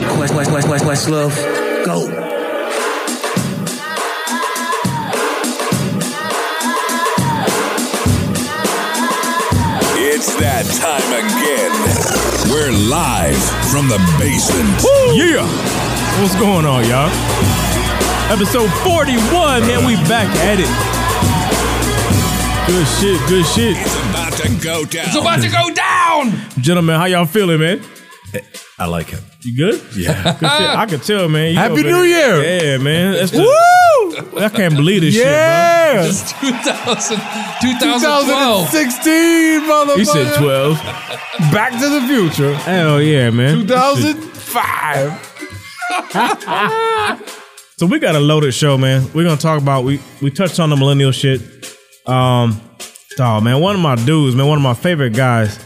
West, West, West Love. Go. It's that time again. We're live from the basement. Yeah. What's going on, y'all? Episode 41, man. We back at it. Good shit, good shit. It's about to go down. about to go down. Gentlemen, how y'all feeling, man? I like him. You good? Yeah. Good shit. I could tell, man. You Happy know, New man. Year. Yeah, man. That's just, Woo! I can't believe this Yeah. It's 2000, 2012. 2016, shit, motherfucker. bro. He said 12. Back to the Future. Hell yeah, man. 2005. So we got a loaded show, man. We're gonna talk about we we touched on the millennial shit. Um, oh man, one of my dudes, man, one of my favorite guys.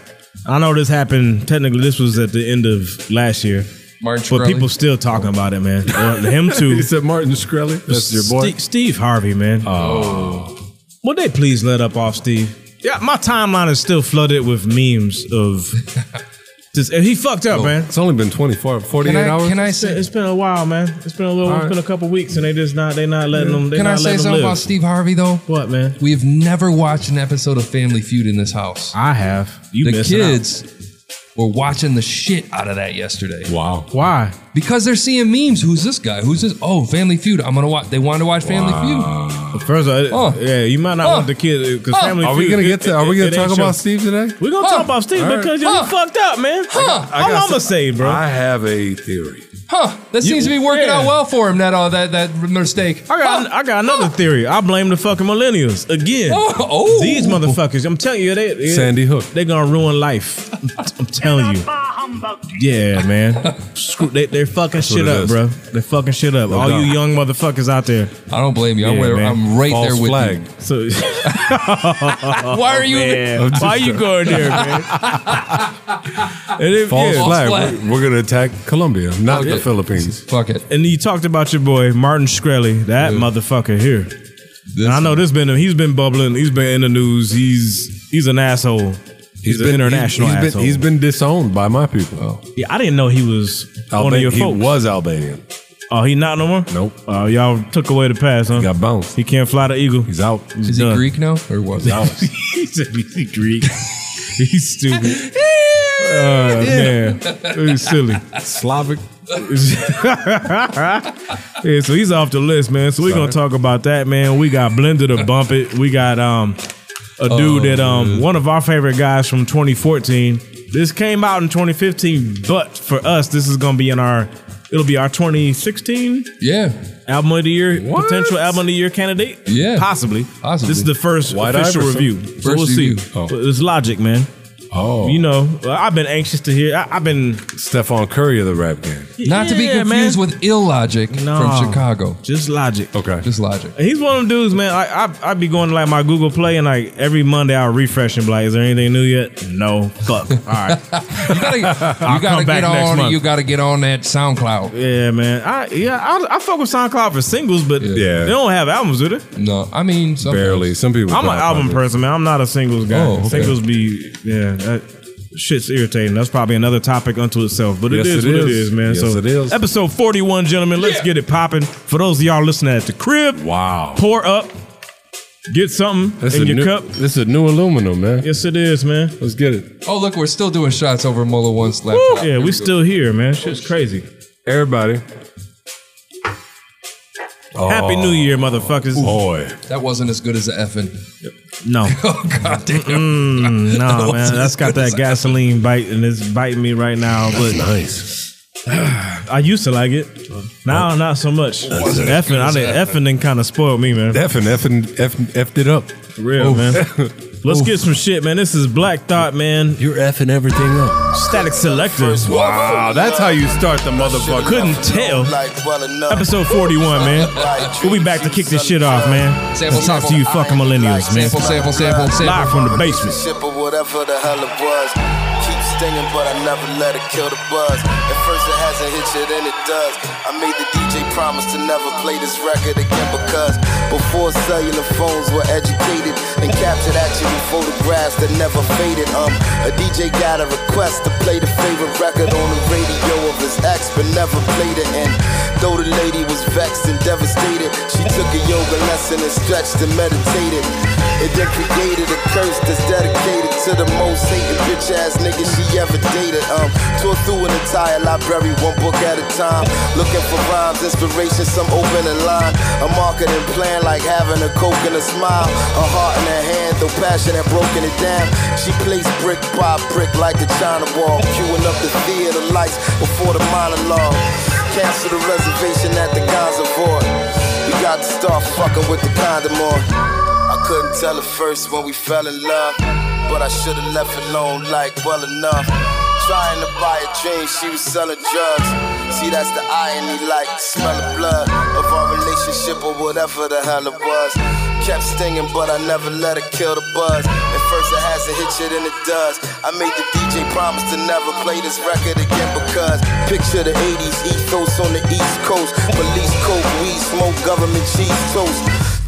I know this happened. Technically, this was at the end of last year, March but Crowley. people still talking about it, man. Well, him too. He said Martin Shkreli. That's your boy. Ste- Steve Harvey, man. Oh, would they please let up off Steve? Yeah, my timeline is still flooded with memes of. just, and he fucked up, man. It's only been 24, 48 Can I, hours. can I say, It's been a while, man. It's been a little. It's right. been a couple weeks, and they just not. They not letting them. They can not I say letting them something live. about Steve Harvey, though? What, man? We've never watched an episode of Family Feud in this house. I have. You The missing kids were watching the shit out of that yesterday Wow. out. Why? because they're seeing memes. Who's this guy? Who's this? Oh, Family Feud. I'm gonna watch. They wanted to watch Family Feud. First of all, Huh. yeah, you might not Huh. want the uh, kids because Huh. family. Are we Feud, gonna it- get to? Are we it- gonna it talk ain't about show. Steve today? We're gonna Huh. talk about Steve All right. because you Huh. fucked up, man. I All got I'm gonna some- say, bro. I have a theory. Huh? That You- seems to be working yeah. out well for him. That uh, that that mistake. I got, Huh. I got another theory. I blame the fucking millennials again. Oh, oh. These motherfuckers. I'm telling you, they, they Sandy Hook. They're gonna ruin life. I'm telling you. Yeah, man. Screw. They, they're fucking what shit it up, is. bro. They're fucking shit up. All doubt. you young motherfuckers out there. I don't blame you. I'm, Yeah, where, man. I'm right False there with flag. So you. Why are you? Oh, man, why you going there, man? and if, False yeah. flag. flag. We're, we're gonna attack Colombia, not Okay. the Philippines. Fuck it. And you talked about your boy Martin Shkreli, that motherfucker here. And I know this been he's been bubbling, he's been in the news. He's he's an asshole. He's, an international He's, he's asshole. been, he's been disowned by my people. Oh. yeah, I didn't know he was one of Alba- your he folks. was Albanian. Oh, he not no more. Nope. Oh, y'all took away the pass, huh? He, Got bounced. can't fly the eagle. He's out. Is he Done. Greek now or was he? he said he's Greek. he's stupid. Oh man, he's silly. Slavic. Yeah, so he's off the list, man. So we're gonna talk about that, man. We got Blender to bump it. We got um a dude that um one of our favorite guys from 2014. This came out in 2015, but for us, this is gonna be in our it'll be our 2016 Yeah. album of the year, What? potential album of the year candidate. Yeah. possibly. Possibly. This is the first White official Iverson. review, so First we'll see. review. Oh. But It's logic, man. Oh, You know, I've been anxious to hear. I, I've been Stephon Curry of the rap game. Not to be Yeah, confused man. with illogic No. from Chicago. just logic. Okay. Just logic. He's one of them dudes, man. I, I I be going to like my Google Play and like every Monday I'll refresh and be like, is there anything new yet? No. Fuck. All right. You gotta, you come gotta back get next on. month. You gotta get on that SoundCloud. yeah, man. I yeah, I, I fuck with SoundCloud for singles, but Yeah. they don't have albums, do they? No, I mean sometimes. Barely. Some people. I'm an don't album find it. person, man. I'm not a singles guy. Oh, okay. Singles be yeah, that shit's irritating. That's probably another topic unto itself. But it Yes, is it what it is. is, man. Yes, so it is. episode 41, gentlemen. Let's get it popping. For those of y'all listening at the crib, Wow. pour up, get something This in is your new, cup. This is new aluminum, man. Yes, it is, man. Let's get it. Oh look, we're still doing shots over Mola One's laptop. Yeah, we still here, man. Shit's crazy. Everybody. Happy New Year, motherfuckers. Oh, Boy. That wasn't as good as the effing. No, Oh god damn. no, wasn't man. That's as got good that as- gasoline bite, and it's biting me right now. But Nice. I used to like it. Now, not so much. Wasn't as Effing, good I as did that. effing, and kind of spoiled me, man. F and F and F effed it up. For real, man. Let's get some shit, man. This is Black Thought, man. You're effing everything up. Static Selector. Wow, that's how you start the motherfucker. Couldn't tell. Episode 41, man. We'll be back to kick this shit off, man. Sample, Let's talk to sample. you fucking millennials, man. Sample, sample, sample, sample. Live from the basement. Ship or whatever the hell it was. Keep stinging, but I never let it kill the buzz. At first it hasn't hit you, then it does. I made the DJ promise to never play this record again because before cellular phones were educated and captured action photographs that never faded. Um, a DJ got a request to play the favorite record on the radio or of his acts, but never played it. And though the lady was vexed and devastated, she took a yoga lesson and stretched and meditated. And then created a curse that's dedicated to the most hated bitch ass nigga she ever dated. Um, tore through an entire library, one book at a time. Looking for rhymes, inspiration, some open in line. A marketing plan like having a coke and a smile. A heart in her hand, though passion had broken it down. She placed brick by brick like a china wall. Queuing up the theater lights before the monologue. Cancel the reservation at the Conservatory. We got to start fucking with the condom on. I couldn't tell her first when we fell in love. But I should've left it alone like well enough. Trying to buy a dream, she was selling drugs. See, that's the irony, like the smell of blood of our relationship or whatever the hell it was. Kept stinging, but I never let it kill the buzz. At first it has to hit you, then it does. I made the DJ promise to never play this record again because picture the 80s ethos on the East Coast. Police coke, weed, smoke, government cheese toast.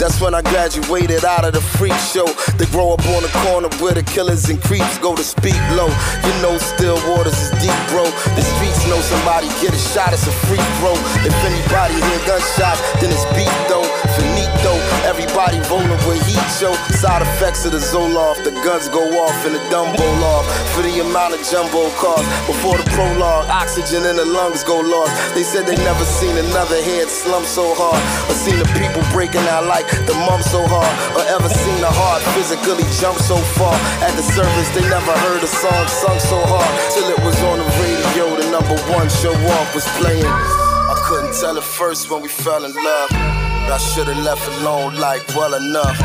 That's when I graduated out of the freak show. They grow up on the corner where the killers and creeps go to speak low. You know, still waters is deep, bro. The streets know somebody get a shot, it's a free throw. If anybody hear gunshots, then it's beat though. Finito, everybody rolling with heat show. Side effects of the Zoloft, the guns go off and the Dumbo off. For the amount of jumbo cars, before the prologue, oxygen in the lungs go lost. They said they never seen another head slump so hard, or seen the people breaking out like the mum so hard, or ever seen a heart physically jump so far. At the service, they never heard a song sung so hard till it was on the radio. The number one show off was playing. I couldn't tell at first when we fell in love, but I should've left alone like well enough.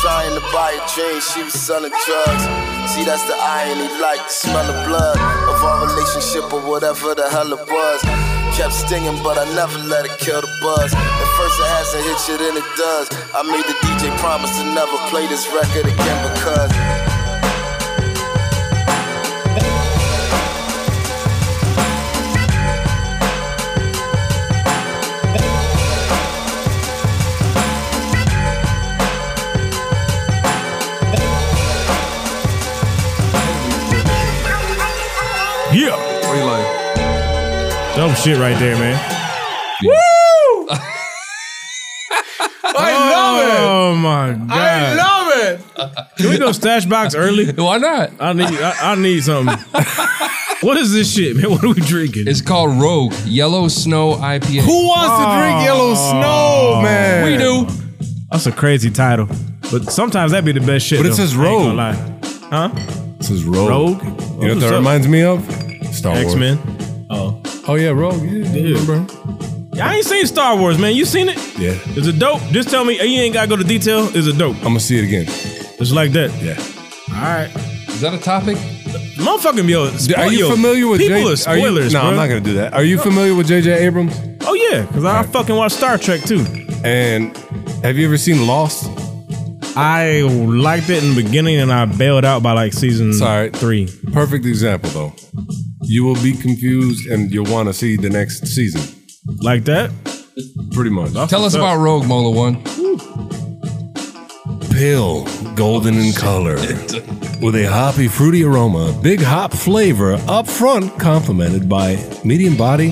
Trying to buy a dream, she was selling drugs. See, that's the irony, like the smell of blood of our relationship or whatever the hell it was. Kept stinging, but I never let it kill the buzz. At first it hasn't hit you, then it does. I made the DJ promise to never play this record again because. Yeah. What do you like? Dope shit right there, man. I love it. Oh my I god. love it. Can we go stash box early? Why not? I need I, I need something. Um, what is this shit, man? What are we drinking? It's called Rogue Yellow Snow IPA. Who wants to drink yellow Oh, snow, man? we do? Oh, That's a crazy title. But sometimes that'd be the best shit. But it though. says I ain't rogue. gonna lie. This is Rogue. Rogue? You know what that reminds me of? Star Wars. X Men. Oh yeah, Rogue. Yeah, yeah. remember? I ain't seen Star Wars, man. You seen it? Yeah. Is it dope? Just tell me. You ain't gotta go to detail. Is it dope? I'm gonna see it again. It's like that. Yeah. All right. Is that a topic? Motherfucking yo. Spoil, Are you yo, familiar with people J- are are you- spoilers? No, bro. I'm not gonna do that. Are you familiar with J.J. Abrams? Oh yeah, because I fucking watch Star Trek too. And have you ever seen Lost? I liked it in the beginning, and I bailed out by like season It's all right. three. Perfect example though. You will be confused and you'll want to see the next season. Like that. Pretty much. Tell us about Rogue Mola One. pale, golden in color, with a hoppy, fruity aroma, big hop flavor up front, complemented by medium body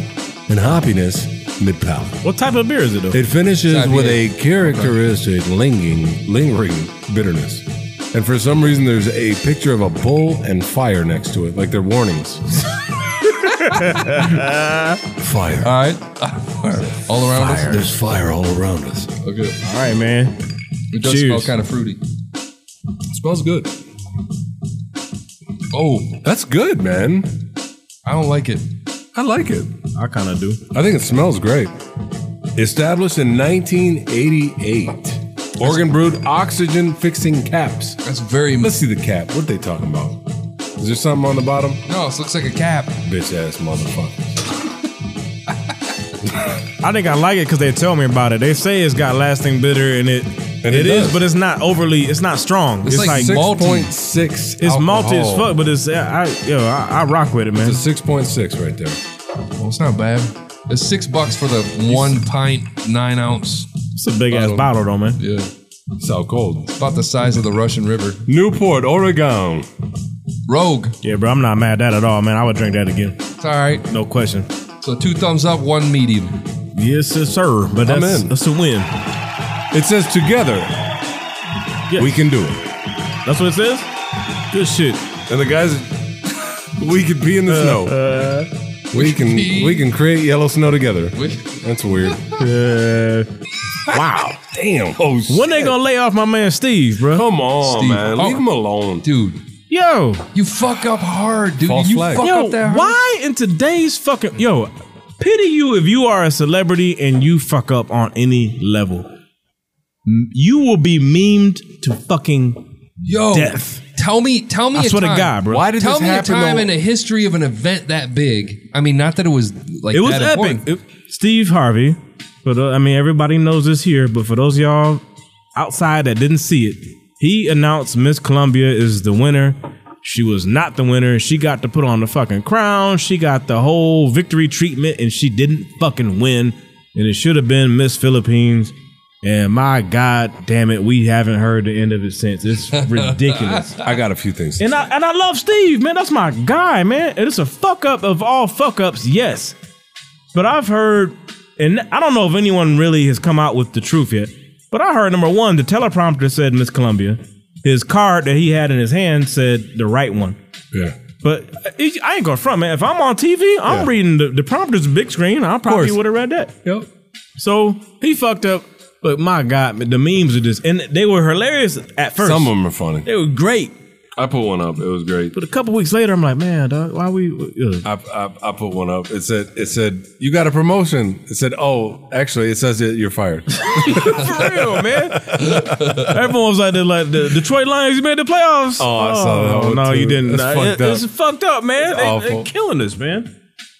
and hoppiness mid palate. What type of beer is it though? It finishes It's with a IPA. characteristic lingering, lingering bitterness. And for some reason, there's a picture of a bull and fire next to it, like they're warnings. fire. All right. All around us. There's fire all around us. Okay. All right, man. It does smell Cheers. kind of fruity. smells good. Oh, That's good, man. I don't like it. I like it. I kind of do. I think it smells great. Established in 1988. Oregon brewed oxygen fixing caps. That's very. Let's see the cap. What they talking about? Is there something on the bottom? No, it looks like a cap. Bitch ass motherfucker. I think I like it because they tell me about it. They say it's got lasting bitter and it And it it is, does. but it's not overly. It's not strong. It's, It's like like, six- Malty. 6.6. it's malty as alcohol. fuck, but it's I I- yo I, I rock with it, man. It's a 6.6 right there. Well, it's not bad. It's six bucks for the one pint, nine ounce. It's a big ass bottle. bottle though, man. Yeah. It's out cold. About the size of the Russian River. Newport, Oregon. Rogue. Yeah, bro, I'm not mad at that at all, man. I would drink that again. It's all right. No question. So two thumbs up, one medium. Yes, sir. But I'm that's in. that's a win. It says together Yes. we can do it, That's what it says. Good shit. Uh, and the guys, we could be in the snow. we can pee. we can create yellow snow together. We- That's weird. Uh, wow, damn. Oh, when they gonna lay off my man Steve, bro? Come on, Steve. man. Oh. Leave him alone. Dude, Yo, you fuck up hard, dude. False you flag. fuck yo, up that hard. why in today's fucking yo? Pity you if you are a celebrity and you fuck up on any level. M- You will be memed to fucking Yo, death. Tell me, tell me. I a swear to time. God, bro. Why did Tell this me a happen? time though? in the history of an event that big. I mean, not that it was like It was that epic. important. It- Steve Harvey. For the, I mean, everybody knows this here, but for those of y'all outside that didn't see it, he announced Miss Columbia is the winner. She was not the winner. She got to put on the fucking crown. She got the whole victory treatment, and she didn't fucking win. And it should have been Miss Philippines. And my god damn it, we haven't heard the end of it since. It's ridiculous. I got a few things. And I and I love Steve, man. That's my guy, man. It is a fuck up of all fuck ups, yes. But I've heard, and I don't know if anyone really has come out with the truth yet. But I heard number one, the teleprompter said Miss Columbia. His card that he had in his hand said the right one. yeah. But I I ain't gonna front, man. If I'm on TV, I'm Yeah. reading the, the prompter's big screen. I probably course. would have read that. Yep. So he fucked up. But my God, the memes are just, and they were hilarious at first. Some of them are funny. they were great. I put one up. It was great. But a couple weeks later, I'm like, man, dog, why we? uh, I, I, I put one up. It said it said you got a promotion. It said oh actually it says that you're fired. For real, man. Everyone was like, the, like the Detroit Lions, you made the playoffs. Oh, I saw that one, No, too. you didn't. That's Nah, fucked it- up. It's fucked up, man. It's They, awful. are killing us, man.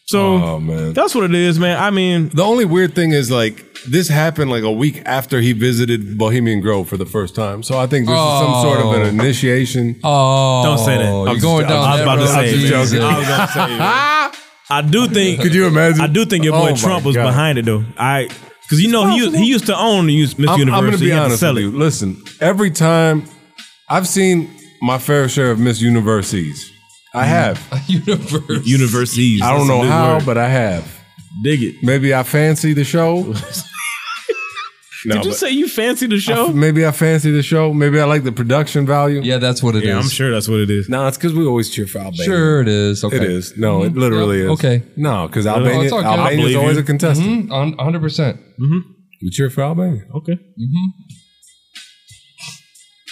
So oh man. that's what it is, man. I mean, The only weird thing is like this happened like a week after he visited Bohemian Grove for the first time. So I think this is some sort of an initiation. Oh, Don't say that. You're I'm going just- down I was that about to road, say, I'm just Jesus. joking. I was gonna say, man, I do think. Could you imagine? I do think your boy Oh, my Trump was God. behind it though. I because you know he used, he used to own the Miss I'm, Universe. I'm gonna so be he had to honest sell with it. you. Listen, every time I've seen my fair share of Miss Universities. I have. Universe. Mm-hmm. Universities. I That's don't a know new how, word. but I have. dig it. Maybe I fancy the show. no, Did you but say you fancy the I f- show? maybe I fancy the show. Maybe I like the production value. Yeah, that's what it is. yeah, I'm sure that's what it is. No, it's because we always cheer for Albania. Sure it is. Okay. It is. No, it literally Yep. is. Okay. No, because No, Albania, it's okay. I Albania is believe always you. Mm-hmm. a contestant. Mm, on- 100%. We cheer for Albania. Okay. Mm-hmm.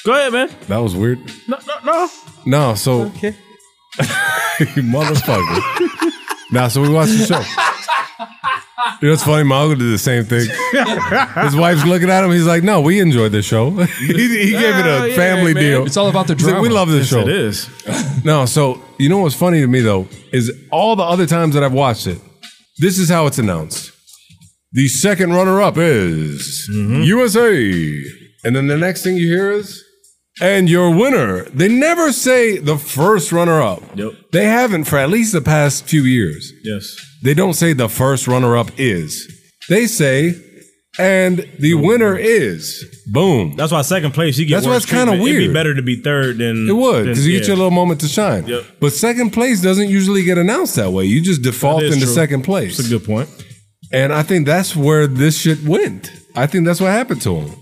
Go ahead, man. That was weird. No, no, no. No, so okay. you motherfucker. nah, so we watched the show. You know what's funny? My uncle did the same thing. His wife's looking at him. He's like, "No, we enjoyed this show. Oh, he, he gave it Yeah, a yeah, family man. deal. It's all about the He said, drama. we love this show. It is. No, so you know what's funny to me though is all the other times that I've watched it, this is how it's announced. The second runner up is USA. And then the next thing you hear is, and your winner. They never say the first runner up. Yep. They haven't for at least the past few years. Yes. They don't say the first runner up is. They say, and the winner is. Boom. That's why second place you get. That's why worse it's kinda treatment. It'd be weird. better to be third than It would, than- because Mm. you yeah. get your little moment to shine. Yep. But second place doesn't usually get announced that way. You just default That is into true. second place. That's a good point. and I think that's where this shit went. I think that's what happened to him.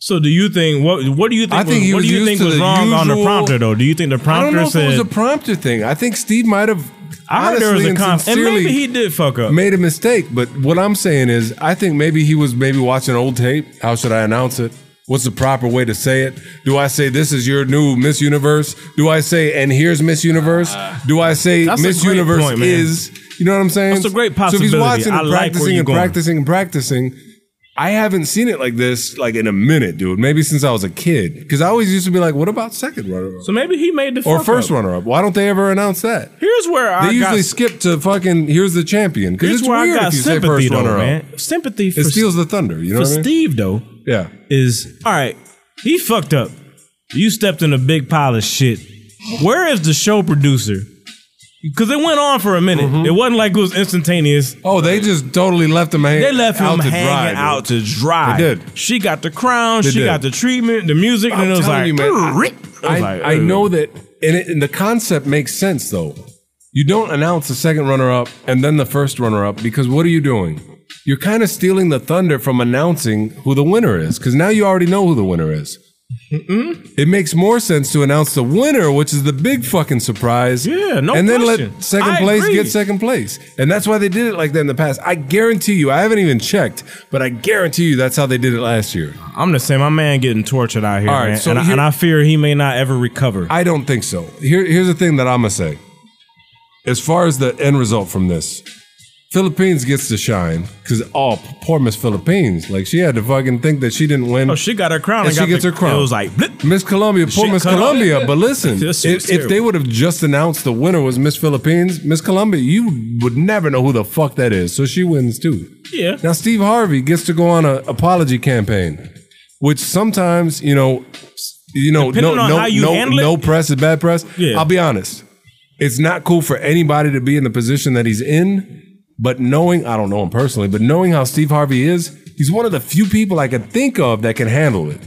So, do you think what? What do you think? I think was, he what was do you used think to was the wrong on the usual- prompter though? Do you think the I don't know prompter if it was said? a prompter thing. I think Steve might have. I heard there was honestly a and con, and sincerely maybe he did fuck up. made a mistake. But what I'm saying is, I think maybe he was maybe watching old tape. How should I announce it? What's the proper way to say it? Do I say this is your new Miss Universe? Do I say and here's Miss Universe? Do I say Ah. That's a Miss great Universe point, man. is? You know what I'm saying? That's a great So possibility. if he's watching I and like where practicing you're and going. practicing and practicing, I haven't seen it like this like in a minute, dude. Maybe since I was a kid, because I always used to be like, what about second runner up So maybe he made the or fuck first up. runner up? Why don't they ever announce that? Here's where I They usually got, skip to fucking here's the champion because here's it's where I weird got if you say sympathy first though, runner up. man. Sympathy for, It steals the thunder. You know for what I mean? Steve though. Yeah. is all right. He fucked up. You stepped in a big pile of shit. Where is the show producer? Because it went on for a minute. It wasn't like it was instantaneous. Mm-hmm. Oh, they just totally left him. hang- They left him out to hanging dry, dude. out to dry. They did. She got the crown. They she did. got the treatment, the music, I'm and it was telling like, you, man, I- "Rrrrip." It was I, like, I "Ugh." know that, and, it, and the concept makes sense though. You don't announce the second runner up and then the first runner up because what are you doing? You're kind of stealing the thunder from announcing who the winner is because now you already know who the winner is. It makes more sense to announce the winner, which is the big fucking surprise. Yeah, no And then question. let second I place agree. get second place. And that's why they did it like that in the past. I guarantee you, I haven't even checked, but I guarantee you that's how they did it last year. I'm gonna say my man getting tortured out here, All right, man, so and, I, here- and I fear he may not ever recover. I don't think so. Here, here's the thing that I'm gonna say. As far as the end result from this, Philippines gets to shine because oh, poor Miss Philippines, like she had to fucking think that she didn't win. oh, she got her crown. And she got gets the- her crown. It was like, blip. Miss Colombia, poor Shit Miss cut off. Colombia. But listen, This if, was if they terrible. would have just announced the winner was Miss Philippines, Miss Colombia, you would never know who the fuck that is. So she wins too. yeah, Now Steve Harvey gets to go on an apology campaign, which sometimes you know, s- you know, Depending no, on how no, you no, handle no it- press is bad press. Yeah. I'll be honest, it's not cool for anybody to be in the position that he's in. But knowing, I don't know him personally, but knowing how Steve Harvey is, he's one of the few people I can think of that can handle it.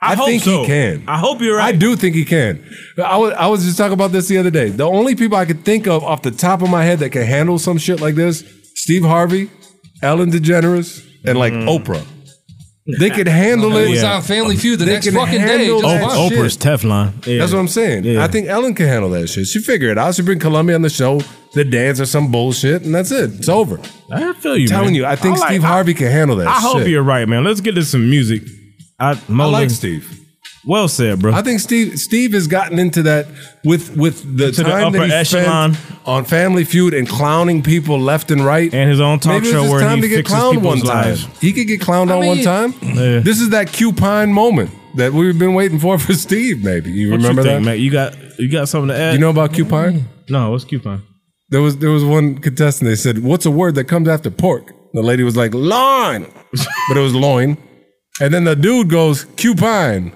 I, hope think so. he can. I hope you're right. I do think he can. I was, I was just talking about this the other day. The only people I could think of off the top of my head that can handle some shit like this Steve Harvey, Ellen DeGeneres, and like Mm. Oprah. They could handle It it. was Yeah. on Family Feud the They next can fucking day. handle Just that watch. shit. Oprah's Teflon. Yeah. That's what I'm saying. Yeah. I think Ellen can handle that shit. She figured it out. She bring Columbia on the show, the dance or some bullshit, and that's it. It's over. I feel you. telling man. you, I think like- Steve I- Harvey can handle that. I, hope shit. you're right, man. Let's get to some music. I, I Moses, like Steve. Well said, bro. I think Steve Steve has gotten into that with with the Into the time upper that he echelon. spent on Family Feud and clowning people left and right, And his own talk Maybe it's show his where time he to get fixes clowned one people's time. lives. He could get clowned on one mean- time. Yeah. This is that Cupine moment that we've been waiting for for Steve. Maybe you What remember you that? think, man? You got you got something to add? You know about Cupine? no, it's coupon. There was there was one contestant. They said, "What's a word that comes after pork?" The lady was like, "Loin," but it was loin. And then the dude goes, "Cupine," and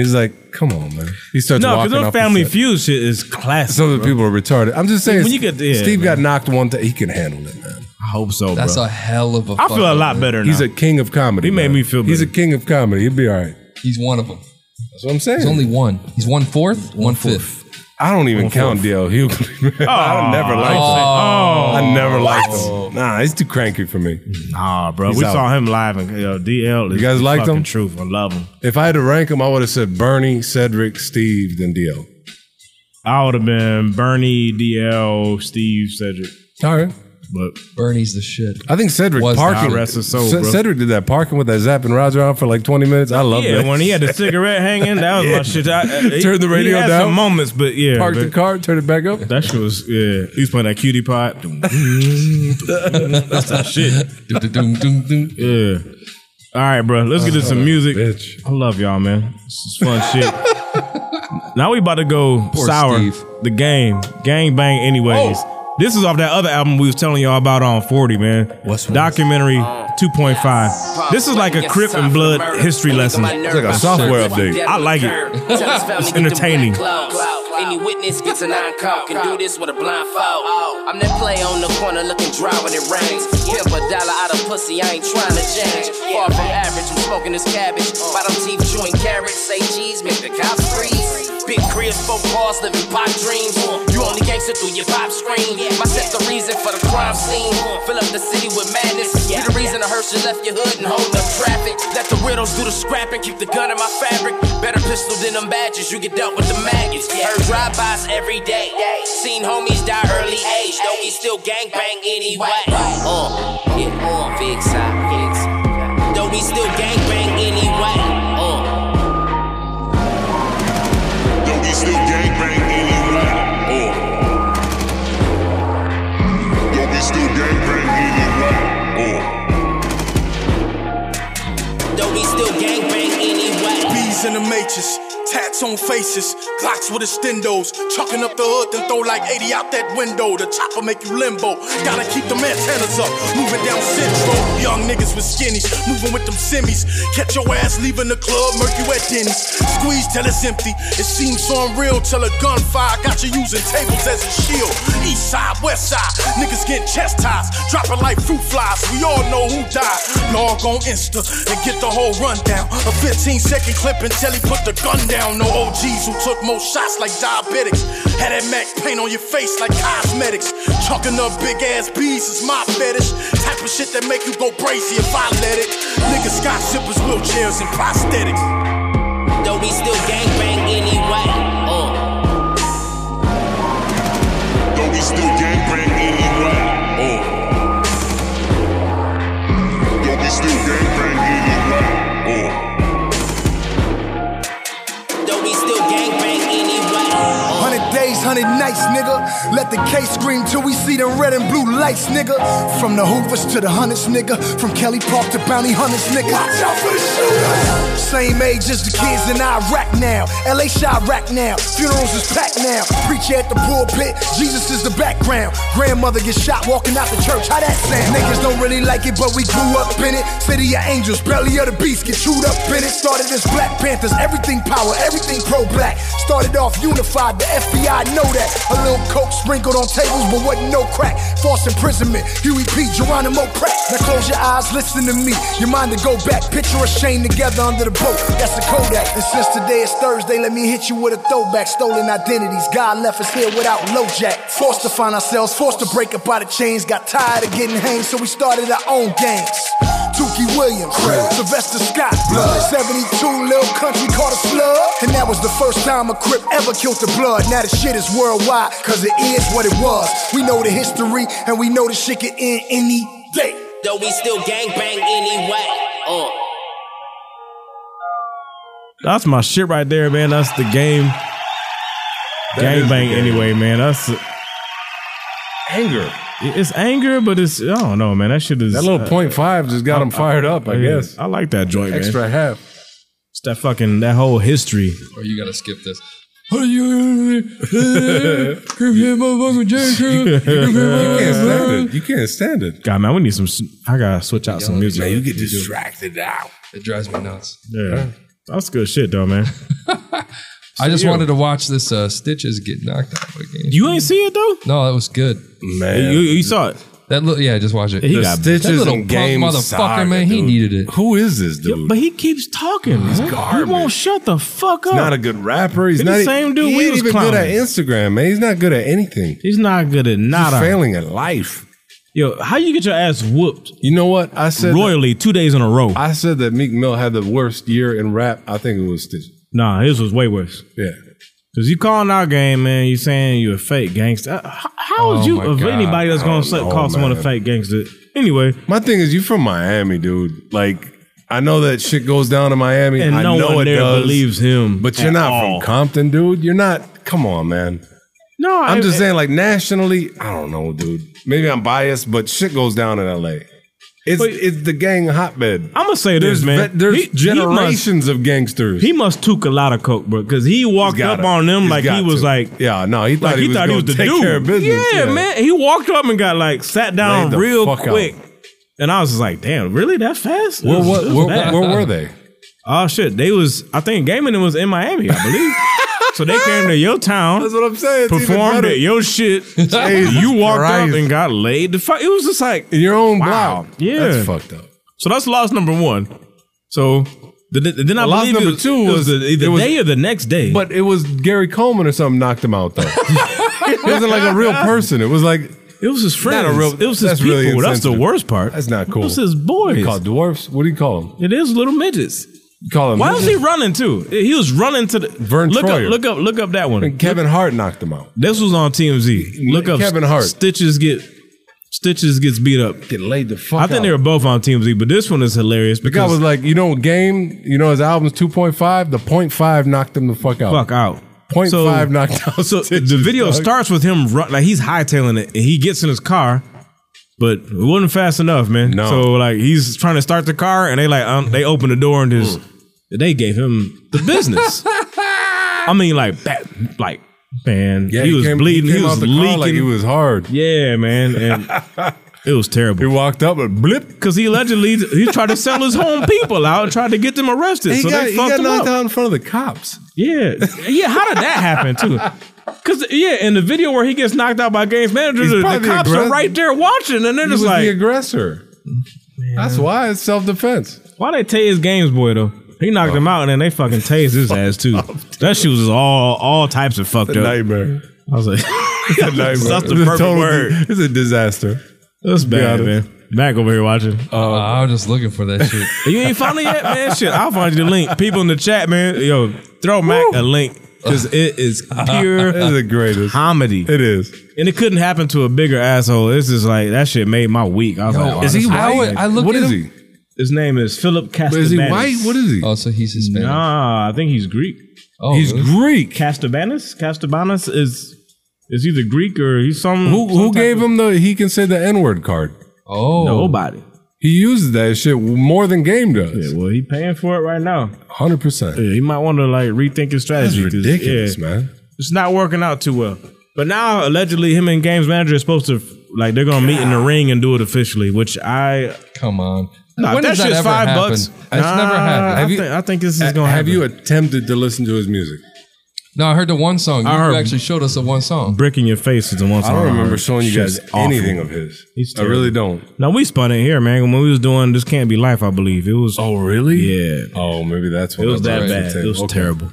he's like, "Come on, man!" He starts No, walking because those off the family set. feud shit is classic. Some of the people are retarded. I'm just saying. When you get there, Steve man. got knocked one time. He can handle it, man. I hope so, That's bro. a hell of a. I feel a fucking- lot better now. He's a king of comedy. He made man. me feel He's a better. king of comedy. He'll be all right. He's one of them. That's what I'm saying. He's only one. He's one fourth, one fifth. I don't even count DL Hughley. man. Oh. I never liked Oh. him. I never liked him. Nah, he's too cranky for me. Nah, bro. He's we out. saw him live and yo, DL. Is You guys the liked fucking him? Truth, I love him. If I had to rank him, I would have said Bernie, Cedric, Steve, then DL. I would have been Bernie, DL, Steve, Cedric, All right. but Bernie's the shit. I think Cedric Was parking. not. Rest his soul, Ce- bro. Cedric did that parking with that Zap and Roger on for like 20 minutes. I love yeah, that. when he had the cigarette hanging, that was my shit. I, I- Turn the he- radio he had down. Some moments, but yeah, Park man. the car, turn it back up. That shit was yeah. He was playing that cutie pie. That's that shit. Dum-dum-dum, dum-dum. Yeah. All right, bro. Let's get into some music. bitch. I love y'all, man. This is fun shit. now we about to go Poor sour. Steve. The game, gang bang. Anyways, this is off that other album we was telling y'all about on Forty, man. What's with documentary two point five? This is like a Crip and Blood history lesson. It's like a software update. I like it. it's entertaining. Any witness gets a nine call. Can do this with a blindfold. I'm that play on the corner looking dry when it rains. Pimp a dollar out of pussy, I ain't trying to change. Far from average, I'm smoking this cabbage. Bottom teeth chewing carrots, say cheese, make the cops freeze. Big cribs, four cars, living pop dreams. You only gangster through your pop screen. My set the reason for the crime scene. Fill up the city with madness. You the reason the Herschel left your hood and holding up traffic. Let the riddles do the scrapping, keep the gun in my fabric. Better pistol than them badges, you get dealt with the maggots. Heard drive-bys every day. Seen homies die early age, though we still gangbang anyway. Uh, yeah, uh, fix, I fix. Though we still gangbang anyway. Uh. Though we still gangbang anyway. Or. Though we still gangbang anyway. Though we still gangbang anyway. Bees in the matrix, tats on faces, Glocks with extendos, chucking up the hood, then throw like 80 out that window. The chopper make you limbo. Gotta keep them antennas up, moving down central. Young niggas with skinnies, moving with them semis. Catch your ass leaving the club, murk you at Denny's. Squeeze till it's empty. It seems so unreal till a gunfire got you using tables as a shield. East side, west side. Niggas getting chest ties, dropping like fruit flies. We all know who died. Log on Insta and get the whole rundown. A 15 second clip until he put the gun down. No OGs who took more shots like diabetics. Had that Mac paint on your face like cosmetics. Chunking up big ass bees is my fetish. Type of shit that make you go crazy if I let it. Niggas got zippers, wheelchairs, and prosthetics. Though we still gangbang anyway. Uh. Though we still gangbang anyway. Oh. Though we still gangbang anyway. Oh. Though we still gangbang anyway. Uh. Hundred days, hundred nights, nigga. Let the case scream till we see the red and blue lights, nigga. From the Hoovers to the Hunters, nigga. From Kelly Park to Bounty Hunters, nigga. Watch out for the shooters. Same age as the kids in Iraq now. LA Chirac now. Funerals is packed now. Preacher at the pulpit. Jesus is the background. Grandmother gets shot walking out the church. How that sound? Niggas don't really like it, but we grew up in it. City of angels, belly of the beast, get chewed up in it. Started as Black Panthers, everything power, everything pro black. Started off unified, the FBI know that. A little coke sprinkled on tables, but wasn't no crack. False imprisonment, Huey P. Geronimo Pratt. Now close your eyes, listen to me. Your mind to go back. Picture us chained together under the boat. That's a Kodak. And since today is Thursday, let me hit you with a throwback. Stolen identities. God left us here without LoJack. Forced to find ourselves, forced to break up out of chains. Got tired of getting hanged, so we started our own gangs. Tukey Williams, Sylvester Scott, 72 Lil Country caught a slug. And that was the first time a Crip ever killed the blood. Now the shit is worldwide, cause it is what it was. We know the history, and we know the shit could end any day. Though we still gangbang anyway. Uh. That's my shit right there, man. That's the game. is the Gangbang game. anyway, man. That's Anger. it's anger, but it's I don't know, man. That shit is That little uh, point five just got him fired up, I yeah. guess. I like that joint, man. Extra half. It's that fucking that whole history. Or you gotta skip this. Are you creep here, motherfucker, J. Crew? Creep here, You can't stand motherfucker. it. You can't stand it. God, man, we need some. s- I gotta switch out some Yeah, music. man, you get distracted now. It drives me nuts. Yeah, that's good shit though, man. I just wanted to watch this uh, Stitches get knocked out again. You ain't see it though. no, that was good. Man. You, you saw it. That little, yeah, just watch it. He the got- stitches that little and punk game motherfucker, saga, man, he dude. needed it. Who is this dude? But he keeps talking. man. garbage. He won't shut the fuck up. not a good rapper. He's He the not e- same dude He we ain't was even good at clowning. Instagram, man. He's not good at anything. He's not good at He's nada. failing at life. Yo, how you get your ass whooped You know what? I said. royally two days in a row? I said that Meek Mill had the worst year in rap. I think it was Stitch. nah, his was way worse. Yeah. Cause you calling our game, man. You saying you a fake gangster. Uh, h- How is Oh you my of God. Oh, anybody that's I gonna don't say- know, call someone a Oh, man. fake gangster? Anyway, My thing is, you from Miami, dude. Like, I know that shit goes down in Miami. and I no know one it there does, believes him. But you're at not all. from Compton, dude. You're not. Come on, man. No, I'm I- just saying, like nationally, I don't know, dude. Maybe I'm biased, but shit goes down in L.A. It's But- it's the gang hotbed. I'm gonna say there's this, man. vet- there's He- he must- generations of gangsters. He must took a lot of coke, bro, because he walked He's up gotta- on them he's like he got was to. like, yeah, no, he thought like he, was, gonna the take dude. care of business. Yeah, man. He walked up and got like sat down Laid the real fuck out. quick, and I was just like, damn, really that fast? Where, It was- what, it was where, bad. where were they? Oh shit, they was. I think Gaiman was in Miami, I believe. so they came to your town, That's what I'm saying. It's even performed better. at your shit. Jesus you walked Christ. up and got laid. The fuck, it was just like in your own Wow. block. Yeah. that's fucked up. so. That's loss number one. So. The, the, then I Loss believe it number was- two it was, was- the, either it was- day or the next day. But it was Gary Coleman or something knocked him out though. it wasn't like a real person. It was like It was his Not friends. a real- it was his that's people. really that's the insensitive. worst part. That's not It cool. was his what do boys. you call it, dwarfs. What do you call them? It is little midgets. You call them? Why was he running too? He was running to the Vern look Troyer. up, look up, look up that one. Kevin Hart knocked him out. This was on TMZ. Look up Kevin Hart. Stitches get Stitches gets beat up. Get laid the fuck. I think they were both on TMZ, but this one is hilarious The guy because was like, you know, game. You know, his album's two point five. The point five knocked him the fuck out. fuck out. Point So- five knocked out. So Stitches, the video dog. starts with him run, like he's hightailing it, and he gets in his car, but it wasn't fast enough, man. No. So like he's trying to start the car, and they like um, they open the door and just Mm. they gave him the business. I mean, like that, like man, Yeah, he, was came- bleeding, he, came was out the car leaking, like he was hard. yeah, man, and it was He terrible walked up and blip. because he allegedly he tried to sell his home people out and tried to get them arrested. so they fucked him up. in front of the cops. Yeah, yeah. How did that happen too? Cause yeah, in the video where he gets knocked out by Gaines manager, He's the, the probably the cops are aggressor. right there watching, and they're He just was like, the aggressor. That's why it's Oh. self defense. Why they tase Games Boy though? He knocked him out and then they fucking tased his ass too. that shit was just all all types of fucked It's a up. nightmare. I was like, Nightmare. that's the It's a perfect total- word. It's a disaster. That's bad, honest. man. Mac over here watching. Uh, I was just looking for that shit. You ain't found it yet, man. Shit, I'll find you the link. People in the chat, man. Yo, throw Mac a link because it is It is pure the greatest. comedy, It is. and it couldn't happen to a bigger asshole. This is like that shit made my week. I was Yo, like, is oh, he this- white? I would- I look what at is him- he? His name is Philip But Is Castellanos. he white? What is he? Oh, so he's Hispanic. Nah, I think he's Greek. oh, He's really? Greek. Castabanis? Castabanis is is either Greek or he's some Who some who type gave of- him the he can say the N word card? oh, nobody? He uses that shit more than game Yeah, does. well, he paying for it right now. Hundred percent. Yeah, he might want to like rethink his That's strategy. 'cause, ridiculous, yeah, man. It's not working out too well. But now allegedly, him and games manager is supposed to like they're gonna meet in the ring and do it officially. Which I come on. Nah, when that does that shit's ever five happen? bucks. It's never Nah, happened. I, Have you- think, I think this is gonna Have happen. you attempted to listen to his music? No, I heard the one song. You, I heard- you actually showed us the one song. brick in your face is the one I song don't remember heard. showing you Shit's guys anything awful. of his. He's I really don't. No, we spun it here, man. When we was doing this can't be life, I believe it was. Oh, really? yeah, Oh, maybe that's what It was that's that what I bad. should say. It was Okay. terrible.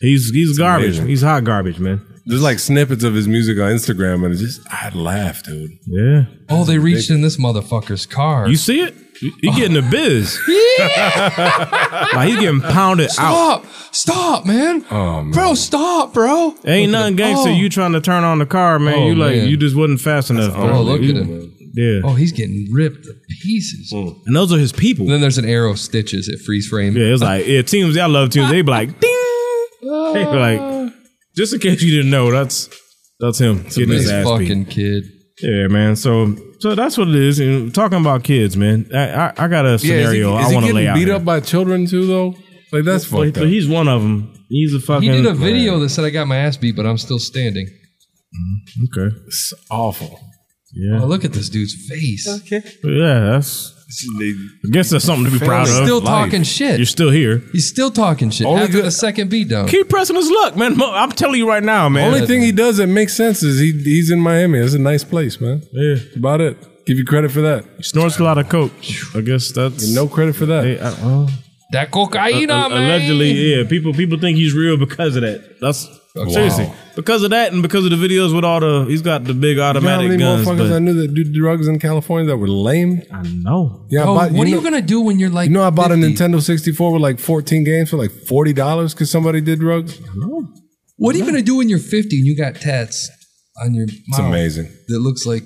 He's he's garbage. amazing. He's hot garbage, man. There's like snippets of his music on Instagram, and it's just I'd laugh, dude. Yeah. Oh, they reached in this motherfucker's car. You see it? He he getting the biz. like he's getting pounded out. stop, stop, man. Oh, man. bro, stop, bro. Ain't nothing gangster. Oh. You trying to turn on the car, man. Oh, you like man. you just wasn't fast enough. Oh, bro. look You- at him. Yeah. Oh, he's getting ripped to pieces. Mm. And those are his people. And then there's an arrow stitches at freeze frame. Yeah, it's like yeah, teams. I love teams. They be like ding. They be like, just in case you didn't know, that's that's him getting This his ass beat. fucking kid. Yeah, man. So, so that's what it is. And talking about kids, man. I, I, I got a is he, scenario is I he want to getting lay out. beat here. up by children too, though. Like that's Well, fucked but up. he's one of them. He's a fucking. He did a video that said, I got my ass beat, but I'm still standing. Okay. It's awful. Oh, Yeah. look at this dude's face. Yeah. That's. I guess that's something to be proud of. Still Life. talking shit. You're still here. He's still talking shit Only after good- the second beatdown. Keep pressing his luck, man. Mo- I'm telling you right now, man. Oh. Only thing he does that makes sense is he he's in Miami. That's a nice place, man. yeah. About it. Give you credit for that. He snorts a lot of coke. I guess that's No credit for that. Hey, I- uh, well, That cocaine, a- man. Uh, allegedly, yeah. People people think he's real because of that. That's seriously because of that and because of the videos with all the. He's got the big You know how many automatic guns. motherfuckers I But knew that do drugs in California that were lame? I know. Yeah, Oh, I bought, what you are know, you gonna do when you're like? You know, I bought 50? a Nintendo 64 with like 14 games for like $40 because somebody did drugs. What are you gonna do when you're 50 and you got tats on your? It's amazing. That looks like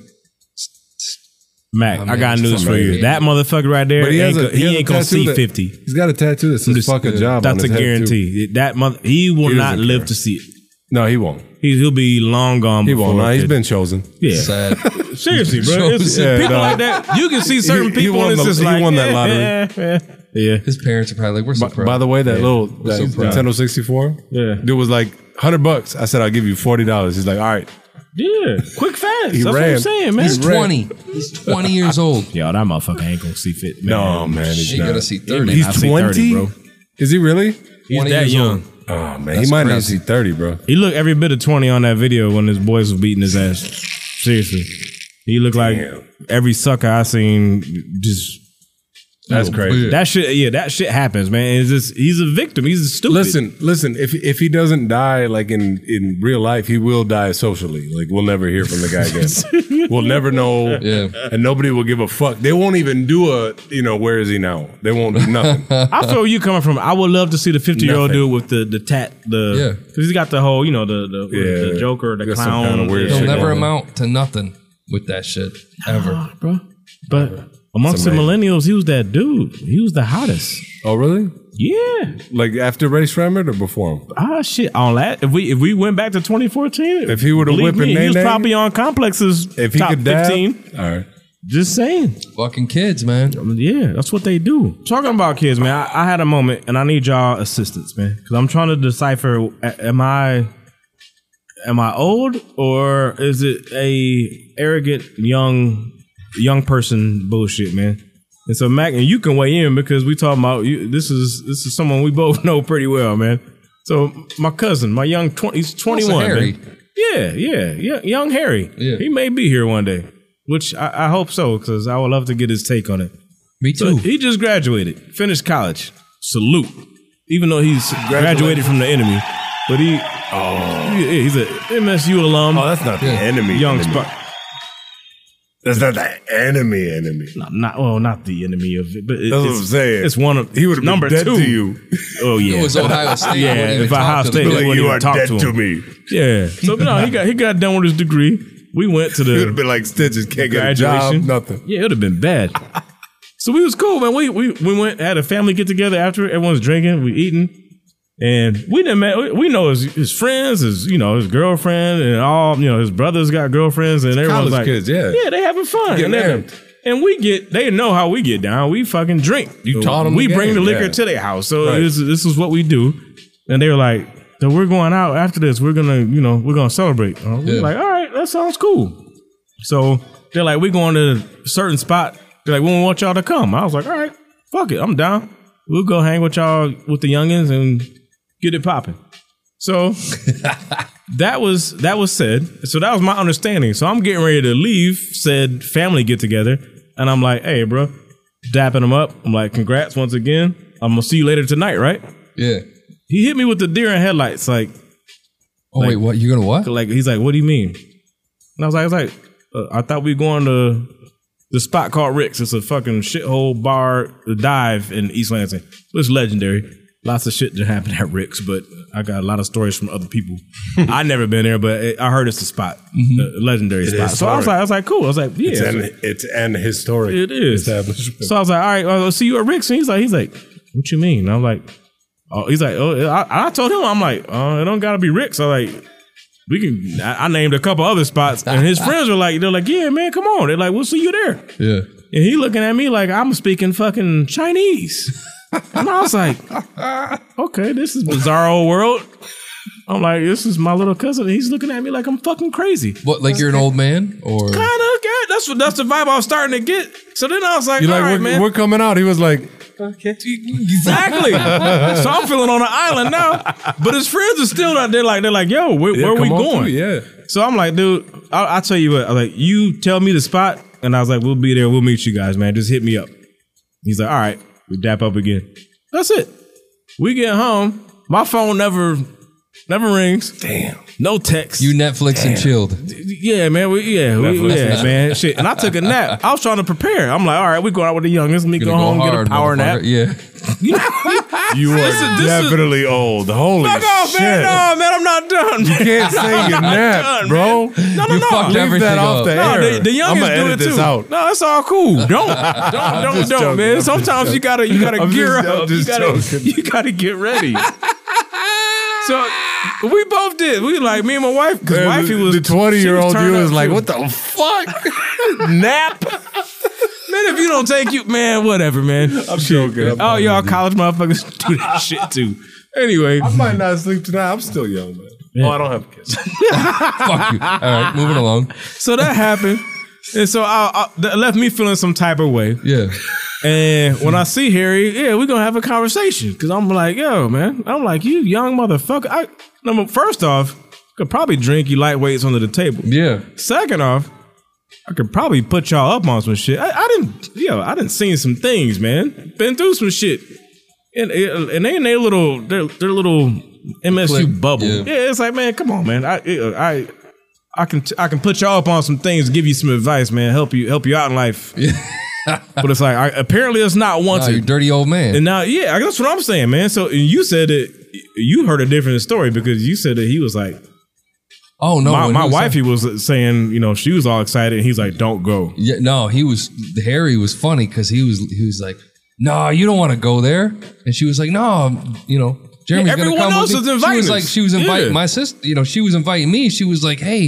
Mac, Oh, I man, got it's news for you. amazing. That motherfucker right there, But he he has ain't, a- go- he he has a ain't gonna see tattoo that- fifty. He's got a tattoo that says Just- fuck a job. on That's a his head, too. guarantee. That mother, he will He not doesn't live care. to see it. No, he won't. He, he'll be long gone. He before won't. Nah, he's it- been chosen. yeah. sad. Seriously, bro. It's, Yeah, people no. like that. You can see certain he people. and won it's the- just he like, won that eh, lottery. eh, eh. Yeah, His parents are probably like, "We're so By, proud." by the way, that little that so proud. Nintendo 64, Yeah. dude was like, 100 bucks. I said, I'll give you $40. He's like, all right. yeah. Quick, fast. That's what ran. I'm saying, man. he's 20. He's 20 years old. Yo, that motherfucker ain't gonna see fit. Man. No, man. He's, She not. gonna see 30. He's- I he's see 30, 20? bro. Is he really? he's 20 that years young. old. Oh, man. he That's might not crazy. see 30, bro. He looked every bit of twenty on that video when his boys was beating his ass. Seriously, he looked Damn. like every sucker I seen. Just That's Oh, crazy. man. that shit. Yeah, that shit happens, man. It's just he's a victim. He's stupid. Listen, listen. If if he doesn't die like in in real life, he will die socially. Like we'll never hear from the guy again. we'll never know. Yeah. And nobody will give a fuck. They won't even do a you know where is he now? They won't do nothing. I feel where you coming from. I would love to see the fifty year old Nothing. dude with the the tat. The Yeah. because he's got the whole you know the the, Yeah. the Joker, the Got some clown. kinda weird yeah. He'll shit never going on. amount to nothing with that shit ever. But amongst the amazing. millennials, he was that dude. He was the hottest. oh really? Yeah. Like after Ray Shremmerd or before him? Ah shit. On that, if we if we went back to 2014, If he would've believe whipped a me, he was nay-nay, probably on complexes. If he top could dab, 15. all right. Just saying. Fucking kids, man. Yeah, that's what they do. Talking about kids, man. I, I had a moment, and I need y'all assistance, man, because I'm trying to decipher: a- am I, am I old, or is it a arrogant young, young person bullshit, man? And so, Mac, and you can weigh in because we talking about you, this is this is someone we both know pretty well, man. So, my cousin, my young twenty, he's Also 21, Harry. man. Yeah, yeah, yeah. Young Harry. Yeah. He may be here one day, which I, I hope so, because I would love to get his take on it. Me too. he just graduated, finished college. Salute. Even though he's graduated from the enemy, but he, oh, he's a MSU alum. Oh, that's not the enemy. Young enemy. Spark. That's not the enemy, enemy. Not, not well, not the enemy of it, but it- That's what it's, I'm saying. It's one of he would've been number dead two. to you. Oh yeah, It was Ohio State. I yeah, wouldn't even if talk Ohio to them. State, Be they like, wouldn't "You even are talk dead to, to him. me. Yeah, so no, he got he got done with his degree. We went to the. It would have been like stitches. Can't get a job, graduation. nothing. Yeah, it would have been bad. so we was cool, man. We we we went had a family get together after everyone's drinking, we eating, and we didn't man. We, we know his, his friends, his you know his girlfriend, and all you know his brothers got girlfriends, and everyone's college like kids, yeah. yeah, they having fun, Getting and everything. And we get they know how we get down. We fucking drink. You taught 'em We the bring game, the liquor yeah. to their house, so Right. this this is what we do. And they were like, "So we're going out after this. We're gonna you know we're gonna celebrate." Uh, we Yeah. were like, "All right, that sounds cool." So they're like, "We're going to a certain spot." They're like, "We want y'all to come." I was like, "All right, fuck it, I'm down. We'll go hang with y'all with the youngins and get it popping." So that was that was said. So that was my understanding. So I'm getting ready to leave said family get together, and I'm like, "Hey, bro," dapping him up. I'm like, "Congrats once again. I'm gonna see you later tonight, right?" Yeah. He hit me with the deer in headlights, like. Oh wait, what? You're gonna what? Like he's like, "What do you mean?" And I was like, "I was like, uh, I thought we going to the spot called Rick's. It's a fucking shithole bar, the dive in East Lansing. It's legendary. Lots of shit that happened at Rick's, but I got a lot of stories from other people. I never been there, but it, I heard it's a spot, a legendary Mm-hmm. It spot. is So I was historic. like, I was like, cool. I was like, yeah. It's an, it's an historic It is. establishment. So I was like, all right, well, I'll see you at Rick's. And he's like, he's like, what you mean? And I'm like, oh, he's like, oh, I, I told him, I'm like, uh, it don't gotta be Rick's. I like, we can. I, I named a couple other spots, and his friends were like, they're like, yeah, man, come on. They're like, we'll see you there. And Yeah. he looking at me like I'm speaking fucking Chinese, and I was like, okay, this is bizarro world. I'm like, this is my little cousin. and He's looking at me like I'm fucking crazy. What? Like you're an old man, or Kind of. That's what. That's the vibe I was starting to get. So then I was like, You're all like, right, we're, man. we're coming out. He was like, Exactly. so I'm feeling on an island now, but his friends are still out there. Like they're like, "Yo, where, Yeah, where we come on going?" through, yeah. So I'm like, "Dude, I, I tell you what. I was like, you tell me the spot, and I was like, "We'll be there. We'll meet you guys, man. Just hit me up." He's like, "All right." We dap up again. That's it. We get home. My phone never, never rings. Damn. No text. You Netflix and chilled. Yeah, man. We, yeah, we, Netflix and yeah, chill. man. Shit. And I took a nap. I was trying to prepare. I'm like, all right, we going out with the youngest. Let me go Gonna go home, get hard, a power nap. motherfucker. Yeah. You are This is- this is- definitely old. Holy Fuck off, shit. man. No, man, I'm not done. You can't say your nap, bro. No, no, You no. fucked Leave that everything off up. the No, air. The, the youngest I'ma do edit it this too. out. No, it's all cool. Don't, don't, I'm don't, just don't, joking. man. I'm just Sometimes you gotta, you gotta I'm gear just- I'm up. You just gotta, joking. you gotta get ready. so we both did. We like me and my wife because Man, wifey the- was the 20 year old she turned you up, is she like, what the fuck? Nap. Man, if you don't take you, man, whatever, man. I'm joking. I'm oh, y'all college motherfuckers do that shit too. Anyway, I might not sleep tonight. I'm still young, man. Oh, I don't have kids. Fuck you. All right, moving along. so that happened, and so I, I that left me feeling some type of way. Yeah. And when I see Harry, yeah, we're gonna have a conversation. Cause I'm like, yo, man. I'm like, you young motherfucker. I number first off, could probably drink you lightweights under the table. Yeah. Second off, I could probably put y'all up on some shit. I, I didn't, yo, I didn't seen some things, man. Been through some shit. And, and they in their little their, their little MSU Click, bubble. yeah. Yeah. it's like, man, come on, man. I uh, I I can I can put y'all up on some things, give you some advice, man. Help you help you out in life. but it's like I, apparently it's not Oh, you wanted. dirty old man. and now, yeah, that's what I'm saying, man. So and you said that you heard a different story because you said that he was like, oh no, my, when my he was- wife, he was saying, you know, she was all excited. And he's like, don't go. Yeah, no, he was Harry was funny because he was he was like, "No, you don't want to go there," and she was like, "No, I'm- you know, Jeremy's Yeah, gonna everyone come." else with is you." She inviting was like, us. she was inviting Yeah. my sister. You know, she was inviting me. She was like, "Hey,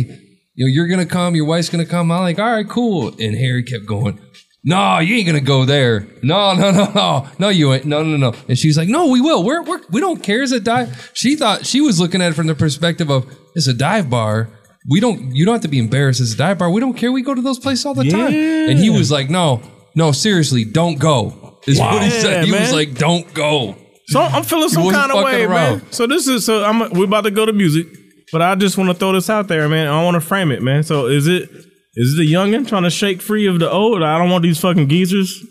you know, you're gonna come. Your wife's gonna come." I'm like, "All right, cool." And Harry kept going. No, you ain't gonna go there. No, no, no, no, no, you ain't. No, no, no. And she's like, "No, we will. We're, we're we don't care. It's a dive." She thought she was looking at it from the perspective of it's a dive bar. We don't. You don't have to be embarrassed. It's a dive bar. We don't care. We go to those places all the time. And he was like, "No, no, seriously, don't go." Is what he Wow. said. He Yeah, was man. like, "Don't go." So I'm feeling He some wasn't kind of fucking way, around. man. So this is so I'm we're about to go to music. But I just want to throw this out there, man. I want to frame it, man. So is it is it the youngin trying to shake free of the old? I don't want these fucking geezers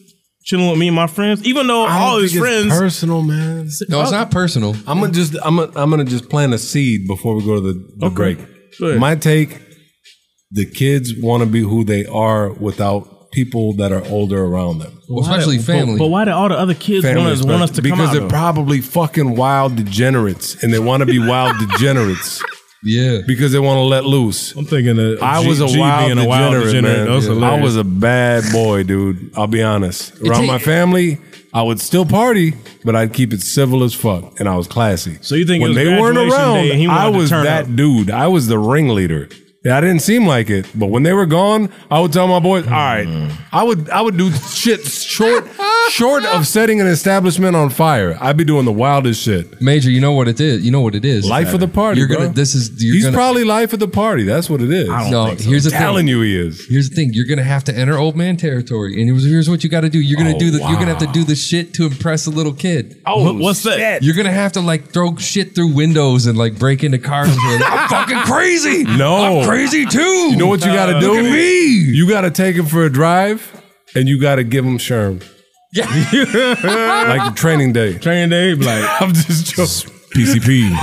chilling with me and my friends, even though I don't all his think it's friends. personal, man. No, it's not personal. I'm gonna just I'm gonna, I'm gonna just plant a seed before we go to the, the Okay. break. Go ahead. My take: the kids want to be who they are without people that are older around them. Well, especially but- family. But, why do all the other kids want Families, us, want but- us to because come out? they're though? probably fucking wild degenerates, and they want to be wild degenerates yeah. because they want to let loose. I'm thinking that I G- was a G wild being degenerate, a wild degenerate. man. That was I hilarious. was a bad boy, dude. I'll be honest. Around take- my family, I would still party, but I'd keep it civil as fuck, and I was classy. So you think it when was they weren't graduation around, day and he I wanted to was turn that up? dude. I was the ringleader. Yeah, I didn't seem like it, but when they were gone, I would tell my boys, "All right, I would, I would do shit short, short of setting an establishment on fire. I'd be doing the wildest shit. Major, you know what it is. You know what it is. Life of the party. You're gonna. bro. This is. You're He's gonna, probably life of the party. That's what it is. I No, here's the am thing. telling you, he is. Here's the thing. You're gonna have to enter old man territory, and it was, here's what you got to do. You're gonna Oh, do the. You're gonna wow. Oh, have to do the shit to impress a little kid. Wh- what's that? You're gonna have to like throw shit through windows and like break into cars. And be like, I'm fucking crazy. No. I'm crazy too. You know what you got to do? You got to take him for a drive, and you got to give him sherm. like the training day. Training day, like I'm just joking. PCP,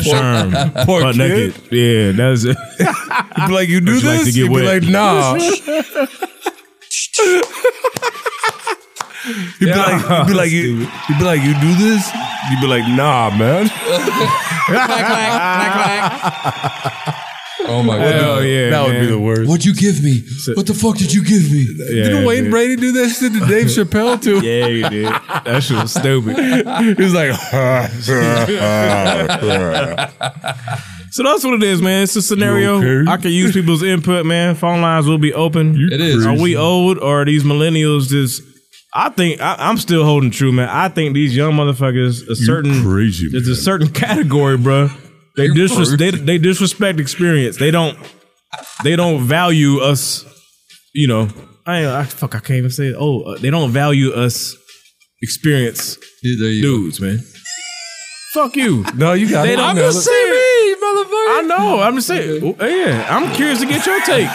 Sherm, Poor butt kid. naked. Yeah, that's it. He'd be like, you do Would you like this? to get He'd be wet? like, nah. he'd, be like, he'd be like, you, he'd be like, you do this? You'd be like, nah, man. Oh my god. Hell yeah, that would be man. the worst. What'd you give me? What the fuck did you give me? Yeah, Didn't Wayne dude. Brady do that shit to Dave Chappelle too? Yeah, you did. That shit was stupid. He was like, So that's what it is, man. It's a scenario. You okay? I can use people's input, man. Phone lines will be open. It is. Are we old or are these millennials just? I think I, I'm still holding true, man. I think these young motherfuckers a certain crazy, It's a certain category, bro. They disres- they, they disrespect experience. They don't they don't value us. You know, I, ain't- I fuck. I can't even say. It. Oh, uh, they don't value us experience Yeah, there you go. dudes, man. Fuck you. no, you got They it. don't I'm just saying, motherfucker. I know. I'm just saying. oh, Yeah, I'm curious to get your take.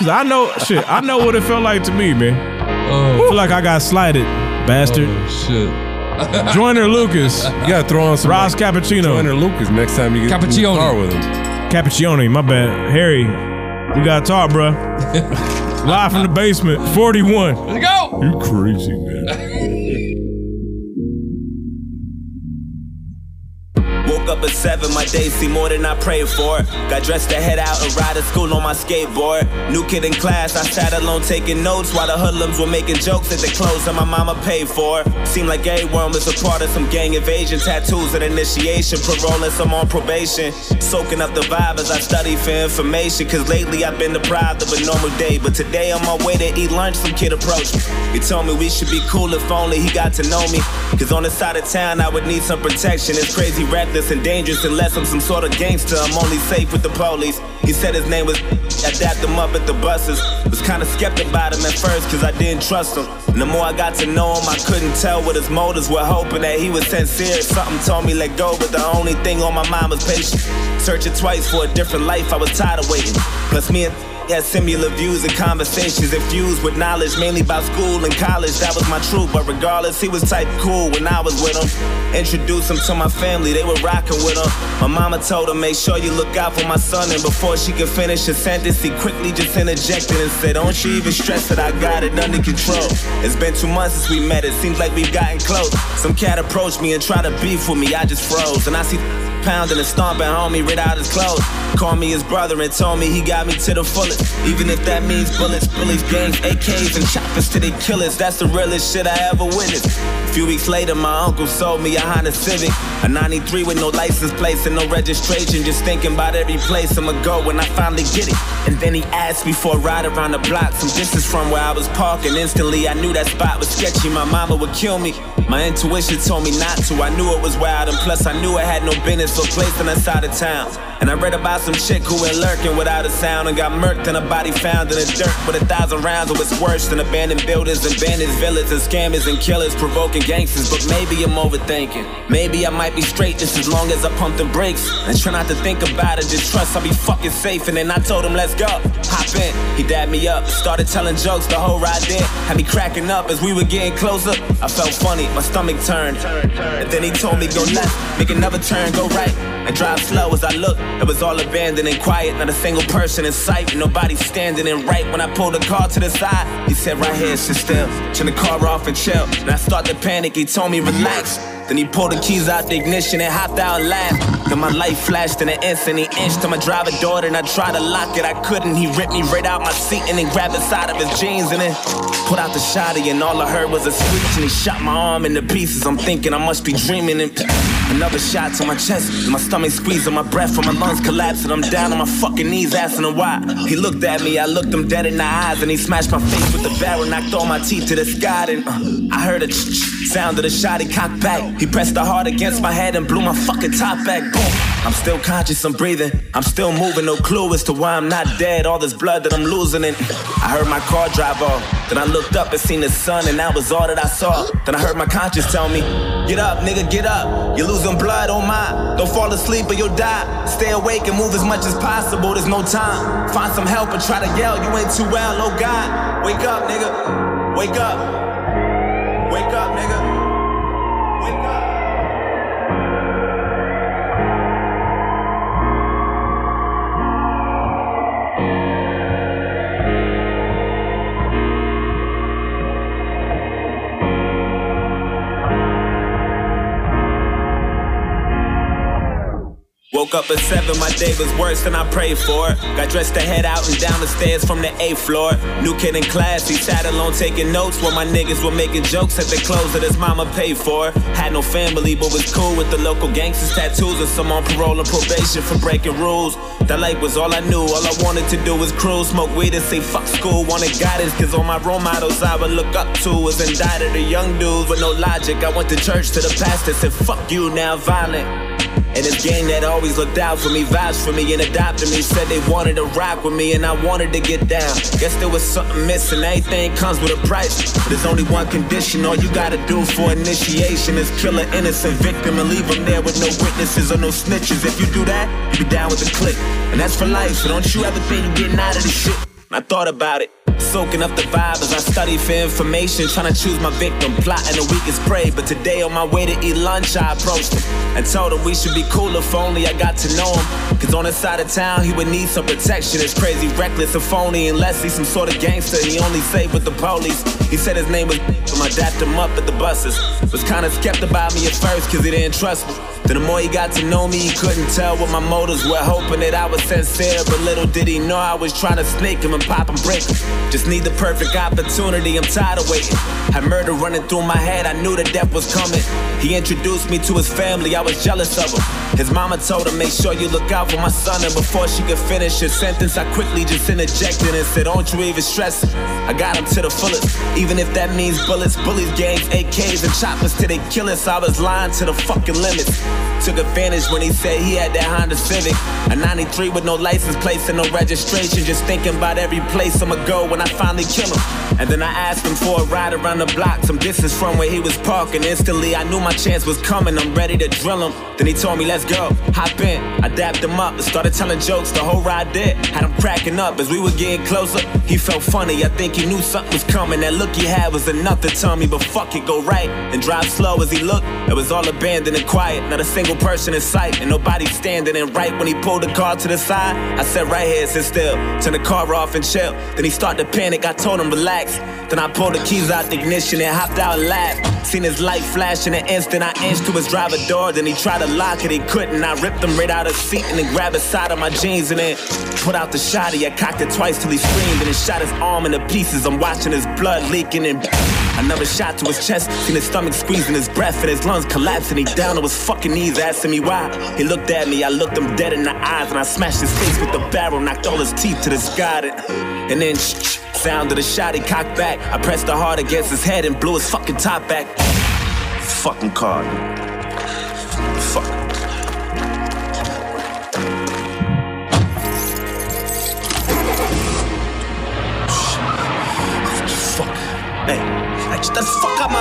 Cause I know shit. I know what it felt like to me, man. I Oh feel like I got slighted, bastard. shit. Joiner Lucas, Oh, You gotta throw on some Ross like, Joyner Cappuccino, Lucas next time you get in the Cappuccino. car with him. Cappuccino. My bad, Harry. We got to talk, bruh. Live from the basement, 41. Let's go. You crazy man. Woke up at seven, my day seemed more than I prayed for. Got dressed to head out and ride to school on my skateboard. New kid in class, I sat alone taking notes while the hoodlums were making jokes at the clothes that my mama paid for. Seemed like everyone was a part of some gang invasion, tattoos and initiation, parole and some on probation. Soaking up the vibe as I study for information, cause lately I've been deprived of a normal day. But today on my way to eat lunch, some kid approached me. He told me we should be cool if only he got to know me. Cause on the side of town, I would need some protection. It's crazy, reckless, and dangerous unless I'm some sort of gangster. I'm only safe with the police. He said his name was. I dapped him up at the buses. Was kinda skeptic about him at first, cause I didn't trust him. And the more I got to know him, I couldn't tell what his motives were, hoping that he was sincere. Something told me let go, but the only thing on my mind was patience. Searching twice for a different life, I was tired of waiting. Plus, me and had similar views and conversations infused with knowledge, mainly about school and college. That was my truth, but regardless, he was type cool when I was with him. Introduced him to my family, they were rocking with him. My mama told him, make sure you look out for my son. And before she could finish his sentence, he quickly just interjected and said, Don't you even stress that I got it under control. It's been two months since we met, it seems like we've gotten close. Some cat approached me and tried to beef with me, I just froze. And I see pounding and stomping homie right out his clothes. Called me his brother and told me he got me to the fullest. Even if that means bullets, bullies, gangs, AKs, and choppers to the killers. That's the realest shit I ever witnessed. A few weeks later, my uncle sold me a Honda Civic, a 93 with no license plates and no registration. Just thinking about every place I'ma go when I finally get it. And then he asked me for a ride around the block, some distance from where I was parking. Instantly, I knew that spot was sketchy. My mama would kill me. My intuition told me not to. I knew it was wild, and plus I knew it had no business peaceful place on that side of town. And I read about some chick who went lurking without a sound and got murked and a body found in the dirt with a thousand rounds. It was worse than abandoned buildings and bandits, villains and scammers and killers provoking gangsters. But maybe I'm overthinking. Maybe I might be straight just as long as I pump the brakes and try not to think about it. Just trust I'll be fucking safe. And then I told him, let's go. Hop in. He dabbed me up, started telling jokes the whole ride there. Had me cracking up as we were getting closer. I felt funny, my stomach turned. And then he told me, go left, make another turn, go right. And drive slow as I looked. It was all abandoned and quiet, not a single person in sight. And nobody standing in right when I pulled the car to the side. He said, right here, sit still. Turn the car off and chill. And I start to panic, he told me, relax. Then he pulled the keys out the ignition and hopped out and laughed. Then my life flashed in an instant. He inched to my driver door, and I tried to lock it. I couldn't. He ripped me right out my seat and then grabbed the side of his jeans and then put out the shotty. And all I heard was a screech. And he shot my arm into pieces. I'm thinking I must be dreaming. And another shot to my chest. My stomach squeezing, my breath from my lungs collapsing. I'm down on my fucking knees, asking him why. He looked at me. I looked him dead in the eyes, and he smashed my face with the barrel, knocked all my teeth to the sky. Then uh, I heard a sound of the shot. He cocked back. He pressed the heart against my head and blew my fucking top back. Boom. I'm still conscious, I'm breathing. I'm still moving, no clue as to why I'm not dead. All this blood that I'm losing, and I heard my car drive off. Then I looked up and seen the sun, and that was all that I saw. Then I heard my conscience tell me, Get up, nigga, get up. You're losing blood, oh my. Don't fall asleep or you'll die. Stay awake and move as much as possible, there's no time. Find some help or try to yell, you ain't too well, oh God. Wake up, nigga. Wake up. Wake up, nigga. Woke up at seven, my day was worse than I prayed for. Got dressed to head out and down the stairs from the eighth floor. New kid in class, he sat alone taking notes while my niggas were making jokes at the clothes that his mama paid for. Had no family, but was cool with the local gangsters, tattoos, and some on parole and probation for breaking rules. That life was all I knew, all I wanted to do was cruise, smoke weed, and say fuck school. Wanted guidance, cause all my role models I would look up to was indicted the young dudes with no logic. I went to church to the pastor, said fuck you, now violent. And this gang that always looked out for me, vouched for me and adopted me. Said they wanted to rock with me and I wanted to get down. Guess there was something missing. Everything comes with a price. But there's only one condition. All you gotta do for initiation is kill an innocent victim and leave them there with no witnesses or no snitches. If you do that, you be down with the click. And that's for life. So don't you ever think you're getting out of this shit. I thought about it. Soaking up the vibe as I study for information, trying to choose my victim, plotting the weakest prey. But today, on my way to eat lunch, I approached him and told him we should be cool if only I got to know him. Cause on this side of town, he would need some protection. It's crazy, reckless, and phony, unless he's some sort of gangster. He only saved with the police. He said his name was when I dapped him up at the buses. Was kinda skeptical about me at first, cause he didn't trust me. Then the more he got to know me, he couldn't tell what my motives were, hoping that I was sincere. But little did he know I was trying to snake him and pop and break him. Just need the perfect opportunity, I'm tired of waiting. Had murder running through my head, I knew that death was coming. He introduced me to his family, I was jealous of him. His mama told him, make sure you look out for my son. And before she could finish her sentence, I quickly just interjected and said, don't you even stress it. I got him to the fullest, even if that means bullets, bullies, gangs, AKs, and choppers till they kill us. I was lying to the fucking limits. Took advantage when he said he had that Honda Civic. A 93 with no license plates and no registration. Just thinking about every place I'ma go when I finally kill him. And then I asked him for a ride around the block, some distance from where he was parking. Instantly, I knew my chance was coming. I'm ready to drill him. Then he told me, let's go. Hop in. I dapped him up and started telling jokes the whole ride there. Had him cracking up as we were getting closer. He felt funny. I think he knew something was coming. That look he had was enough to tell me, but fuck it, go right. And drive slow as he looked. It was all abandoned and quiet. Not a single person in sight, and nobody standing. And right when he pulled the car to the side, I said, Right here, sit still. Turn the car off and chill. Then he started to panic, I told him, Relax. Then I pulled the keys out the ignition and hopped out and laughed. Seen his light flash in an instant, I inched to his driver door. Then he tried to lock it, he couldn't. I ripped him right out of seat and then grabbed the side of my jeans and then put out the shotty. I cocked it twice till he screamed, and it shot his arm into pieces. I'm watching his blood leaking and another shot to his chest. Seen his stomach squeezing his breath and his lungs collapsing. He down on his fucking knees asking me why. He looked at me, I looked him dead in the eyes, and I smashed his face with the barrel, knocked all his teeth to the sky. And, and then, shh, shh, sound of the shot, he cocked back. I pressed the hard against his head and blew his fucking top back. Fucking car. Fuck.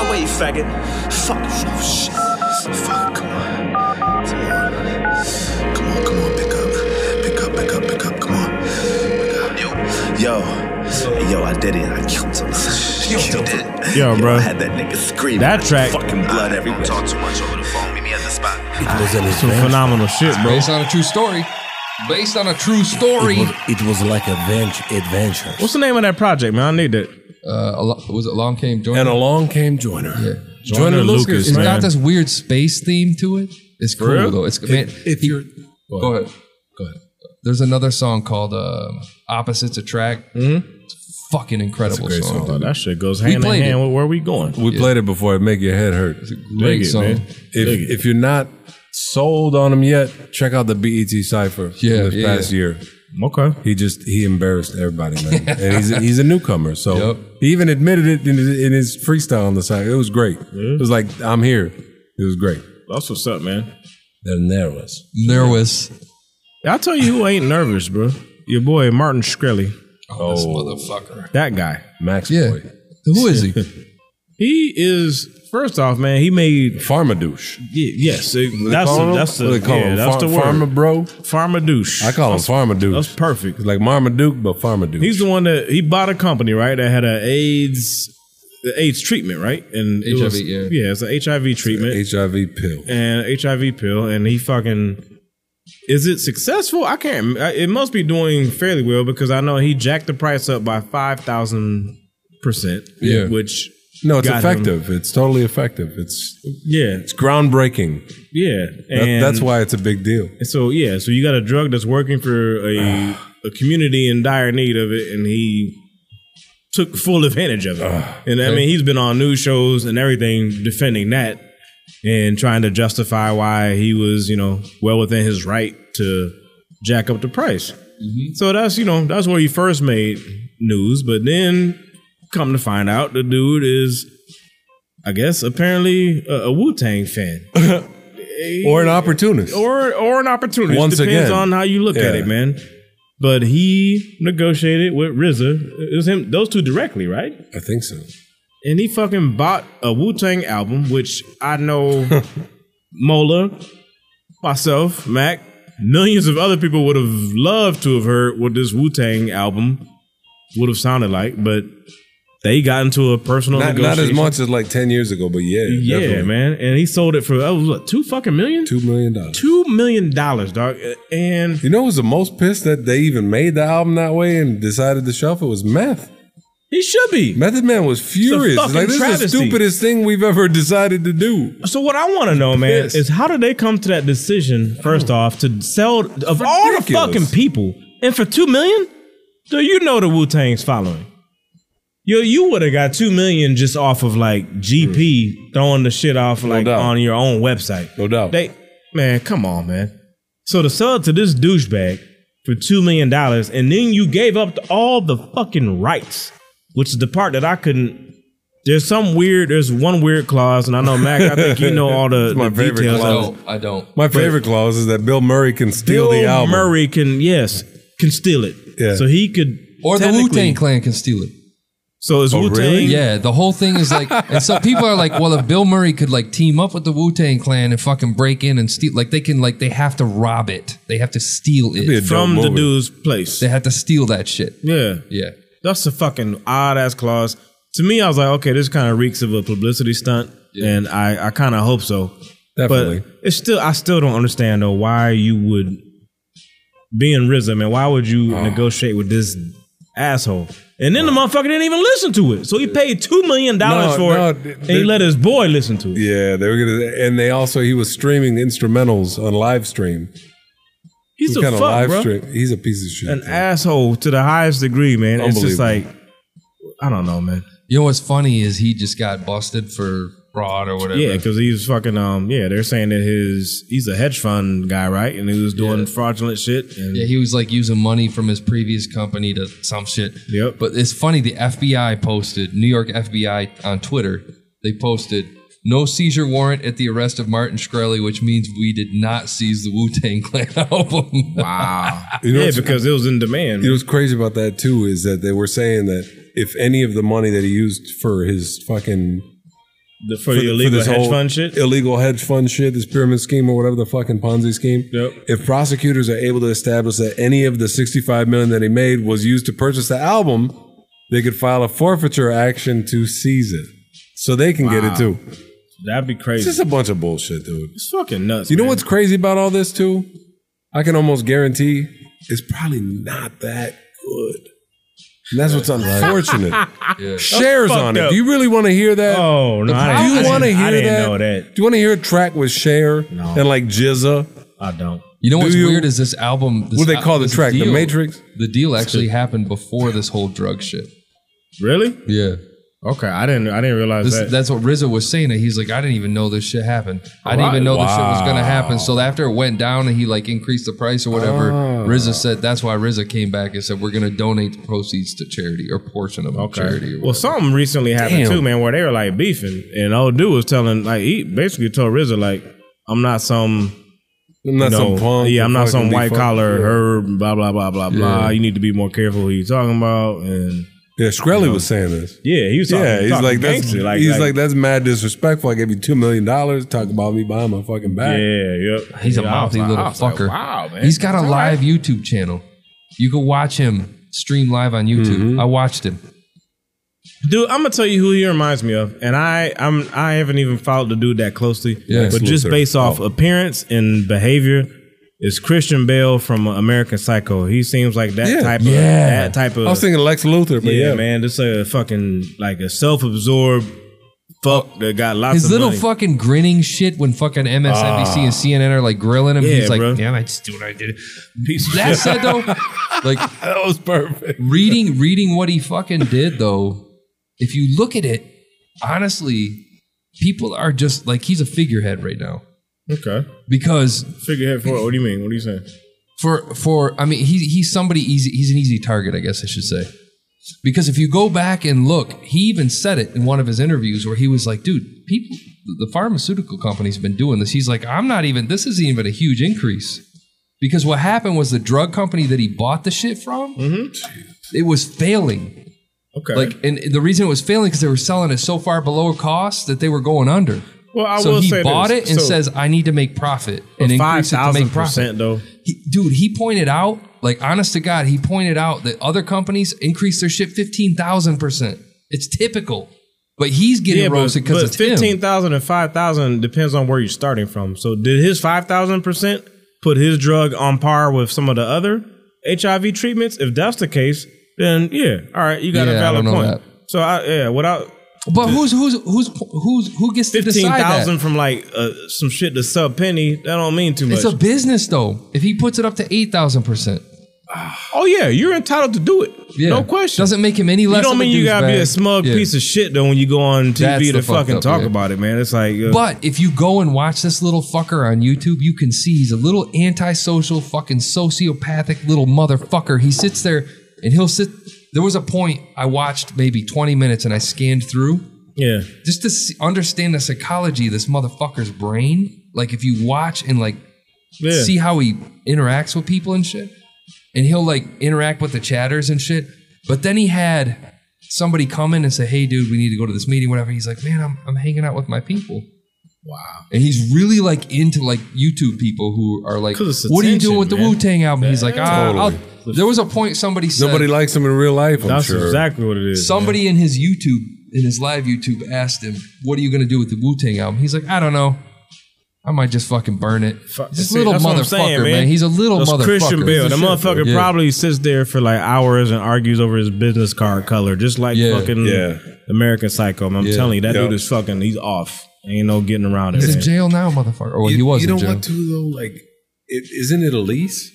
away, you faggot. Fuck you, oh, shit. Fuck, come on. Come on. Come on, come on, pick up. Pick up, pick up, pick up, come on. Yo, hey, yo, I did it. I killed him. Killed it. Yo, bro. I had that nigga screaming. That track- Fucking blood everywhere. Talk too much over the phone. Meet me at the spot. was in his Some van. phenomenal shit, bro. Based on a true story. Based on a true story. It was like adventure. adventure. What's the name of that project, man? I need that. Uh, al- was it Along Came Joiner? And along came Joyner. Yeah. Joyner, Lucas, It's man. got this weird space theme to it. It's For cool real? though. It's If- man, if he- you're- go, ahead. Go ahead. There's another song called um "Opposites Attract." Mm-hmm. It's a fucking incredible great song. song. dude. Oh, That shit goes We hand in played hand it. with where we going. We played it before. It make your head hurt. great Dig it, song. man. Dig If, if you're not sold on him yet, check out the BET Cipher. from Yeah, this yeah, past year. Okay. He just he embarrassed everybody, man. and he's he's a newcomer, so Yep. he even admitted it in his, in his freestyle on the side. It was great. It was like I'm here. It was great. That's what's up, man. Then there was There was I'll tell you who ain't nervous, bro. Your boy Martin Shkreli. oh, this motherfucker. That guy. Max Yeah. Boy, Who is he? He is first off, man. He made Pharma douche. y- yes. it- They that's call the, him- that's what the they call yeah, him? that's the Far- word. Pharma bro. Pharma douche. I call him Pharma douche. That's perfect. It's like Marmaduke, but Pharma douche. He's the one that he bought a company, right? That had a AIDS, the AIDS treatment, right? And it HIV, was- yeah. yeah, it's an HIV treatment HIV pill. and HIV pill, and he fucking is it successful? I can't. I- It must be doing fairly well because I know he jacked the price up by five thousand percent. Yeah. which No, it's got him- effective. It's totally effective. It's Yeah, it's groundbreaking. yeah, That, and that's why it's a big deal. And so yeah, so you got a drug that's working for a a community in dire need of it, and he took full advantage of it. Ah, and I mean, he's been on news shows and everything defending that and trying to justify why he was, you know, well within his right to jack up the price. So that's you know that's where he first made news, but then come to find out, the dude is, I guess, apparently a, a Wu Tang fan Or an opportunist. or or an opportunity. Once depends again. on how you look at Yeah. it, man. But he negotiated with RZA. It was him, those two directly, right? I think so. And he fucking bought a Wu Tang album, which I know Mola, myself, Mac, millions of other people would have loved to have heard what this Wu Tang album would have sounded like, but they got into a personal Not, not as negotiation. much as like 10 years ago, but yeah. Yeah, definitely. man. And he sold it for oh, what, two fucking million? $2 million. Two million dollars, dog. And You know who was the most pissed that they even made the album that way and decided to shelf it was Meth. He should be. Method Man was furious. fucking Like, this is travesty. the stupidest thing we've ever decided to do. So what I want to know, man, Pissed. is how did they come to that decision? First off, to sell of all the Oh. ridiculous. fucking people, and for two million, do you know the Wu Tang's following? Yo, you would have got two million just off of like GP throwing the shit off like doubt. on your own website. No doubt. They man, come on, man. So to sell it to this douchebag for two million dollars, and then you gave up all the fucking rights, which is the part that I couldn't. There's some weird. There's one weird clause, and I know Mac. I think you know all the, It's my the favorite details. of clause. it. No, I don't. My favorite clause is that Bill Murray can steal Bill the album. Murray can yes can steal it. Yeah. So he could Or the Wu technically- Tang Clan can steal it. So it's Oh, Wu Tang. really? Yeah, the whole thing is like, and so people are like, well, if Bill Murray could like team up with the Wu Tang Clan and fucking break in and steal, like they can, like they have to rob it, they have to steal be a it, dope From the movie. dude's place. they have to steal that shit. Yeah. Yeah, That's a fucking odd ass clause. To me, I was like, okay, this kind of reeks of a publicity stunt, and I, I kind of hope so. Definitely. But it's still, I still don't understand though why you would be in RZA, man. Why would you Oh. negotiate with this asshole? And then the motherfucker didn't even listen to it, so he paid two million dollars No, for no, it, th- and he th- let his boy listen to it. Yeah, they were gonna, and they also he was streaming instrumentals on live stream. He's a Some fuck, kind of live bro. stream. He's a piece of shit. An asshole to the highest degree, man. It's just like Unbelievable. I don't know, man. you know what's funny is he just got busted for fraud or whatever. Yeah, because he's fucking. Um, yeah, they're saying that his he's a hedge fund guy, right? And he was doing fraudulent shit. And Yeah, he was like using money from his previous company to some shit. Yep. But it's funny, the FBI posted, New York FBI on Twitter, they posted, no seizure warrant at the arrest of Martin Shkreli, which means we did not seize the Wu Tang Clan album. wow. You know yeah, what's- because it was in demand. You know what's crazy about that too is that they were saying that if any of the money that he used for his fucking The- for the illegal this hedge whole fund shit? Illegal hedge fund shit, this pyramid scheme or whatever the fucking Ponzi scheme. Yep. If prosecutors are able to establish that any of the 65 million that he made was used to purchase the album, they could file a forfeiture action to seize it. So they can get it Wow. too. That'd be It's crazy. just a bunch of bullshit, dude. It's fucking nuts. You know what's crazy about all this too? I can almost guarantee it's probably not that good. And that's what's unfortunate. Shares That's on fucked it. up. Do you really want to hear that? Oh no! I Do didn't, you I want to didn't- hear I didn't that? know that. Do you want to hear a track with Cher and like Jizza? I don't. You know Do what's you- weird is this album. This What they call the this track, The deal- Matrix? The deal actually happened before this whole drug shit. Really? Yeah. Okay, I didn't. I didn't realize This, that. That's what Rizzo was saying. That he's like, I didn't even know this shit happened. I didn't Right. even know this shit was gonna Wow. happen. So after it went down and he like increased the price or whatever, Oh. Rizzo said that's why Rizzo came back and said we're gonna donate the proceeds to charity or portion of Okay. charity. Well, something recently happened Damn. too, man, where they were like beefing, and old dude was telling, like, he basically told RZA, like, I'm not some, I'm not some punk yeah, I'm or not some fucking white defunct. collar Yeah. herb, blah blah blah blah blah. Yeah. You need to be more careful who you're talking about, and yeah, Shkreli was saying this. Yeah, he was talking. yeah, he's talking like that's gangster, like he's like, that's mad disrespectful. I gave you two million dollars. Talk about me behind my fucking back. Yeah, yep. He's a mouthy little fucker. He's got a live YouTube channel. You can watch him stream live on YouTube. Mm-hmm. I watched him. Dude, I'm gonna tell you who he reminds me of, and I I'm I haven't even followed the dude that closely. Yeah. but just Luther. based off Oh. appearance and behavior, is Christian Bale from American Psycho. He seems like that Yeah. type of Yeah. that type of. I was thinking Lex Luthor, but yeah. man, this a fucking like a self-absorbed fuck that got lots His of little money. fucking grinning shit when fucking MSNBC Ah. and CNN are like grilling him. Yeah, he's like, bro. damn, I just do what I did. Piece of That shit. said though, like that was perfect. Reading reading what he fucking did though, if you look at it, honestly, people are just like he's a figurehead right now. Okay. Because Figurehead for what? What do you mean? What are you saying? for for I mean he he's somebody easy he's an easy target I guess I should say because if you go back and look he even said it in one of his interviews where he was like dude people the pharmaceutical company's been doing this he's like I'm not even this isn't even a huge increase because what happened was the drug company that he bought the shit from it was failing Mm-hmm. okay like and the reason it was failing because they were selling it so far below cost that they were going under Well, I so will he say bought this. it and So- says I need to make profit and five increase it to thousand make profit percent though. he, dude, he pointed out, like, honest to God, he pointed out that other companies increase their shit 15,000%. It's typical. But he's getting roasted because it's fifteen him. thousand and five thousand depends on where you're starting from. So did his five thousand percent put his drug on par with some of the other HIV treatments? If that's the case, then yeah, all right, you got Yeah, a I don't valid know that. point. So I yeah, without But who's, who's, who's, who's, who gets to fifteen decide that? thousand from like uh, some shit to sub penny, that don't mean too much. It's a business, though. If he puts it up to 8,000%. oh yeah, you're entitled to do it. Yeah. No question. Doesn't make him any less You of don't a mean you gotta be douchebag. a smug Yeah. piece of shit though when you go on TV That's to the fucked fucking up, talk yeah. about it, man. It's like uh, But if you go and watch this little fucker on YouTube, you can see he's a little antisocial, fucking sociopathic little motherfucker. He sits there and he'll sit. There was a point I watched maybe 20 minutes and I scanned through yeah. just to see, understand the psychology of this motherfucker's brain. Like if you watch and like Yeah. see how he interacts with people and shit, and he'll like interact with the chatters and shit. But then he had somebody come in and say, "Hey, dude, we need to go to this meeting, whatever." He's like, "Man, I'm I'm hanging out with my people." Wow. And he's really like into like YouTube people who are like, 'Cause it's "What are you doing attention, with the man. Wu Tang album?" He's like, "Ah, I'll- Totally. there was a point somebody said Nobody likes him in real life. I'm That's sure. exactly what it is. Somebody in his YouTube, in his live YouTube, asked him, "What are you going to do with the Wu Tang album?" He's like, "I don't know. I might just fucking burn it." This See, little that's what I'm motherfucker, saying, man. He's a little That's motherfucker. Christian Bale, the motherfucker Yeah. probably sits there for like hours and argues over his business card color, just like Yeah. fucking Yeah. American Psycho. man. I'm Yeah. telling you, that Yeah. dude is fucking. He's off. Ain't no getting around it. He's in man. jail now, motherfucker. Or well, you, he was You in don't jail. want to though. Like, it, isn't it a lease?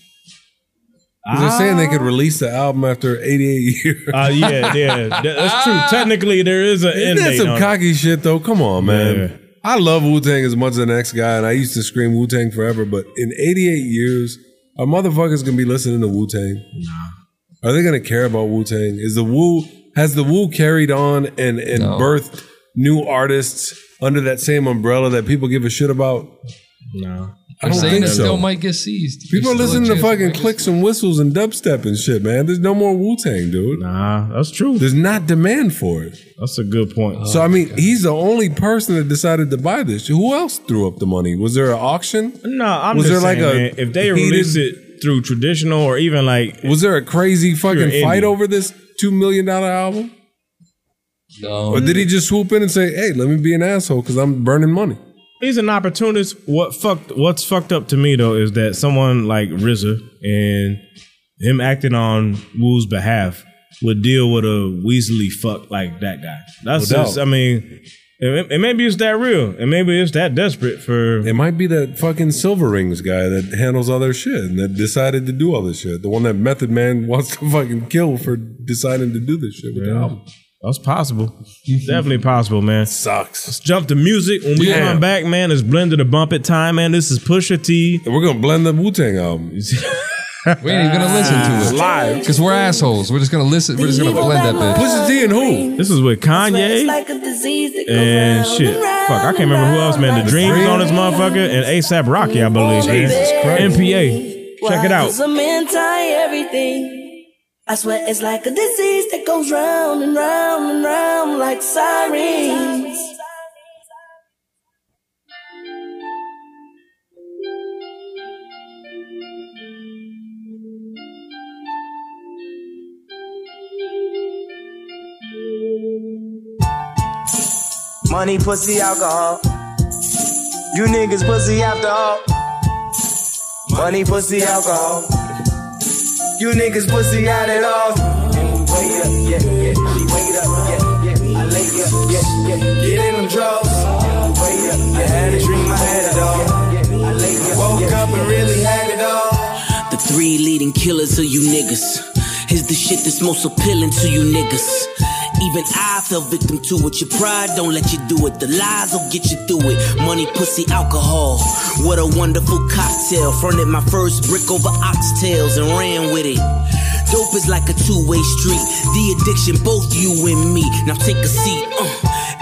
'Cause They're saying they could release the album after 88 years. Ah. Ah. Uh, yeah, yeah, That- that's true. Technically, there is an Isn't end that date some on it. cocky shit though? Come on, man. I love Wu Tang as much as the next guy, and I used to scream Wu Tang forever. But in 88 years, are motherfuckers gonna be listening to Wu Tang? Nah. Are they gonna care about Wu Tang? Is the Wu has the Wu carried on and and No. birthed new artists under that same umbrella that people give a shit about? No. I'm saying it still might get seized. People are There's still a listening to chance it might fucking get clicks and whistles and dubstep and shit, man. There's no more Wu Tang, dude. Nah, that's true. There's not demand for it. That's a good point. so Oh, I mean, he's the only person that decided to buy this. Who else threw up the money? Was there an auction? No, I'm Was just there saying, like a man, if they heated- release it through traditional or even like, was there a crazy fucking Pure fight indie. over this two million dollar album? No. Or did he just swoop in and say, "Hey, let me be an asshole because I'm burning money"? he's an opportunist. What fucked? What's fucked up to me though is that someone like RZA and him acting on Wu's behalf would deal with a Weasley fuck like that guy. That's No doubt. just. I mean, and, and maybe it's that real, and maybe it's that desperate for. It might be that fucking Silver Rings guy that handles all their shit and that decided to do all this shit. The one that Method Man wants to fucking kill for deciding to do this shit with the album. That's possible. Definitely possible, man. Sucks. Let's jump to music. When we Yeah. come back, man, it's blended a bump it time, man. This is Pusha T. And we're gonna blend the Wu Tang album. We ain't even gonna listen to it Live. because we're assholes. We're just gonna listen. We're just gonna blend that bitch. Pusha T and who? This is with Kanye. like a disease that and shit. Fuck, I can't remember who else, man. The Dreams on this motherfucker and ASAP Rocky, I believe. man. Oh, Jesus Christ. MPA. Check it out. Cause I'm everything. I swear it's like a disease that goes round and round and round like sirens. Money, pussy, alcohol. You niggas pussy after all. Money, pussy, alcohol. You niggas pussy out at all. Wait up, yeah, yeah. She wait up, yeah, yeah. I lay up, yeah, yeah. Get in them drugs. Wait up, I had a dream, I had it all. I lay up, woke up and really had it all. The three leading killers of you niggas is the shit that's most appealing to you niggas. Even I fell victim to it. Your pride don't let you do it. The lies will get you through it. Money, pussy, alcohol. What a wonderful cocktail. Fronted my first brick over oxtails and ran with it. Dope is like a two-way street. The addiction, both you and me. Now take a seat. Uh.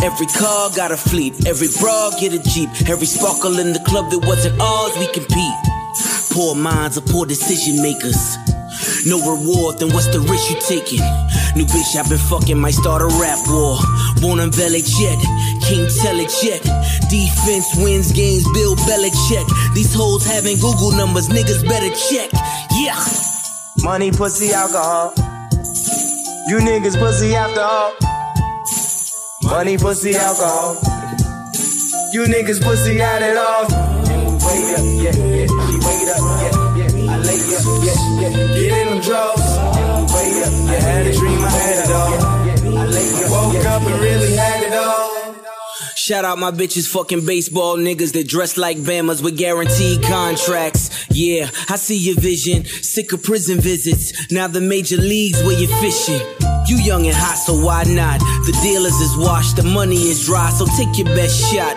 Every car got a fleet. Every bra get a jeep. Every sparkle in the club that wasn't ours, we compete. Poor minds are poor decision makers. No reward, then what's the risk you taking? New bitch I've been fucking might start a rap war. Won't unveil it yet, can't tell it yet. Defense wins games, Bill Belichick. These hoes having Google numbers, niggas better check. Yeah. Money, pussy, alcohol. You niggas pussy after all. Money, pussy, alcohol. You niggas pussy out at all. Wait up, yeah, yeah. She wait up, yeah, yeah. I lay up, yeah, yeah. Get in them drugs. Wait up, I had a dream, I had it all. I lay up, woke up and really had it all. Shout out my bitches, fucking baseball niggas that dress like Bamas with guaranteed contracts. Yeah, I see your vision. Sick of prison visits. Now the major leagues where you're fishing. You young and hot, so why not? The dealers is washed, the money is dry, so take your best shot.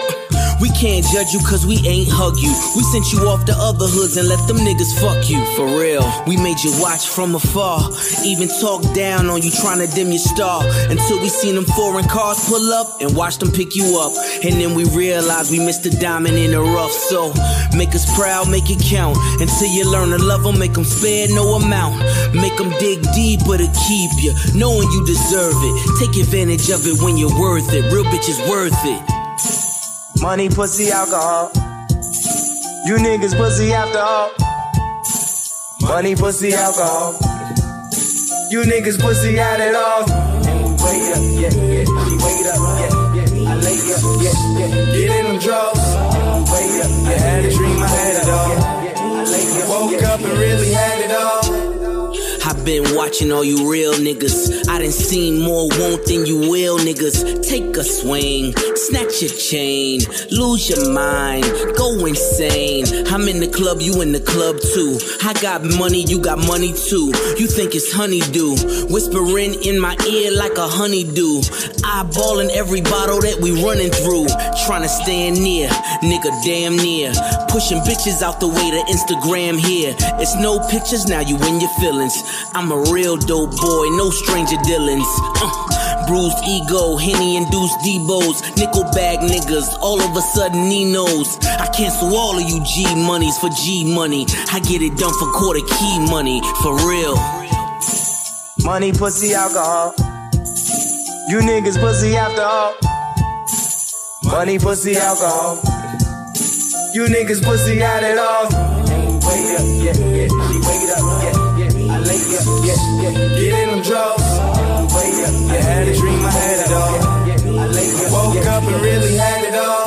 We can't judge you cause we ain't hug you. We sent you off to other hoods and let them niggas fuck you. For real. We made you watch from afar. Even talk down on you trying to dim your star. Until we seen them foreign cars pull up and watch them pick you up. And then we realized we missed a diamond in the rough. So make us proud, make it count. Until you learn to love them, make them spare no amount. Make them dig deeper to keep you. Knowing you deserve it. Take advantage of it when you're worth it. Real bitches worth it. Money, pussy, alcohol. You niggas pussy after all. Money, pussy, alcohol. You niggas pussy out at all. Wait up, yeah, yeah. She wait up, yeah, yeah. I lay up, yeah, yeah. Get in them drugs. Wait up, I had a dream, I had it all. I lay up, woke up and really had it all. I've been watching all you real niggas. I done seen more won't than you will, niggas. Take a swing, snatch your chain, lose your mind, go insane. I'm in the club, you in the club too. I got money, you got money too. You think it's honeydew, whispering in my ear like a honeydew. Eyeballing every bottle that we running through, trying to stand near, nigga, damn near. Pushing bitches out the way to Instagram here. It's no pictures now, you in your feelings. I'm a real dope boy, no stranger dealings. Uh, bruised ego, henny induced debos, nickel bag niggas, all of a sudden Ninos. I cancel all of you G monies for G money. I get it done for quarter key money, for real. Money, pussy, alcohol. You niggas pussy after all. Money, pussy, alcohol. You niggas pussy out at all. Wake up, yeah, yeah. She wake it up, yeah, yeah. I lay up, yeah, yeah. Get in them drugs. Wake up, yeah. I had a dream, I had it all. I lay up, woke up and really had it all.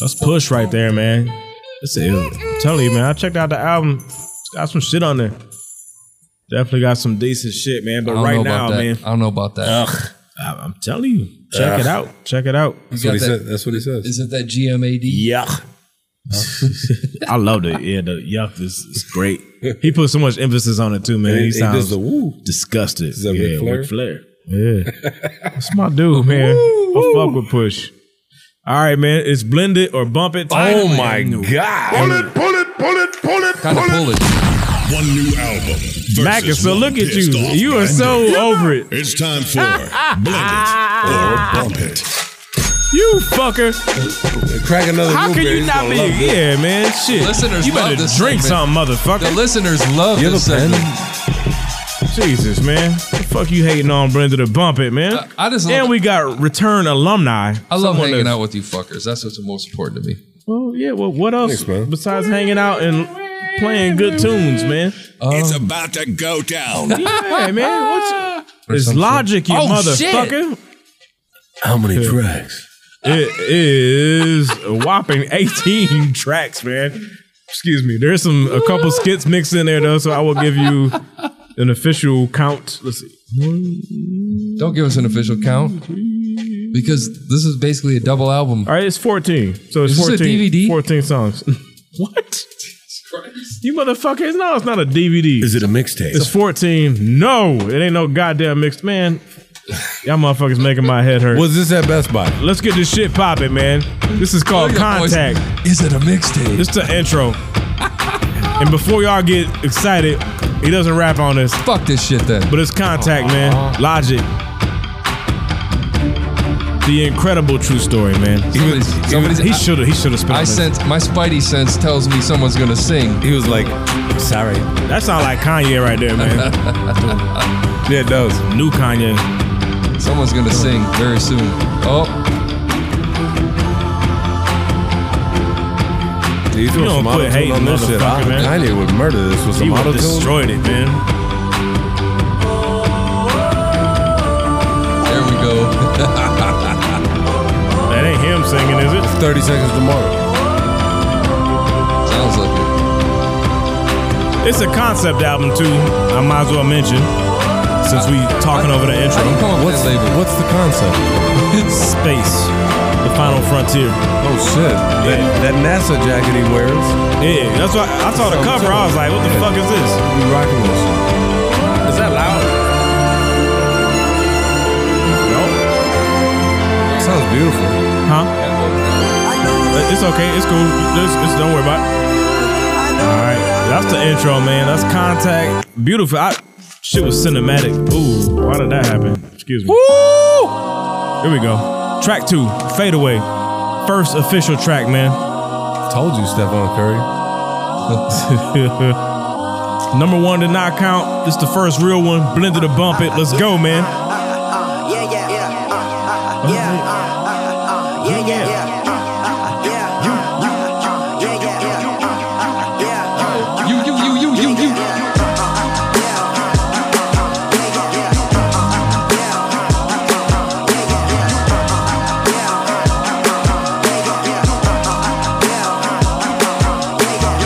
That's push right there, man. That's it. I'm telling you, man. I checked out the album. It's got some shit on there. Definitely got some decent shit, man. I But don't right know about now, that. man. I don't know about that. Ugh. I- I'm telling you. Check it Ugh. out. Check it out. You got that- That's what he says. Is it that GMAD? Yuck. I loved it. Yeah, the yuck is, is great. He put so much emphasis on it too, man. And He, he- he does sounds the woo. disgusted. that Ric yeah, Flair? Ric Flair. Yeah, that's my dude, man. I fuck with Push. All right, man. It's blended or bump it. Oh my god! Pull it, pull it, pull it, pull it, pull it. One new album. Mac, versus so one look at pissed you. off You are so grinder. over it. It's time for Ah. Blend It or Bump It. You fucker. Crack another How can you not be? Yeah, man. Shit. Listeners you love better this drink segment. something, motherfucker. The listeners love You this have a pen? segment. Jesus, man. The fuck you hating on Brenda to bump it, man? I just and we got return alumni. I love Someone hanging that's- out with you fuckers. That's what's most important to me. Well, yeah. Well, what else besides hanging out and playing good tunes, man? Um, It's about to go down. yeah, man. What's Or it's some shit. logic, you Oh, motherfucker? Uh, How many tracks? It is a whopping 18 tracks, man. Excuse me. There's some a couple skits mixed in there though, so I will give you an official count. Let's see. Don't give us an official count because this is basically a double album. All right, it's 14. So it's Is this a 14 DVD? 14 songs. what? You motherfuckers! No, it's not a DVD. Is it a mixtape? It's 14. No, it ain't no goddamn mixed man. Y'all motherfuckers making my head hurt. Was this at Best Buy? Let's get this shit popping, man. This is called your voice. Contact. Is it a mixtape? This the intro. and before y'all get excited, he doesn't rap on this. Fuck this shit then. Uh-huh. But it's Contact, man. Logic. The incredible true story, man. He was- he was- somebody's- he I- should have. He should have spent. on I this. sense my spidey sense tells me someone's gonna sing. He was like, "Sorry." That sounds like Kanye right there, man. yeah, it does. New Kanye. Someone's gonna sing very soon. Oh, He's You doing don't some quit auto-tune hating, on this shit. motherfucker, man. Kanye would murder this with some He would auto-tune. destroyed it, man. there we go. That ain't him singing, is it? 30 seconds tomorrow. Sounds like it. It's a concept album too. I might as well mention since we talking over the intro. What's, what's the concept? Space, the final frontier. Oh shit! That, that NASA jacket he wears. Yeah, that's why I saw the cover. I was like, what the fuck is this? We rocking with shit. Is that loud? Sounds beautiful. Huh? It's okay. It's cool. It's, it's- don't worry about it. All right, that's the intro, man. That's contact. Beautiful. I, shit was cinematic. Ooh, why did that happen? Excuse me. Woo! Here we go. Track two, fade away. First official track, man. Told you, Stephon Curry. Number one did not count. It's the first real one. Blended to bump it. Let's go, man. Yeah, yeah, yeah, uh, uh, yeah, uh, uh, uh, yeah, yeah, yeah, uh, uh, yeah, you, you, you, yeah, yeah, yeah, uh, uh, yeah, you, you, you, you, you, you.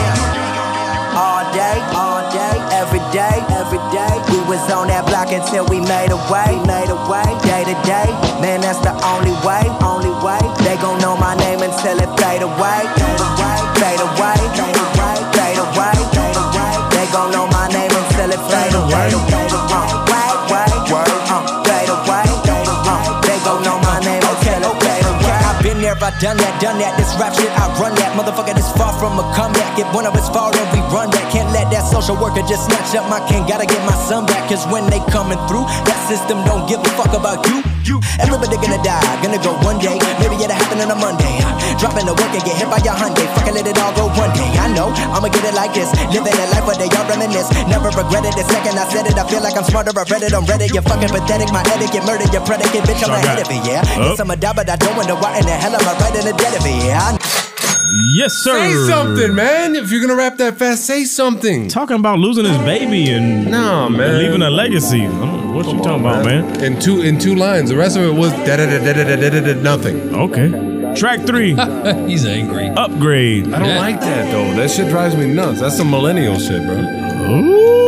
All day, all day, every day, every day. We was on that block until we made a way, made a way, day to day. Man, that's the only way, only way. They gon' know my name until it fade away, fade away, fade away, fade away, fade away, fade away. They gon' know my name until it fade away, fade away, fade away, uh, fade away, fade away. They gon' know my name until it fade away. I've been there, I done that, done that. This rap shit, I run that. Mother Motherfucker, this far from a comeback. If one of us fall, then we run back. Can't let that social worker just snatch up my king. Gotta get my son back. Cause when they coming through, that system don't give a fuck about you. You and little bit gonna die, gonna go one day. Maybe it'll happen on a Monday. Dropping the work and get hit by your Hyundai. Fucking let it all go one day. I know I'ma get it like this. Living a life where they all reminisce. Never regretted the second I said it. I feel like I'm smarter. I read it on Reddit. You're fucking pathetic. My etiquette murdered your predicate. Bitch, I'm Shot ahead that. of it. Yeah, Up. yes, I'm a die, but I don't wonder why in the hell am I right in the dead of it. Yeah, I Yes, sir. Say something, man. If you're gonna rap that fast, say something. Talking about losing his baby and nah, man. leaving a legacy. I don't- What you talking about, man? In two in two lines. The rest of it was da da da da da da da da nothing. Okay. Track three. He's angry. Upgrade. I don't Yeah. like that though. That shit drives me nuts. That's some millennial shit, bro.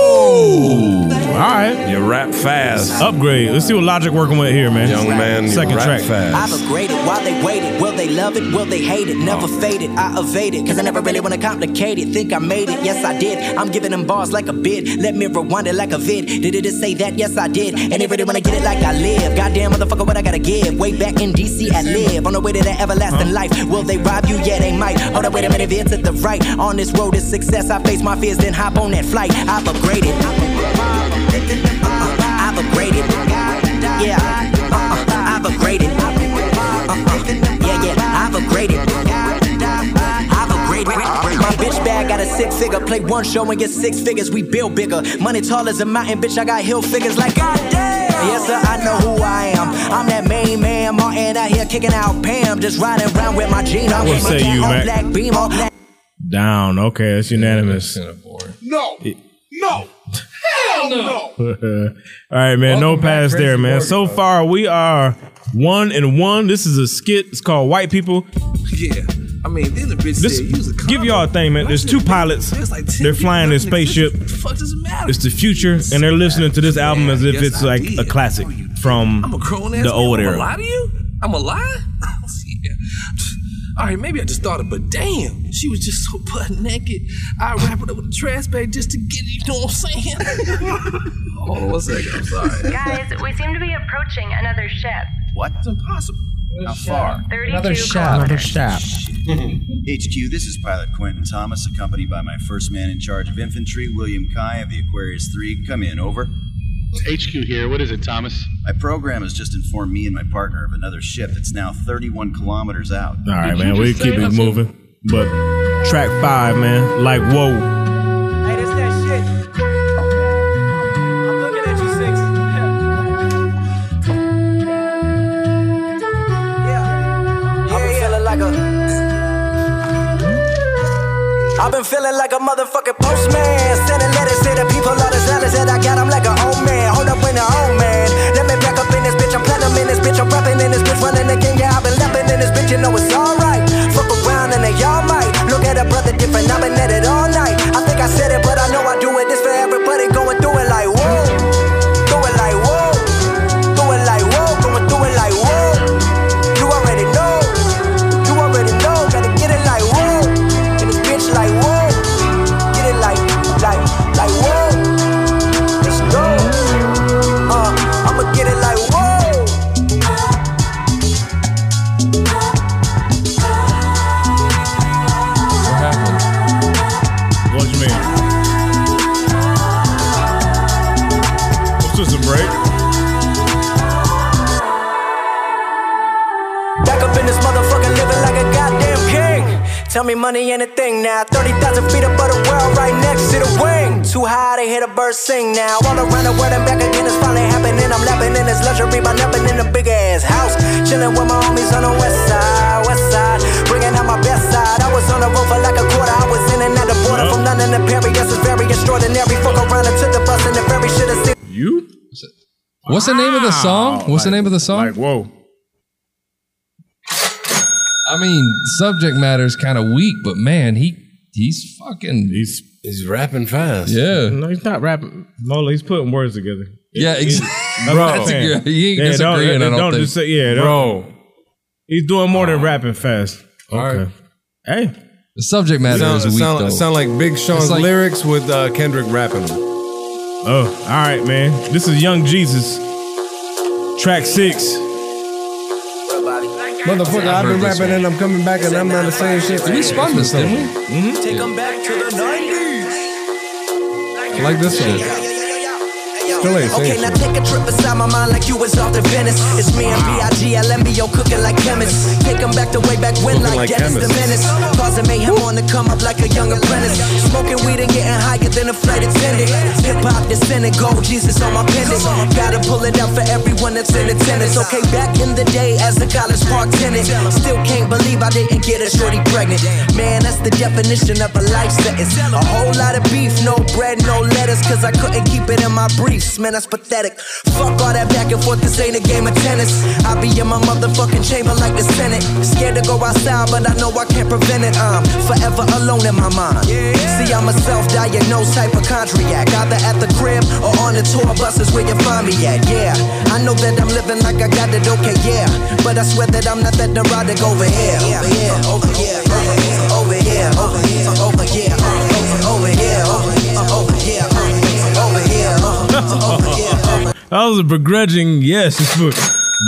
All right. You rap fast. Upgrade. Let's see what Logic working with here, man. Young man, you Second rap track. fast. I've upgraded while they waited. Will they love it? Will they hate it? Never faded. I evade it. Cause I never really wanna complicate it. Think I made it. Yes, I did. I'm giving them bars like a bid. Let me rewind it like a vid. Did it just say that? Yes, I did. And they really wanna get it like I live. Goddamn motherfucker, what I gotta give. Way back in DC, I live. On the way to that everlasting life. Will they rob you? Yeah, they might. Hold up, wait a minute. Veer to the right. On this road to success, I face my fears, then hop on that flight. I've upgraded. I've upgraded. Yeah. Uh-uh. I've upgraded. Uh-uh. Yeah, yeah. I've upgraded. I've upgraded. My bitch bag got a six figure. Play one show and get six figures. We build bigger. Money tall as a mountain, bitch. I got hill figures like goddamn. Yes, sir, I know who I am. I'm that main man, Martin out here kicking out Pam. Just riding around with my Gina. I would say you, Mac. Black beam on black. Down. Okay, that's unanimous. No. No. Hell no. All right, man. no pass there, man. so far, we are one and one. This is a skit. It's called White People. Yeah. I mean, then the bitch This said, you was a give y'all a thing, man. There's two pilots. They're flying in spaceship. fuck does it matter? It's the future, and they're listening to this album as if it's like a classic from I'm a grown ass. the old man. era. I'm a lie to you? I'm a lie? yeah. All right, maybe I just thought it, but damn, she was just so butt naked. I wrap it up with a trash bag just to get it. You know what I'm saying? Hold on Oh, one second. I'm sorry. Guys, we seem to be approaching another ship. What? It's impossible. How far? 32 Another shop. Another shop. HQ, this is Pilot Quentin Thomas, accompanied by my first man in charge of infantry, William Kai of the Aquarius 3. Come in, over. HQ here. What is it, Thomas? My program has just informed me and my partner of another ship that's now 31 kilometers out. All right, man. We keep it moving. But track five, man. Like whoa. Hey, that's that shit. I'm looking at you, six. I've been feeling like a. I've been feeling like a motherfucking postman. Sending letters to the people, all the letters that I got. I'm like an old man. Hold up in the old man. Let me back up in this bitch. I'm platinum in this bitch. I'm rapping in this bitch. Running the game. Yeah, I've been lapping in this bitch. You know it's alright. Fuck around and they all might. Look at a brother different. I've been at it all night. I think I said it, but I know I do it. This for everybody going through it like whoa. Through it like whoa. Through it like whoa. Going through it like whoa. You already know. You already know. Gotta get it like whoa. And this bitch like whoa. Get it like, like, like whoa. Let's go. Uh, I'ma get it like whoa. What you mean? What's this a break? Back up in this motherfucker living like a goddamn king. Tell me money ain't a thing now. 30,000 feet above the world, right next to the wing. Too high to hear the birds sing now. All around the world and back again, it's finally happening. I'm lapping in this luxury by napping in a big ass house. Chilling with my homies on the west side, west side. Bringing out my best side. I was on the road for like a quarter. I was in and out the border from London to Paris. It's very extraordinary. Fuck around and took the bus and the very shit is You? What's the name of the song? What's the name of the song? Like, whoa. I mean, subject matter's kind of weak, but man, he he's fucking he's he's rapping fast. Yeah. No, he's not rapping. Lola, he's putting words together. Yeah, He- ex- he- Bro. I'm saying. That's a good- you ain't don't- disagreeing, I don't think. just say- yeah, don't- Bro. He's doing more than rapping fast. right. Okay. Hey. The subject matter sound, is weak sound, though. sound like Big Sean's It's like- lyrics with uh, Kendrick rapping. Oh, all right, man. This is Young Jesus. Track six. Bobby. Motherfucker, I've been rapping and I'm coming back and I'm not the same shit. We spun this, didn't we? Mm-hmm. Take them back to the 90s. I like this one. Still ain't Okay, saying now take a trip inside my mind like you was off to Venice. It's me and B.I.G. LMBO cooking like chemists. Take 'em back to way back when like, Cooking like Dennis the chemists. Menace. Causing mayhem on the come up like a young apprentice. Smoking weed and getting higher than a flight attendant. Hip hop descendant, gold Jesus on my pendant. Gotta pull it out for everyone that's in attendance. Okay, back in the day as a college park tenant. Still can't believe I didn't get a shorty pregnant. Man, that's the definition of a life sentence. A whole lot of beef, no bread, no lettuce. Cause I couldn't keep it in my briefs. Man, that's pathetic. Fuck all that back and forth, this ain't a game of tennis. I be in my motherfucking chamber like the Senate. Scared to go outside, but I know I can't prevent it. I'm forever alone in my mind. See, I'm a self diagnosed hypochondriac. Either at the crib or on the tour buses where you find me at. Yeah, I know that I'm living like I got it okay, yeah. But I swear that I'm not that neurotic over here. Over here, over here, over here, over here, over here, over here, over here, over here, over here, over here, over here, over here. That was a begrudging yes. It's for,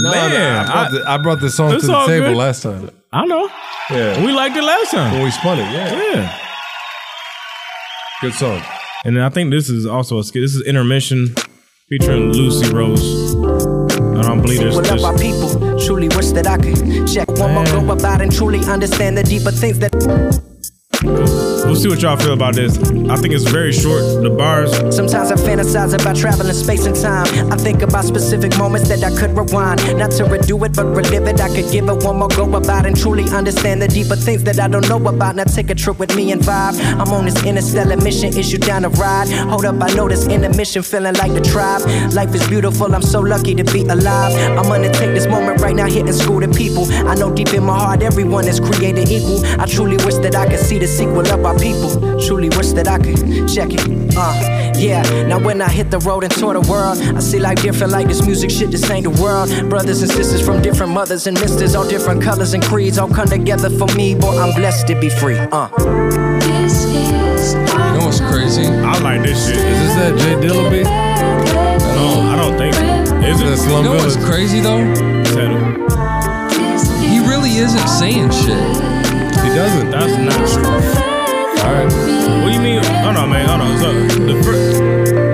No, man, no, I brought the- I brought this song It's to the all table good. last time. I know. Yeah. We liked it last time. When we spun it, yeah. Yeah. Good song. And then I think this is also a skit. This is intermission featuring Lucy Rose. I don't believe there's Well, of there's- our people, truly wish that I could check one more go about and truly understand the deeper things that. We'll see what y'all feel about this. I think it's very short. The bars. Sometimes I fantasize about traveling space and time. I think about specific moments that I could rewind. Not to redo it, but relive it. I could give it one more go about and truly understand the deeper things that I don't know about. Now take a trip with me and vibe. I'm on this interstellar mission, is you down to ride? Hold up, I know this intermission, feeling like the tribe. Life is beautiful, I'm so lucky to be alive. I'm gonna take this moment right now, hitting school to people. I know deep in my heart, everyone is created equal. I truly wish that I could see the sequel of our people. Truly wish that I could check it. Uh. Yeah, now when I hit the road and tour the world, I see life different like this music shit, this ain't the world. Brothers and sisters from different mothers and misters, all different colors and creeds, all come together for me, boy, I'm blessed to be free. Uh. You know what's crazy? I like this shit. Is this that Jay Dilla beat? No, I don't think so. Is it? you know what's crazy though? He really isn't saying shit. He doesn't. That's not true. All right. What do you mean? Hold on, man. Hold on. So the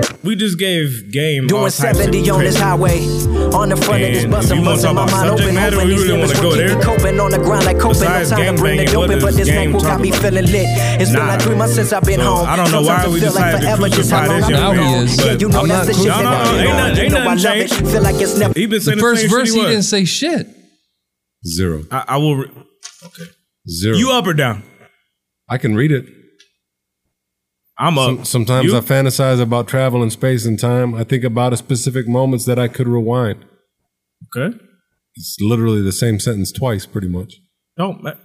first, we just gave game all Doing types of 70 on crazy. this highway. On the front of this And bus, if I'm you wanna busting talk my about mind subject open. matter, Hoping we these really feelings wanna will go keep there. me coping on the grind like coping. No time Besides to bring it gangbanging, what open, but does this game night will got talk me about? feeling lit. It's been Nah. like three months since I've been So, home. I don't know Sometimes it why we feel like decided to forever, just crucify how this long young I've been man, gone. but Yeah, you know I'm that's not the shit crucifying that I him. do. Ain't nothing- You ain't know I nothing love it. changed. Feel like it's never. He been The saying the first same verse, shit he was. didn't say shit. Zero. I, I will. Re- Zero. You up or down? I can read it. I'm up. sometimes You? I fantasize about travel in space and time. I think about a specific moments that I could rewind. Okay. It's literally the same sentence twice, pretty much. No. man.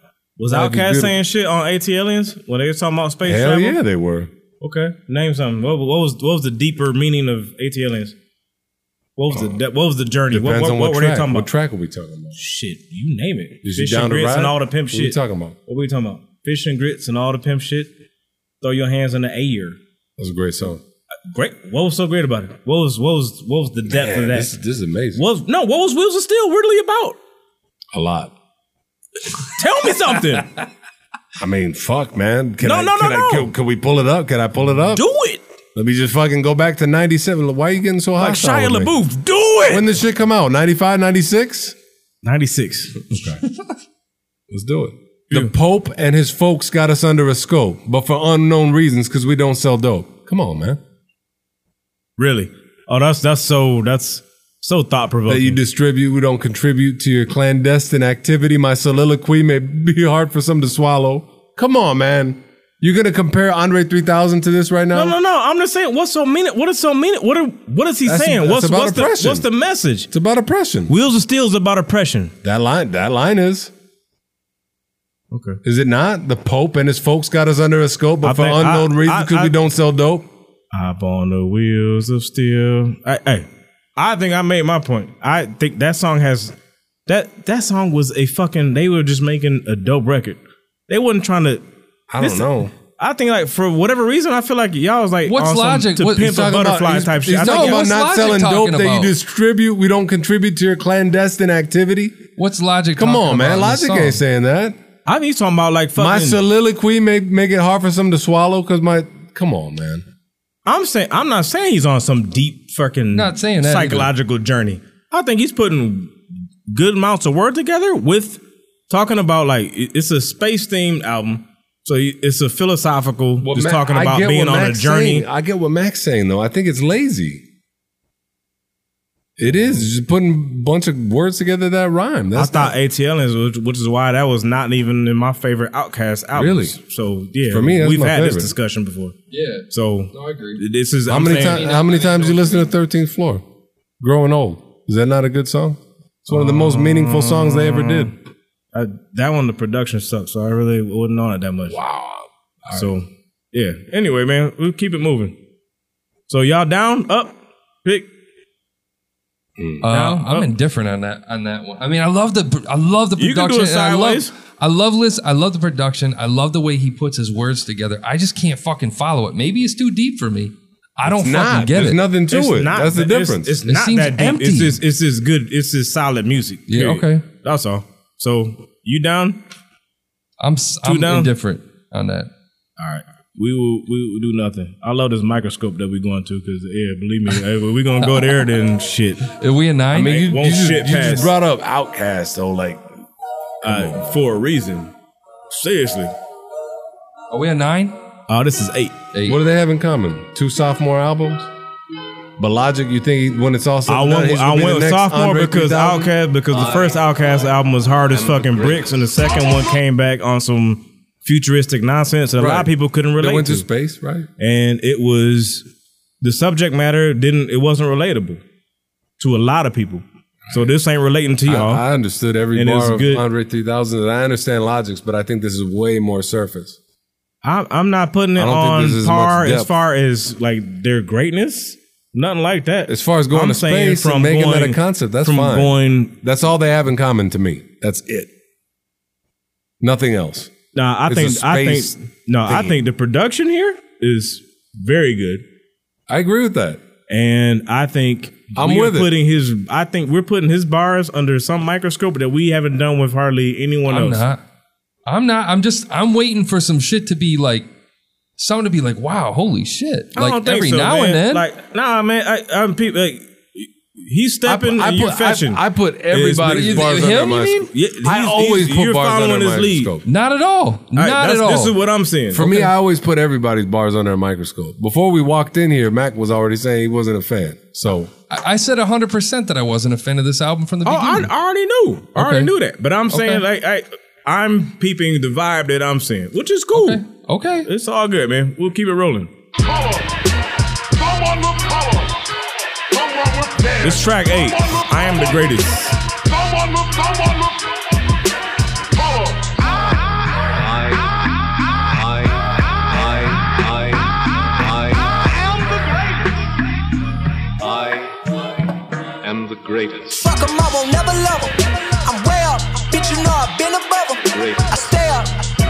Was That'd be Outcast beautiful. saying shit on AT Aliens when they were talking about space Hell travel? yeah, they were. Okay. Name something. What, what was what was the deeper meaning of AT Aliens? What was the de- what was the journey? What, Uh, Depends what, on what what were track. they talking about? What track are we talking about? Shit, you name it. Is Fish you down and to grits ride? and all the pimp What shit. we talking about? What we talking about? Fish and grits and all the pimp shit. Throw your hands in the air. That's a great song. Great. What was so great about it? What was what was what was the depth Man, of that? This, this is amazing. What was, no, what was Wheels of Steel really about? A lot. Tell me something. I mean, fuck, man. Can No, I, no, no, can no. I, can, can we pull it up? Can I pull it up? Do it. Let me just fucking go back to 97. Why are you getting so hot? Like Shia LaBeouf, do it. When this shit come out? 95, 96? 96. Okay. Let's do it. The Pope and his folks got us under a scope, but for unknown reasons because we don't sell dope. Come on, man. Really? Oh, that's that's so that's so thought That you provoking. distribute, we don't contribute to your clandestine activity. My soliloquy may be hard for some to swallow. Come on, man. You're gonna compare Andre 3000 to this right now? No, no, no. I'm just saying. What's so mean? What is so mean? What are, What is he That's- saying? that's what's about what's oppression. the What's the message? It's about oppression. Wheels of Steel is about oppression. That line, that line is. Okay. Is it not? The Pope and his folks got us under a scope, but I for think- unknown I- reasons I- because I- we don't sell dope. Up on the wheels of steel. Hey, hey, I think I made my point. I think that song has that that song was a fucking. They were just making a dope record. They wasn't trying to. I don't know. I think like for whatever reason, I feel like y'all was like What's on some logic? to What- pimp he's a talking about- butterfly he's- type shit. He's I think talking y'all- about not selling dope talking that you about? distribute. We don't contribute to your clandestine activity. What's Logic? Come talking on, man. about in this Logic song? ain't saying that. I mean, he's talking about like my fucking- soliloquy make make it hard for some to swallow because my come on, man. I'm saying I'm not saying he's on some deep fucking not saying that psychological journey. I think he's putting good amounts of word together with talking about like it- it's a space themed album. So he- it's a philosophical just Ma- talking I about get being what on Mac's a journey. saying. I get what Mac's saying though. I think it's lazy. It is just putting a bunch of words together that rhyme. That's I thought ATL is, which, which is why that was not even in my favorite Outcast albums. Really? So yeah, For me, that's we've my had this favorite. discussion before. Yeah. So No, I agree. This is how I'm many saying- times? How many times you listen to Thirteenth Floor? Growing old is that not a good song? It's one of the most meaningful songs they ever did. Mm. I, that one, the production sucked, so I really wasn't on it that much. Wow. So yeah. Anyway, man, we'll keep it moving. So y'all down, up, pick. Uh, Down, Oh. I'm up. indifferent on that on that one. I mean, I love the I love the You production. can do it and I sideways. love I love Liz. I love the production. I love the way he puts his words together. I just can't fucking follow it. Maybe it's too deep for me. I don't It's fucking not. get There's it. nothing to It's it. not That's the that- it's- difference. It's, It not seems that deep. empty. It's just it's just good. It's just solid music. Yeah, okay. That's all. So you down? I'm Two I'm down? indifferent on that. All right. We will we will do nothing. I love this microscope that we're going to because yeah, believe me, hey, we're gonna go there then shit. If Uh, we a nine, I mean, you, you just, shit you pass just brought up Outcast though, like uh, for a reason. Seriously. Are we a nine? Oh, this is eight. What do they have in common? Two sophomore albums. But Logic, you think he- when it's all said I and done, went, he's I gonna be the went next sophomore Andre because 3000? Outcast because the first Outcast album was hard as fucking bricks, and the second one came back on some futuristic nonsense that a lot Right. of people couldn't relate They went to to. space, right? and it was the subject matter didn't it wasn't relatable to a lot of people. So this ain't relating to I, y'all. I understood every And it was bar of good. Andre 3000, and I understand Logic's, but I think this is way more surface. I, I'm not putting it I don't think on this is par much as depth. far as like their greatness. Nothing like that. As far as going to space and making that a concept, that's from fine. Going, that's all they have in common to me. That's it. Nothing else. Nah, I It's a think I space think no, I thing. think the production here is very good. I agree with that, and I think I'm we are with it. putting his. I think we're putting his bars under some microscope that we haven't done with hardly anyone I'm else. not. I'm not. I'm just. I'm waiting for some shit to be like, someone to be like, wow, holy shit! I Like don't think every so, now man. and then. like nah, man. I, I'm people. Like, he's stepping. I and you're put- I- fetching. I put everybody's Is- bars him, under you my mean? scope. Yeah, I he's- always he's- put you're bars following under his my lead. scope. Not at all. right, Not that's- at all. this This is what I'm saying. For me, I always put everybody's bars under a microscope. Before we walked in here, Mac was already saying he wasn't a fan. So I, I said 100 percent that I wasn't a fan of this album from the Oh, I, beginning. I already knew. I Okay. already knew that. But I'm saying Okay. like I, I'm peeping the vibe that I'm seeing, which is cool. Okay. it's all good, man. We'll keep it rolling. This track eight. I am the greatest. Ah, I am the greatest. Fuck 'em, I won't never love 'em. I'm way up, bitch, you know I've been above 'em. Great. I stay up,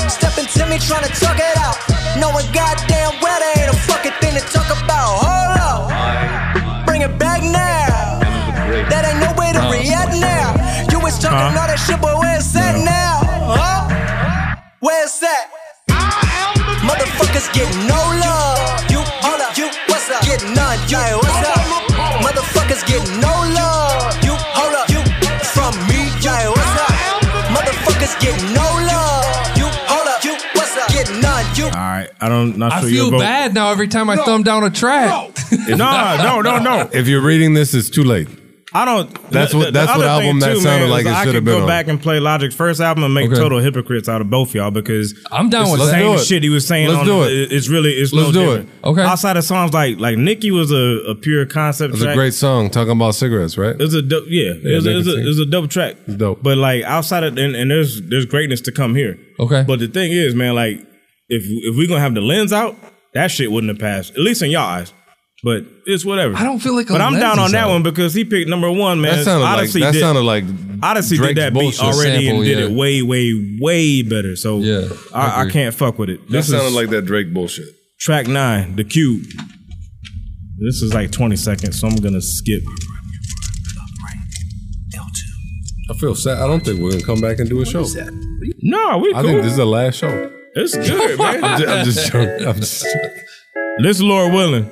step into me trying to tuck it out. Knowing goddamn well there ain't a fucking thing to talk about. Hold up, bring it back now. That ain't no way to Oh, react now. You was talking Huh? all that shit, but where's that now? Huh? Where's that? Motherfuckers get no love. You, hold up, you, what's up? Get none. You, hey, what's up? Motherfuckers get no love. You, hold up, you, from me. Hey, what's up? Motherfuckers get no love. You, hold up, you, what's up? Get none. You. All right, I don't. Not I sure feel your vote. bad now every time I thumb down a track. Nah, no, no, no. if you're reading this, it's too late. I don't. That's the- what- the that's what other thing, album that too, sounded man, is like it I should could have go been on. back and play Logic's first album and make Okay. total hypocrites out of both y'all because I'm down it's with the that. same Let's do it. shit he was saying. Let's on do the- it. It's really it's Let's no do different. it. Okay. Outside of songs like like Nicki was a, a pure concept. It's a track. great song talking about cigarettes, right? It's a dope, yeah. Yeah, it's, they a, it's, can a, sing. it's a dope track. dope. But like outside of and, and there's there's greatness to come here. Okay. But the thing is, man, like if if we're gonna have the lens out, that shit wouldn't have passed. At least in your eyes. But it's whatever. I don't feel like. But a I'm lens down on is that out. one because he picked number one, man. That sounded like- Odyssey that did, sounded like Odyssey Drake's did that bullshit beat already sample, and did yeah. it way, way, way better. So yeah, I I, I, agree. can't fuck with it. That This sounded is like that Drake bullshit. track nine, the cube. This is like 20 seconds, so I'm gonna skip. I feel sad. I don't think we're gonna come back and do a show. No, we I think cool. this is the last show. It's good, man. I'm just, I'm just joking. I'm just Listen, Lord willing.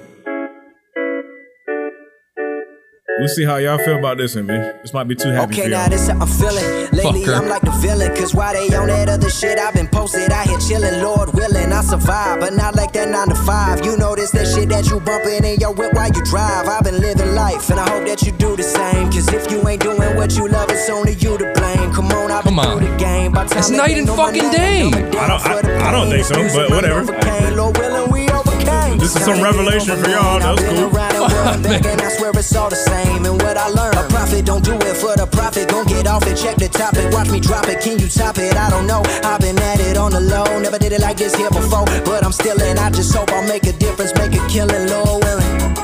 We'll see how y'all feel about this one, man. This might be too happy Okay, for now y'all. this how I'm feeling. Lately, Fucker. I'm like the villain. Cause why they on that other shit? I've been posted out here chilling, Lord willing. I survive, but not like that nine to five. You notice that shit that you bumping in your whip while you drive. I've been living life, and I hope that you do the same. Cause if you ain't doing what you love, it's only you to blame. Come on, I've been Come on. through the game. By the It's time night they and know my fucking name, day. I'm a I don't, I, I don't think so, but whatever. Hey, Lord willing, we overcame. This is some revelation for y'all. That was cool. around and world back, and I swear it's all the same. And what I learned, a profit don't do it for the profit. Don't get off it, check the topic, watch me drop it. Can you top it? I don't know. I've been at it on the low, never did it like this here before, but I'm still in. I just hope I make a difference, make a killing, Lord willing.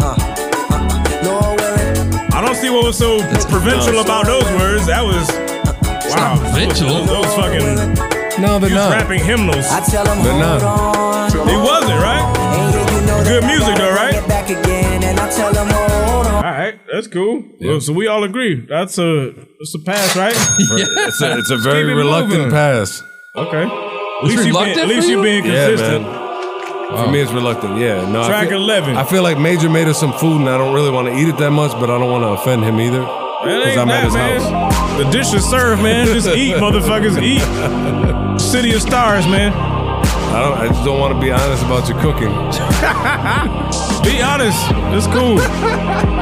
Uh, uh, Lord willing. I don't see what was so provincial about those words. That was wow. Provincial. Those fucking no, they're not rapping hymnals. I tell them they're not. It wasn't right. Good music though, right? Back again, and I tell them, hold All right, that's cool. Well, so we all agree that's a that's a pass, right? It's a, it's a Let's very keep it reluctant moving. pass. Okay. At least, you being, at least you being consistent. For me, it's reluctant. Yeah. No, I Track feel- 11. I feel like Major made us some food, and I don't really want to eat it that much, but I don't want to offend him either. It Because ain't I'm at that, his man. house. The dish is served, man. Just eat, motherfuckers. Eat. City of Stars, man. I don't. I just don't want to be honest about your cooking. be honest. It's cool.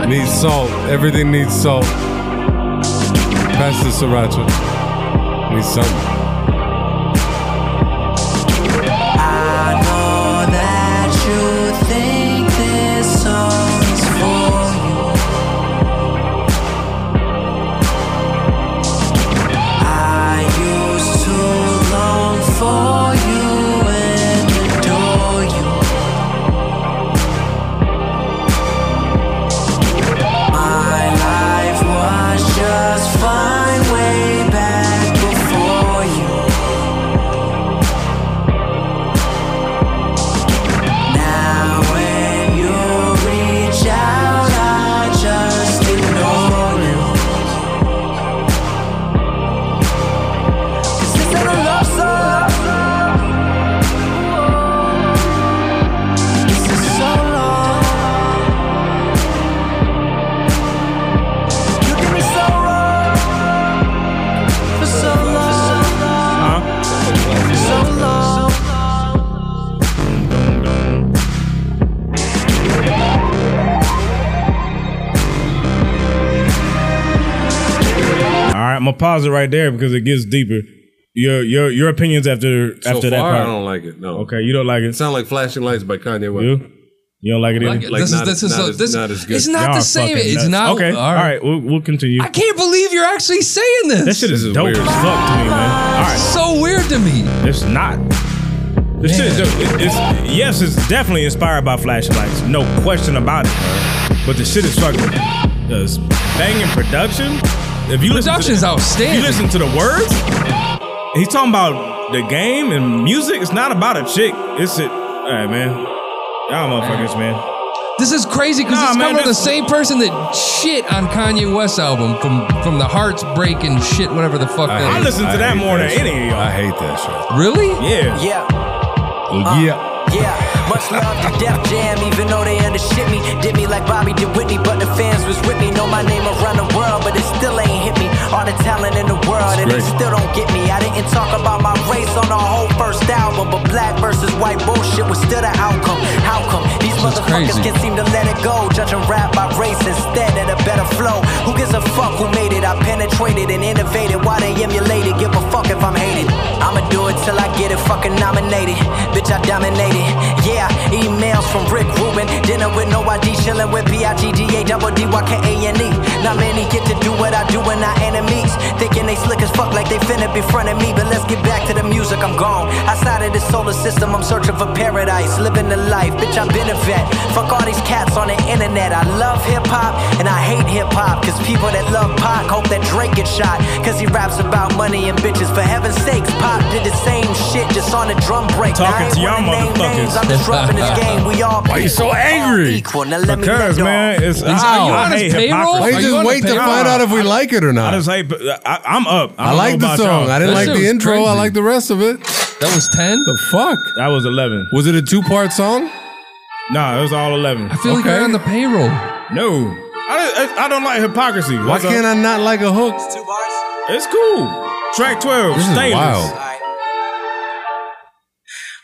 needs salt. Everything needs salt. Pass the sriracha. Needs something. I know that you think this song is for you. I used to long for you and adore you. My life was just fine way back before you. Now when you reach out, I just ignore you. 'Cause this ain't a love song. This is so long. You did me so wrong for so long. For so long. All right, I'm gonna pause it right there because it gets deeper. Your your your opinions after So after that far, part. I don't like it. No. Okay, you don't like it. Sound like flashing lights by Kanye West. You? You don't like it Like either. it. Like This is- not- this is not a- as- this- not as good. it's not the Y'all same. fucking It's nuts. not- okay. all All right, we'll, we'll continue. I can't believe you're actually saying this. That shit is, dope as fuck to me, man. All right, so weird to me. It's not. This shit is dope. It- it's, yes, it's definitely inspired by flashlights, no question about it. But the shit is fucking does banging production. If you Production's listen to the, outstanding. If you listen to the words. He's talking about the game and music. It's not about a chick. It's it. All right, man. Y'all motherfuckers, man. This is crazy because Nah, it's man, coming from the this- same person that shit on Kanye West's album from from the Hearts Break and shit, whatever the fuck. that I is. listen to that more than any of y'all. I hate that shit. Really? Yeah. Yeah. yeah. Yeah, much love to Def Jam, even though they undershit me. Did me like Bobby did Whitney, but the fans was with me. Know my name around the world, but it still ain't hit me. All the talent in the world, and they great. still don't get me. I didn't talk about my race on our whole first album, but black versus white bullshit was still the outcome. How come these motherfuckers crazy. can't seem to let it go? Judging rap by race instead of a better flow. Who gives a fuck who made it? I penetrated and innovated. Why they emulated? Give a fuck if I'm hated. I'ma do it till I get it fucking nominated. Bitch, I dominated. Yeah, emails from Rick Rubin. Dinner with no ID, chilling with B-I-G-D-A, double D-Y-K-A-N-E. E. Not many get to do what I do when I enemies. Thinking they slick as fuck like they finna be front of me. But let's get back to the music, I'm gone. Outside of the solar system, I'm searching for paradise. Living the life, bitch, I've been a vet. Fuck all these cats on the internet. I love hip hop and I hate hip hop. Cause people that love Pac hope that Drake gets shot. Cause he raps about money and bitches. For heaven's sakes, Pop did the same shit just on a drum break. Now, I Talking ain't to y'all wanna name names. I'm just rapping this game. We all Why you so angry? Because man, it's He's- I- Are you I on his hate payroll? hypocrisy. Why you Are you just on wait his to payroll? find out if we like it or not? I just hate. I, I'm up. I don't like know the about song. y'all. I didn't like the intro. I like the rest of it. That was ten. The fuck? That was eleven. Was it a two part song? Nah, it was all eleven. I feel like you're on the payroll. No, I, I, I don't like hypocrisy. Why can't I not like a hook? It's cool. Track twelve. This is Stainless. wild.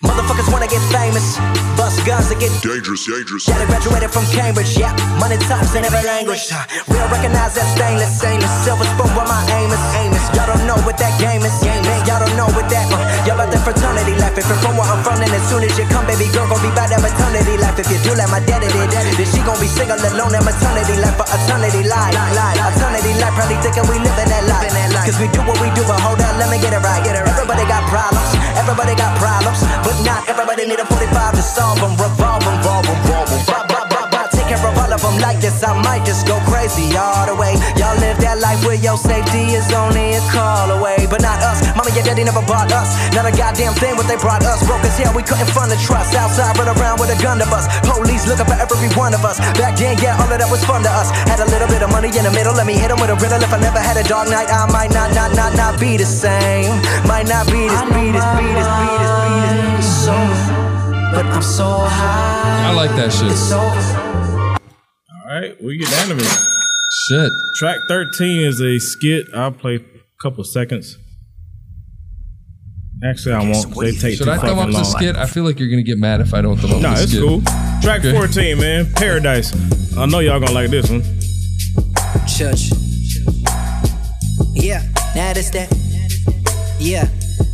Motherfuckers wanna get famous. Bust guns to get Dangerous, dangerous. Yeah, they graduated from Cambridge, yeah. Money tops in every language. huh. Uh, We don't recognize that stainless, stainless silver spoon where my aim is, aim is. Y'all don't know what that game is, game is. Y'all don't know what that. Uh, y'all about the fraternity life. If you're from where I'm from, then as soon as you come, baby girl, gon' be by that maternity life. If you do like my daddy did, daddy did, she gon' be single alone that maternity life for eternity life, life, eternity life. Probably thinking we living that life, cause we do what we do, but hold up, let me get it right. Everybody got problems, everybody got problems, but not everybody need a 45 to solve them. Revolve 'em, revolve 'em, revolve 'em. Bop, bop, bop, bop. Take care of all of them like this. I might just go crazy all the way. Y'all live that life where your safety is only a call away. But not us. Mommy and daddy never bought us. Not a goddamn thing what they brought us. Broke us, yeah, we couldn't fund the trust. Outside, run around with a gun to us. Police looking for every one of us. Back then, yeah, all of that was fun to us. Had a little bit of money in the middle. Let me hit 'em with a riddle. If I never had a dark night, I might not, not, not, not be the same. Might not be this, be this, be this, be this, be this. So, but I'm so high. I like that shit. All right, we unanimous. Shit. Track thirteen is a skit. I'll play a couple seconds. Actually, I won't. 'cause They take Should too I throw fucking up the long. skit? I feel like you're gonna get mad if I don't throw up Nah, the it's skit. cool. Track Okay. 14, man. Paradise. I know y'all gonna like this one. Church. Yeah, now that's that. Yeah.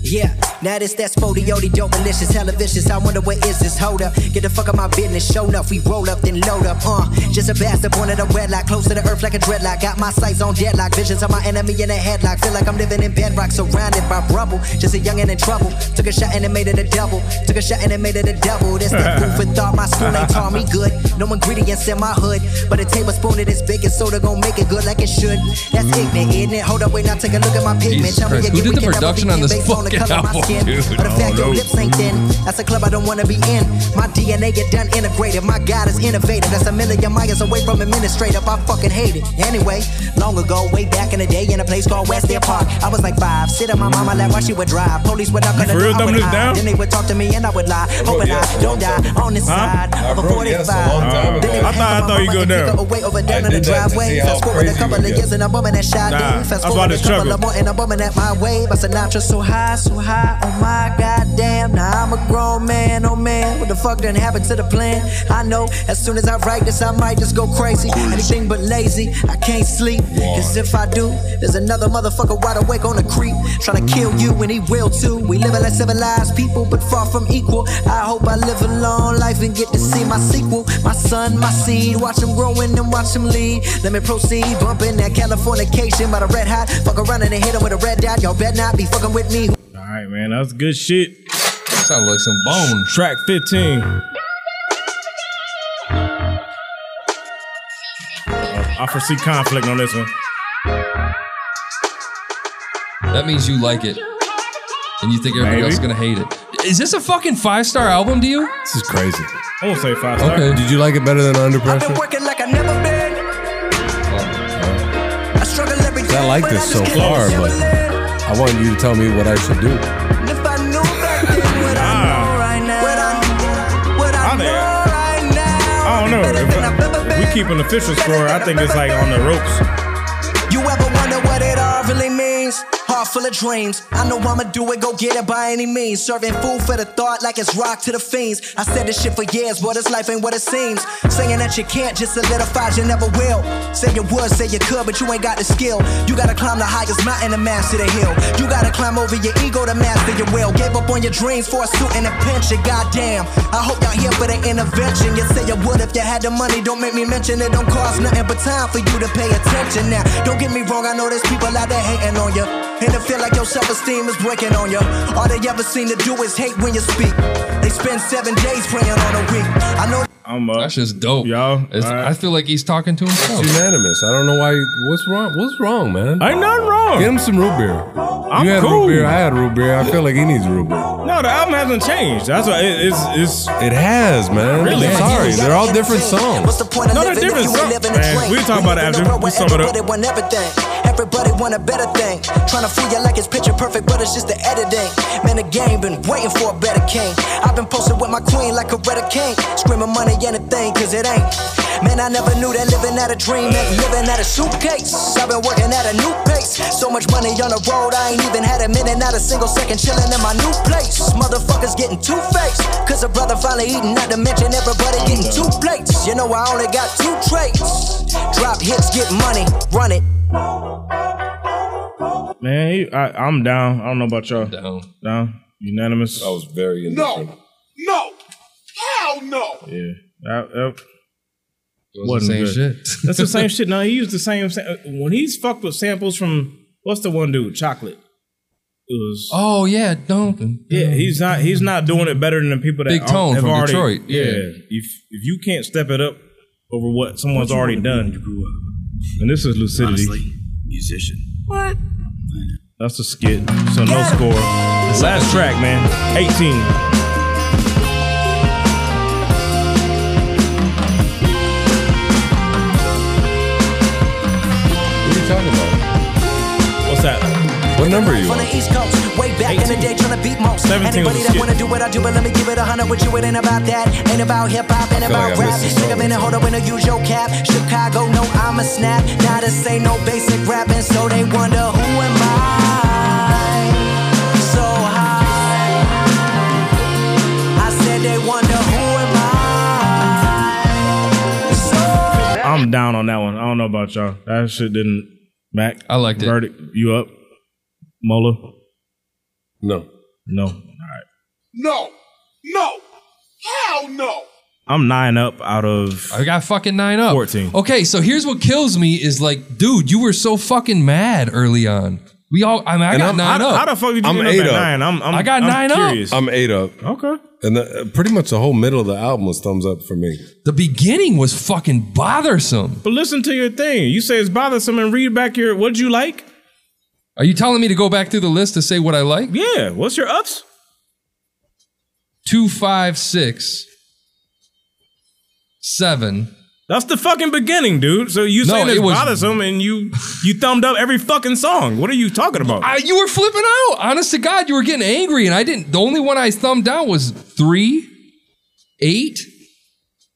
Yeah, now this that's folioti dope malicious, hella vicious. I wonder what is this? Hold up, get the fuck out my business. Show up, we roll up, then load up. Uh, just a bastard born in a wedlock, close to the earth like a dreadlock. Got my sights on deadlock, visions of my enemy in a headlock. Feel like I'm living in bedrock, surrounded by rubble. Just a youngin' in trouble. Took a shot and it made it a double. Took a shot and it made it a double. That's that food for thought. My school ain't taught me good. No ingredients in my hood, but a tablespoon of this baking soda gon' make it good like it should. That's ignorant, isn't it? Hold up, wait, now take a look at my pigment. Jesus Tell me Christ. Who again, we did the can never production on begin this based on the fucking color of my album, skin. dude? Matter of I don't fact, your know. lips ain't thin. That's a club I don't wanna be in. My DNA get done integrated. My God is innovative. That's a million miles away from administrative. I fucking hate it. Anyway, long ago, way back in the day, in a place called West Air Park, I was like five. Sit on my mama lap while she would drive. Police would knock on the for door. real I would dumbing this hide. down? Oh, Then they would talk to me and I would lie, bro, hoping yes, I don't die on the side of a 45. Then I thought I thought you go they down. took her away over I down in the did that to see driveway. how Fast forward a crazy couple we of get. years and I'm bumming that shot. Nah, dude. that's Fast why forward a this couple struggle. of more and I'm bumming at my way. But Sinatra so high, so high. Oh my goddamn. Now I'm a grown man, oh man. What the fuck done happened to the plan? I know as soon as I write this, I might just go crazy. Anything but lazy. I can't sleep. Cause if I do, there's another motherfucker wide awake on the creep. Trying to kill you and he will too. We live like civilized people, but far from equal. I hope I live a long life and get to see my sequel. My son, my seed. Watch him growing and watch him lead. Let me proceed. Bumping that Californication by the red hot. Fuck around and they hit him with a red dot. Y'all better not be fucking with me. All right, man. That's good shit. Sound like some bone. Track 15. Oh, I foresee conflict on this one. That means you like it, and you think everybody Maybe. else is gonna hate it. Is this a fucking five star album to you? This is crazy. I won't say five star. Okay. Did you like it better than Under Pressure? Working like I never been. I struggle every day. I like but this I so just can't far, feel but it. I want you to tell me what I should do. And if I knew back then what I Ah. know right now, what I, what I know right now, I don't know. If, I- if we keep an official score, I think it's like on the ropes. You ever wonder what it all really means? Heart full of dreams. I know I'ma do it, go get it by any means. Serving food for the thought like it's rock to the fiends. I said this shit for years, but this life ain't what it seems. Saying that you can't just solidifies you never will. Say you would, say you could, but you ain't got the skill. You gotta climb the highest mountain to master the hill. You gotta climb over your ego to master your will. Gave up on your dreams for a suit and a pension, goddamn. I hope y'all here for the intervention. You say you would if you had the money, don't make me mention it. Don't cost nothing but time for you to pay attention now. Don't get me wrong, I know there's people out there hating on you. And it feel like your self-esteem is breaking on you. All they ever seem to do is hate when you speak. They spend seven days praying on a week. I know. I'm up. That's just dope. Y'all, It's- I feel like he's talking to himself. It's unanimous. I don't know why. What's wrong? What's wrong, man? Ain't nothing wrong. Get him some root beer. I'm you had cool. root beer. I had root beer. I feel like he needs root beer. No, the album hasn't changed. That's why it, it's it's It has, man. Really? I'm sorry, they're all different songs. no, they're different songs. Man, we can talk about it after. We sum it Everybody up. want everything. Everybody want a better thing. Tryna fool you like it's picture perfect, but it's just the editing. Man, the game been waiting for a better king. I've been posted with my queen like a redder king. Screaming money anything, cause it ain't. Man, I never knew that living out a dream meant living out a suitcase. I've been working at a new pace. So much money on the road, I ain't even had a minute, not a single second chilling in my new place. Motherfuckers getting two faced. Cause a brother finally eating, not to mention everybody getting two plates. You know, I only got two traits. Drop hits, get money, run it. Man, he- I, I'm down. I don't know about y'all. Down. Down. Unanimous. I was very indifferent. No! Hell no! Yeah. That, that was the same shit. That's the same shit. No, he used the same. sa- When he's fucked with samples from what's the one dude? Chocolate. It was. Oh yeah, Duncan. Yeah, he's not. He's not doing it better than the people that Big al- Tone have from already, Detroit, Yeah. yeah. If if you can't step it up over what someone's What you already wanna be done, and this is lucidity. Honestly, musician. What? That's a skit. So no score. Last track, man. 18. What are you talking about? What's that? What number are you From on? the East Coast, way back in the day, tryna beat most. 17 Anybody was a that skit. wanna do what I do, but let me give it a hundred with you. It ain't about that, ain't about hip hop, ain't I feel like about I rap. missed this Stick up in the hold up and use your cap. Chicago, no, I'm a snap. Now this ain't no basic rapping, so they wonder who am I? So high. I said they wonder who am I? So I'm down on that one. I don't know about y'all. That shit didn't. Mac, I liked verdict. it. Verdict, you up? Mola? No. No. All right. No! No! Hell no! I'm nine up out of. I got fucking nine up. 14. Okay, so here's what kills me is like, dude, you were so fucking mad early on. We all, I mean, I And got I'm- nine how- up. how the fuck did you I'm get up eight at up. nine? I'm- I'm- I got I'm nine curious. up. I'm eight up. Okay. And the, uh, pretty much the whole middle of the album was thumbs up for me. The beginning was fucking bothersome. But listen to your thing. You say it's bothersome and read back your. What'd you like? Are you telling me to go back through the list to say what I like? Yeah. What's your ups? Two, five, six, seven. That's the fucking beginning, dude. So you No, saying it's it was- bothersome and you you thumbed up every fucking song. What are you talking about? I, you were flipping out. Honest to God, you were getting angry, and I didn't. The only one I thumbed down was three, eight,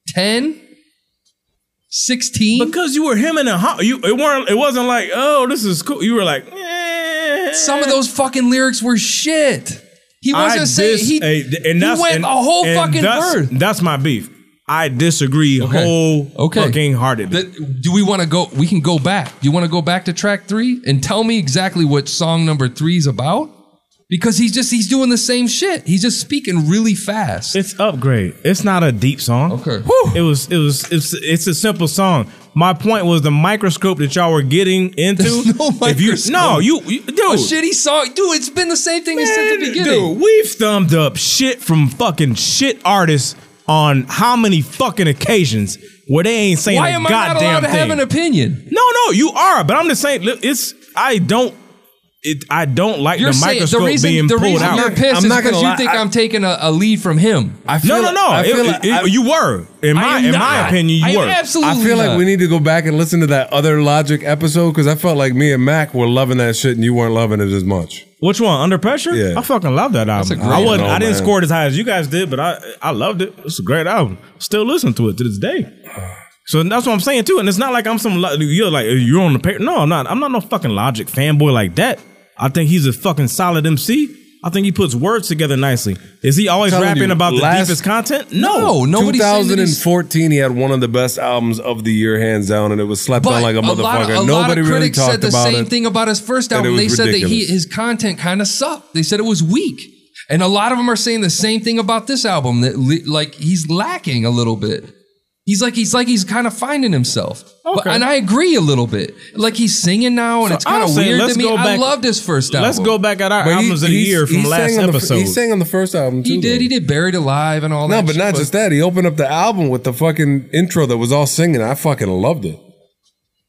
ten, sixteen. because you were him and a hot. You it weren't. It wasn't like oh this is cool. You were like eh. Some of those fucking lyrics were shit. He I wasn't saying dis- he. hey, th- and that's, he went and- a whole and fucking that's, verse. That's my beef. I disagree whole fucking heartedly. That- do we want to go? We can go back. Do you want to go back to track three and tell me exactly what song number three is about? Because he's just he's doing the same shit. He's just speaking really fast. It's upgrade. It's not a deep song. Okay. It was. It was. It's. It's a simple song. My point was the microscope that y'all were getting into. no If you, no, you, you dude. a shitty song, dude. It's been the same thing since the beginning. Dude, we've thumbed up shit from fucking shit artists on how many fucking occasions where they ain't saying Why a am I not goddamn allowed to thing. have an opinion? No, no, you are. But I'm just saying, look, it's I don't. It, I don't like You're the saying microscope the reason being the pulled reason out. you're pissed is because you think I, am taking a, a lead from him. I no, no, no. It- it- you were. In I my, am in not. my opinion, you I am were. absolutely I feel not. like we need to go back and listen to that other Logic episode because I felt like me and Mac were loving that shit and you weren't loving it as much. Which one? Under pressure? Yeah. I fucking love that That's album. a great I wasn't. album, I didn't man. score it as high as you guys did, but I I loved it. It's a great album. Still listen to it to this day. So that's what I'm saying too. And it's not like I'm some lo- you're like you're on the paper. No, I'm not. I'm not no fucking Logic fanboy like that. I think he's a fucking solid MC. I think he puts words together nicely. Is he always Telling rapping you, about the last- deepest content? No, 2014, he had one of the best albums of the year, hands down, and it was slept on like a, lot motherfucker. of- a lot Nobody of really critics talked said the about same it. thing about his first and it album. They was said that he ridiculous. his content kind of sucked. They said it was weak, and a lot of them are saying the same thing about this album that li- like he's lacking a little bit. He's like he's like he's kind of finding himself. But- Okay. and I agree a little bit. Like he's singing now, and So it's kind I'm of saying weird let's to me. go I back- loved his first album. let's go back at our But he- albums of the he's- year from he last sang on the fir- episode. he sang on the first album. He too, did. though. He did "Buried Alive" and all No, that. but shit, not just that. He opened up the album with the fucking intro that was all singing. I fucking loved it.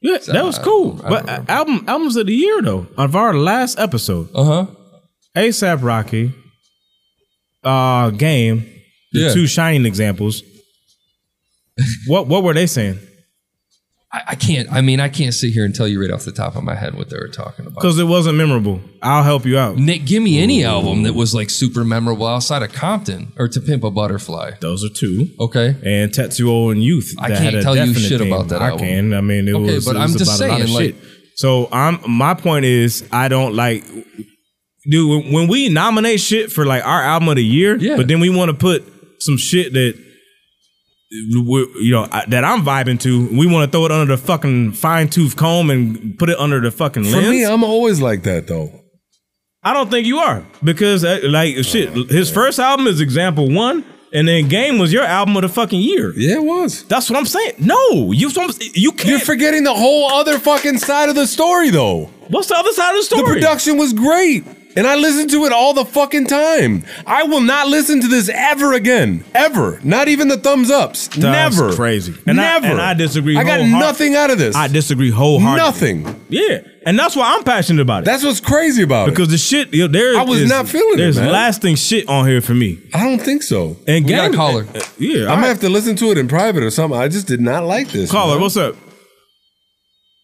Yeah, that was cool. But uh, album albums of the year though. Of our last episode. Uh huh. ASAP Rocky. Uh game. The Yeah. two shining examples. what what were they saying? I, I can't. I mean, I can't sit here and tell you right off the top of my head what they were talking about. Because it wasn't memorable. I'll help you out. Nick, give me any album that was like super memorable outside of Compton or To Pimp a Butterfly. Those are two. Okay. And Tetsuo and Youth. I that can't had a tell you definite shit thing. about that I album. can. I mean, it Okay, was. but it was I'm just about a lot saying, of like- shit. So I'm. My point is, I don't like. Dude, when- when we nominate shit for like our album of the year, but then we want to put some shit that, we're, you know, I, that I'm vibing to. We want to throw it under the fucking fine tooth comb and put it under the fucking For lens. me, I'm always like that though. I don't think you are because uh, like Oh, shit. His first album is example one, and then Game was your album of the fucking year. Yeah, it was. That's what I'm saying. No, you you can't. You're forgetting the whole other fucking side of the story though. What's the other side of the story? The production was great. And I listened to it all the fucking time. I will not listen to this ever again. Ever. Not even the thumbs ups. That's Never. crazy. And I- Never. and I disagree I got wholeheart- nothing out of this. I disagree wholeheartedly. Nothing. Yeah, and that's why I'm passionate about it. That's what's crazy about it. because the shit you know, there. I was is- not feeling it, There's man. lasting shit on here for me. I don't think so. And We got a Game caller. uh, yeah, I'm all gonna right. have to listen to it in private or something. I just did not like this. caller. man. What's up?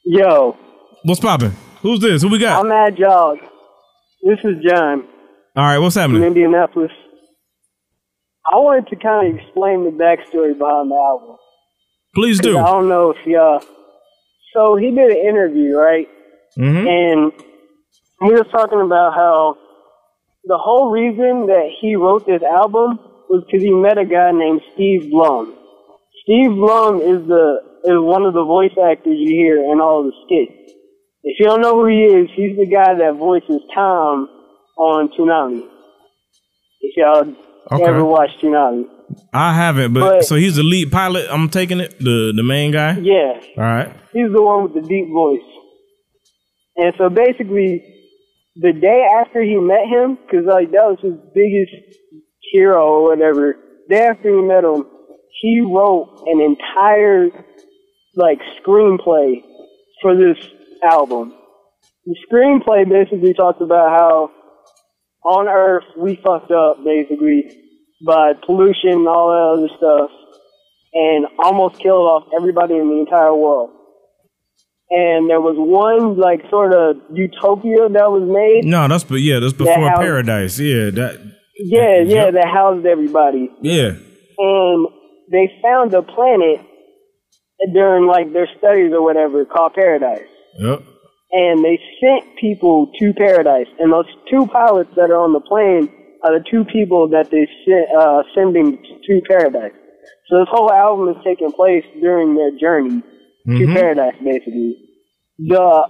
Yo, What's popping? Who's this? Who we got? I'm at Jog. This is John All right, what's from happening? Indianapolis. I wanted to kind of explain the backstory behind the album. Please do. 'Cause I don't know if y'all. So he did an interview, right? Hmm? And he was talking about how the whole reason that he wrote this album was because he met a guy named Steve Blum. Steve Blum is the is one of the voice actors you hear in all the skits. If you don't know who he is, he's the guy that voices Tom on Tsunami. If y'all Okay. ever watched Tsunami, I haven't, but, But- so he's the lead pilot. I'm taking it. The the main guy. yeah. All right. He's the one with the deep voice. And so basically, the day after he met him, because like that was his biggest hero or whatever. Day after he met him, he wrote an entire like screenplay for this album. The screenplay basically talks about how on Earth we fucked up basically by pollution and all that other stuff, and almost killed off everybody in the entire world and there was one like sort of utopia that was made. No, that's but yeah, that's That before house- paradise. Yeah, that Yeah, yeah, that housed everybody, yeah. and they found a planet during like their studies or whatever called Paradise, Yep. and they sent people to Paradise, and those two pilots that are on the plane are the two people that they sent uh, sending to Paradise. So this whole album is taking place during their journey to Mhm. Mm-hmm. Paradise, basically. the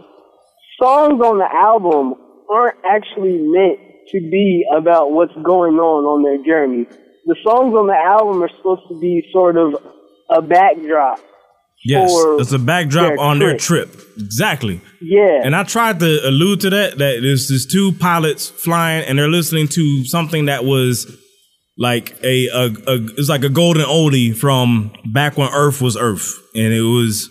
songs on the album aren't actually meant to be about what's going on on their journey. The songs on the album are supposed to be sort of a backdrop. Yes, for it's a backdrop their on their trip. Exactly. Yeah. And I tried to allude to that that there's there's two pilots flying and they're listening to something that was like a, a, a it's like a golden oldie from back when Earth was Earth, and it was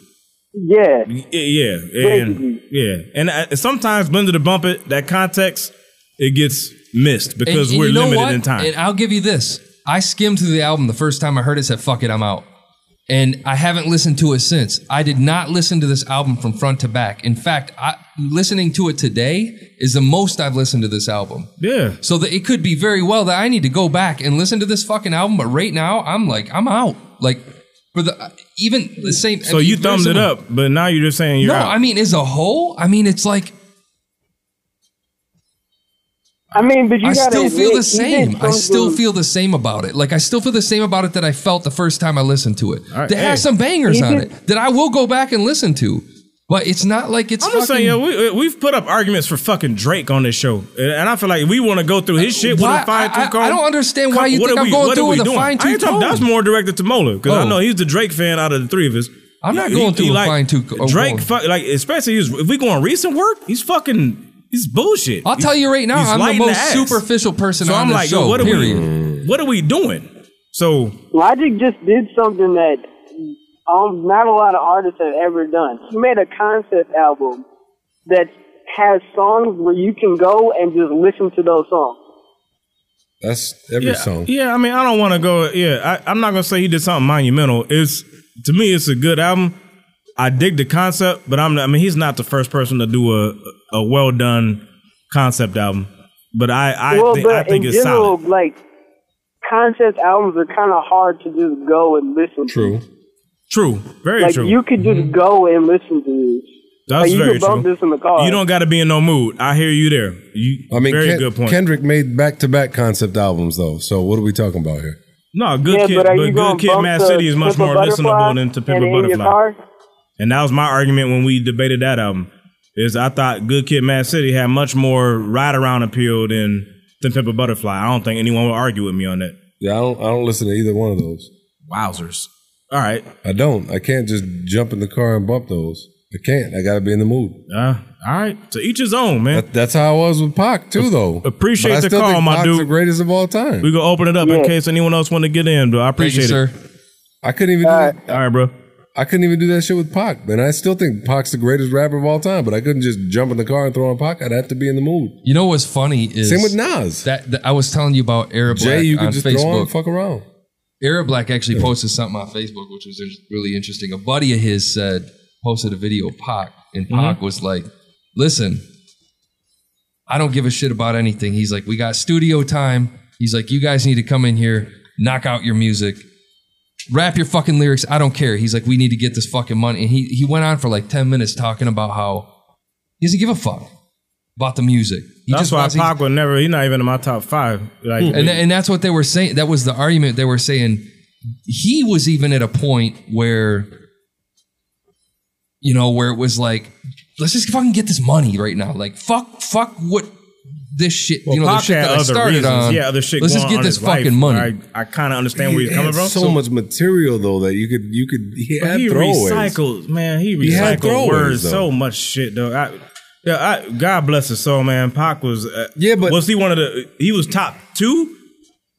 yeah yeah and yeah and I, sometimes blended to bump it that context it gets missed because we're you know limited what? in time. And I'll give you this. I skimmed through the album the first time I heard it, said, fuck it, I'm out. And I haven't listened to it since. I did not listen to this album from front to back. In fact, I, listening to it today is the most I've listened to this album. Yeah. So that it could be very well that I need to go back and listen to this fucking album. But right now, I'm like, I'm out. Like, for the even the same. so I mean, you very thumbed it similar. up, but now you're just saying you're No, out. I mean, as a whole, I mean, it's like I mean, but you I gotta still feel the admit, he did same. I still something- feel the same about it. Like I still feel the same about it that I felt the first time I listened to it. right, They hey. have some bangers He on did- it that I will go back and listen to. But it's not like it's. I'm just fucking- saying, yo, we, uh, we've put up arguments for fucking Drake on this show, and I feel like we want to go through his shit Uh, Why- with a fine I- I- tooth comb. I don't understand why Come- you what think are I'm going what through are we with a doing? fine I ain't tooth talking- That's comb. more directed to Mola because I Oh. know he's the Drake fan out of the three of us. I'm not going through a fine tooth oh, comb. Drake, fuck, like especially his, if we go on recent work, he's fucking. He's bullshit. I'll tell you right now, he's I'm the lighting most ass. superficial person So on I'm this like, show, yo, what are we? period. What are we doing? So Logic just did something that um, not a lot of artists have ever done. He made a concept album that has songs where you can go and just listen to those songs. That's every yeah, song. Yeah, I mean, I don't want to go. Yeah, I, I'm not gonna say he did something monumental. It's to me, it's a good album. I dig the concept, but I'm. not- I mean, he's not the first person to do a a well done concept album. But I I, well, thi- but I think in it's general, solid. like concept albums are kind of hard to just go and listen. to. True. Very like true. you could just go and listen to this. That's like, you very could bump true. this in the car. You don't got to be in no mood. I hear you there. You. I mean, very Ken- good point. Kendrick made back to back concept albums though. So what are we talking about here? no, good yeah, kid. but are you gonna good kid. bump Mad to City is much Pimp a more Butterfly listenable than to Pimp and a In Your Butterfly. Car? And that was my argument when we debated that album. Is I thought Good Kid, Mad City had much more ride around appeal than than Pimp a Butterfly. I don't think anyone would argue with me on that. Yeah, I don't. I don't listen to either one of those. Wowzers! All right, I don't. I can't just jump in the car and bump those. I can't. I got to be in the mood. Uh, all right. To each his own, man. that's how I was with Pac too, though. Appreciate But I the still call, think my Pac's dude. The greatest of all time. We gonna open it up in Yeah. case anyone else want to get in. But I appreciate sir. it. I couldn't even. All do that. All right, bro. I couldn't even do that shit with Pac, man. I still think Pac's the greatest rapper of all time, but I couldn't just jump in the car and throw on Pac. I'd have to be in the mood. You know what's funny is Same with Nas. That, that I was telling you about Arab Jay, Black you on could just Facebook. throw on and fuck around. Arab Black actually posted something on Facebook, which was really interesting. A buddy of his said posted a video of Pac, and Mm-hmm. Pac was like, "Listen, I don't give a shit about anything." He's like, "We got studio time." He's like, "You guys need to come in here, knock out your music, rap your fucking lyrics. I don't care." He's like, "We need to get this fucking money." And he he went on for like ten minutes talking about how he doesn't give a fuck about the music. He That's just why wants- he's- Pac will never. He's not even in my top five. Like, Hmm. and, tha- and that's what they were saying. That was the argument they were saying. He was even at a point where, you know, where it was like, let's just fucking get this money right now. Like, fuck, fuck what this shit, you know, the Pac shit had that I started on. Yeah, other shit. Let's just going get on in this his life. fucking money. I, I kind of understand where He he's coming had from. So, much material though that you could you could he But had he throwaways. recycles, man. He He had recycled throwaways, words though. so much shit, though. I, yeah, I, God bless his soul, man. Pac was uh, yeah, but was he one of the? He was top two,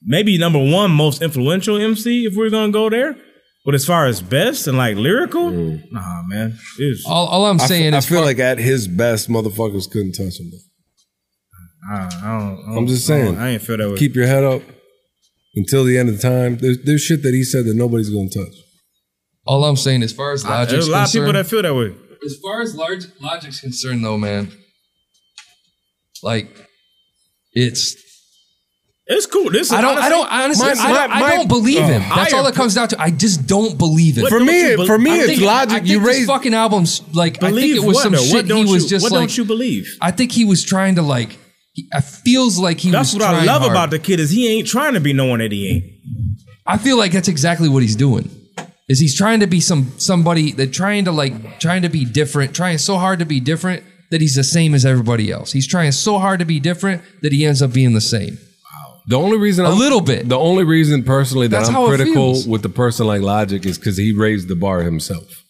maybe number one most influential MC. If we're gonna go there, but as far as best and like lyrical, Mm. nah, man. It was- I f- I feel like at his best, motherfuckers couldn't touch him. I, I don't, I don't- I'm just I don't- saying. Uh, I ain't feel that way. Keep your head up until the end of the time. There's, there's shit that he said that nobody's gonna touch. All I'm saying, as far as logic's There's a lot of people concerned- that feel that way. As far as large logic's concerned, though, man, like it's it's cool. This is I don't. I don't honestly- honestly. My- I, don't, my- I don't believe uh, him. That's I- all it comes down to. I just don't believe it. For What me, don't you be- for me, I it's think- logic. I think You this raised- fucking albums. Like I think Believe it was what, some though? What shit. He don't was you- just what like. don't you believe? I think he was trying to like. He, I feels like he. That's was what I trying love hard. about the kid is he ain't trying to be no one that he ain't. I feel like that's exactly what he's doing. Is he's trying to be some somebody that trying to like trying to be different, trying so hard to be different that he's the same as everybody else. He's trying so hard to be different that he ends up being the same. The only reason a I'm- little bit. The only reason personally that That's how I'm it critical feels. with the person like Logic is because he raised the bar himself.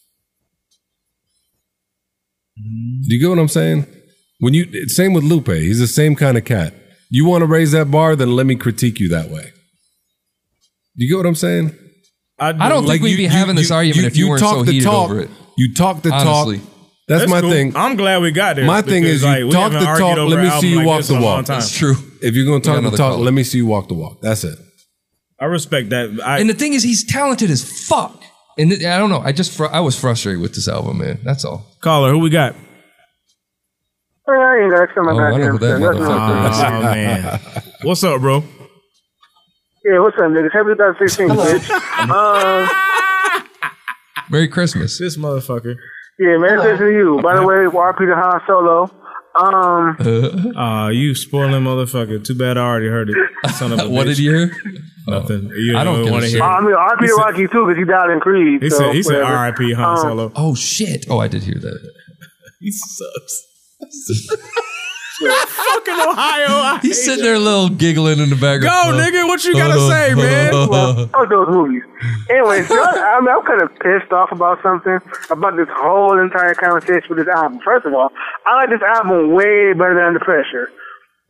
Mm-hmm. Do you get what I'm saying? When you same with Lupe, he's the same kind of cat. You want to raise that bar, then let me critique you that way. Do you get what I'm saying? I don't think we'd be having this argument if you weren't so heated talk, over it. You talk the Honestly. talk. That's, my cool. thing. I'm glad we got there. My thing because, is you like, we talk haven't the argued talk. over Let an me album see you like walk this the in a long walk. time. If you're gonna We got talk the another talk, caller. let me see you walk the walk. That's it. I respect that. I, and the thing is, he's talented as fuck. And th- I don't know. I just fr- I was frustrated with this album, man. That's all. Caller, who we got? Hey, you know, that's coming Oh, back I know in. who that That's motherfucker is. not- Oh man, what's up, bro? Yeah, what's up, niggas? Happy 2016, bitch. Uh, Merry Christmas. This motherfucker. yeah, man, this to you. By the way, RP to Han Solo. Um, Ah, you spoiling motherfucker. Too bad I already heard it. Son of a What bitch. did you hear? Oh. Nothing. You I I don't don't give a want to shit. hear. I it. mean, RP to He said- Rocky too, because he died in Creed. He so said. He said. whatever. R.I.P. Han Um, Solo. Oh shit! Oh, I did hear that. He sucks. fucking Ohio. I He's hate sitting it. there, little giggling in the background. Go, nigga, what you gotta say, man? Fuck those movies. Anyways, y'all- I mean, I'm kind of pissed off about something about this whole entire conversation with this album. First of all, I like this album way better than Under Pressure.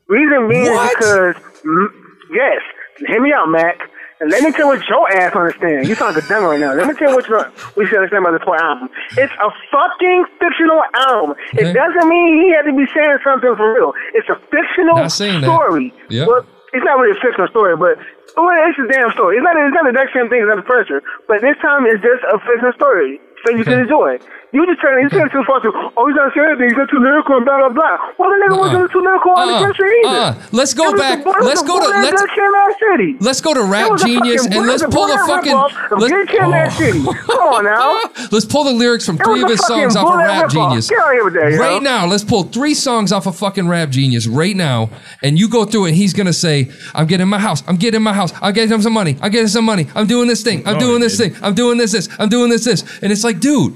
Reason being is because mm, yes, hear me out, Mac. And let me tell you what your ass understands. You sound like a dumb right now. Let me tell you what you we should understand about this whole album. It's a fucking fictional album. It doesn't mean he had to be saying something for real. It's a fictional Not saying that. story. Yeah. Well, it's not really a fictional story, but well, it's a damn story. It's not it's not the exact same thing as under pressure, but this time it's just a fictional story, so you can enjoy it. You just turn you turn it too far to oh he's not saying anything, he's not too lyrical and blah blah blah. Well, the nigga wasn't too lyrical on the Uh-uh. pressure either. Uh-uh. Let's go It was back. a- it was Let's a go to- boring let's- good Kid-Ass City. Let's go to It Rap was a Genius fucking- and it let's was pull a boring fucking. ripoff of let's- Good Kid-Ass City. Come on now. Oh. Let's pull the lyrics from It was three of a his fucking songs off of bullet Rap ripoff. Genius. Get out of here with that, yo. right now, let's pull three songs off of fucking Rap Genius right now, and you go through it. And he's gonna say, "I'm getting my house. I'm getting my house. I'm getting some money. I'm getting some money. I'm doing this thing. I'm No, doing he this thing. I'm doing this this. I'm doing this this." And it's like, dude.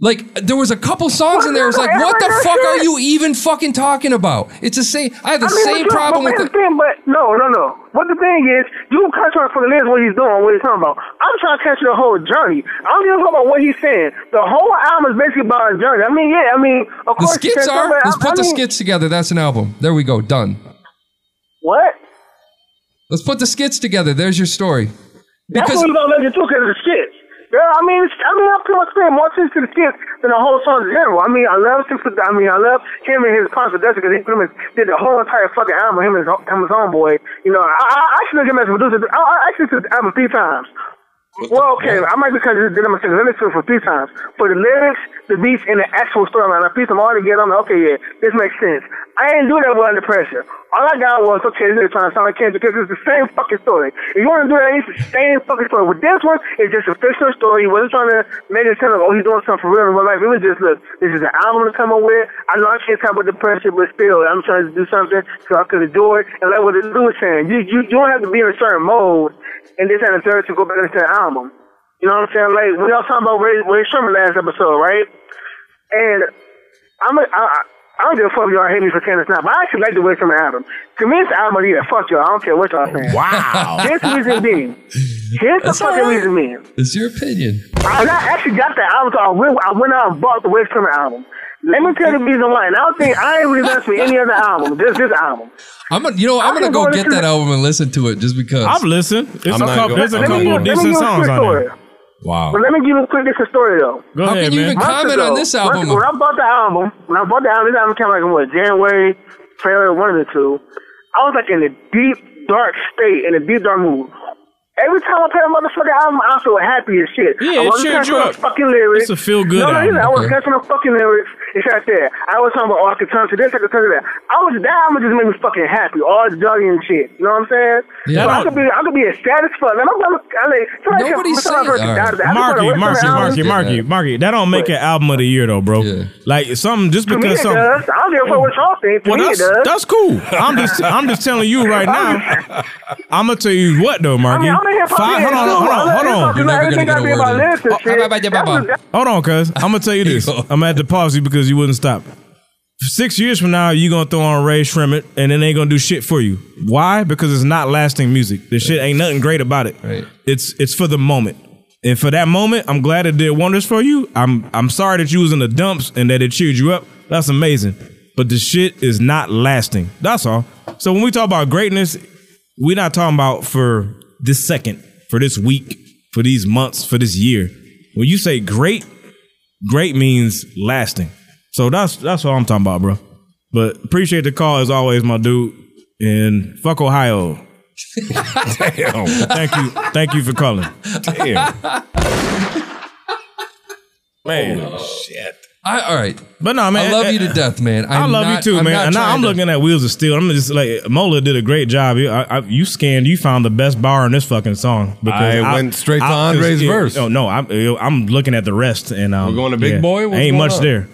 Like there was a couple songs in there. It's like, what the fuck are you even fucking talking about? It's the same. I have I the mean, same but you- problem but with it. here's the thing, but no, no, no. What the thing is, you catch on for the lens what he's doing, what he's talking about. I'm trying to catch the whole journey. I don't even talk about what he's saying. The whole album is basically about a journey. I mean, yeah, I mean, of The course. you skits can- are. but I- Let's I put the mean, skits together. That's an album. There we go. Done. What? Let's put the skits together. There's your story. That's what we're gonna let you do because of the skits. Girl, I mean, it's, I mean, I pretty much spend more attention to the skits than the whole song in general. I mean, I love him. For, I mean, I love him and his concert production because he pretty much did the whole entire fucking album. Him and his, him and his homeboy. You know, I, I, I actually look at him as a producer. I, I actually took the album three times. Well, okay, I might be because did it myself. Let me listen for three times. For the lyrics, the beats, and the actual storyline, I piece them all together. I'm like, okay, yeah, this makes sense. I didn't do that well under pressure. All I got was, okay, this is trying to sound like Kendrick because it's the same fucking story. If you want to do that, it's the same fucking story. With this one, it's just a fictional story. He wasn't trying to make it sound like, oh, he's doing something for real in real life. It was just, look, this is an album to come up with. I know I can't talk about the pressure, but still, I'm trying to do something so I could enjoy it. And like what the dude was saying, you, you, you don't have to be in a certain mode and this and the third to go back into the album. You know what I'm saying? Like we all talking about Ray, Ray Sherman last episode, right? And I'm a, I, I, I don't give a fuck if y'all hate me for saying this now, but I actually like the Ray Sherman album. To me, it's the album of the year. Fuck y'all. I don't care what y'all saying. Wow. Here's the reason being. Here's the fucking reason being. It's your opinion. I I actually got the album, so I went, I went out and bought the Ray Sherman album. Let me tell you the reason why. And I don't think I ain't really messed with any other album. Just this album. I'm gonna, you know, I'm gonna go get that album and listen to it just because. I've listened. It's I'm a not couple. going- There's a I'm not couple going- decent songs on there. Wow. But let me give you a quick different story though. Go How ahead, can you man. even Months comment ago- on this months album? ago, When I bought the album, when I bought the album, this album came like in what January, February, one of the two. I was like in a deep dark state, in a deep dark mood. Every time I play a motherfucking album, I feel happy as shit. I Yeah, it wasn't cheered catching you on up. Fucking lyrics. It's a feel-good No, no, album, no, I was okay. catching on fucking lyrics. It's right there. I was talking about, oh, I could turn to this, I could turn to that. I was that album just made me fucking happy, all jogging and shit. You know what I'm saying? Yeah. so I could be, I could be as sad as fuck. Man, I'm, I'm, I'm like, somebody said- somebody Nobody's said- saying- I just wanna Marky, listen to Marky, the album. Marky, Marky, Marky. That don't make an album of the year though, bro. Like something just To me, it because does. something. I don't give a fuck what y'all think. To Well, me, it that's, does. that's cool. I'm just I'm just telling you right now. I'm gonna tell you what though, I Marky. mean, I'm in here for Five, hold on, hold on, hold on. Hold on, cuz. I'm gonna tell you this. I'm gonna have to pause you because you wouldn't stop. Six years from now, you gonna throw on Ray Shremmett and it ain't gonna do shit for you. Why? Because it's not lasting music. The shit ain't nothing great about it. It's it's for the moment. And for that moment, I'm glad it did wonders for you. I'm I'm sorry that you was in the dumps and that it cheered you up. That's amazing. But the shit is not lasting. That's all. So when we talk about greatness, we're not talking about for this second, for this week, for these months, for this year. When you say great, great means lasting. So that's that's what I'm talking about, bro. But appreciate the call as always, my dude. And fuck Ohio. Damn. Thank you. Thank you for calling. Damn. Man. shit. I, all right. But no, man. I love eh, you to death, man. i I'm love not- you too, I'm man. not And now trying I'm to- looking at wheels of steel. I'm just like Mola did a great job. You, I, I, you scanned, you found the best bar in this fucking song. I went straight to Andre's yeah, verse. Oh no, I'm eh, I'm looking at the rest, and um, We're going to Big Boy? What's ain't going much on? there.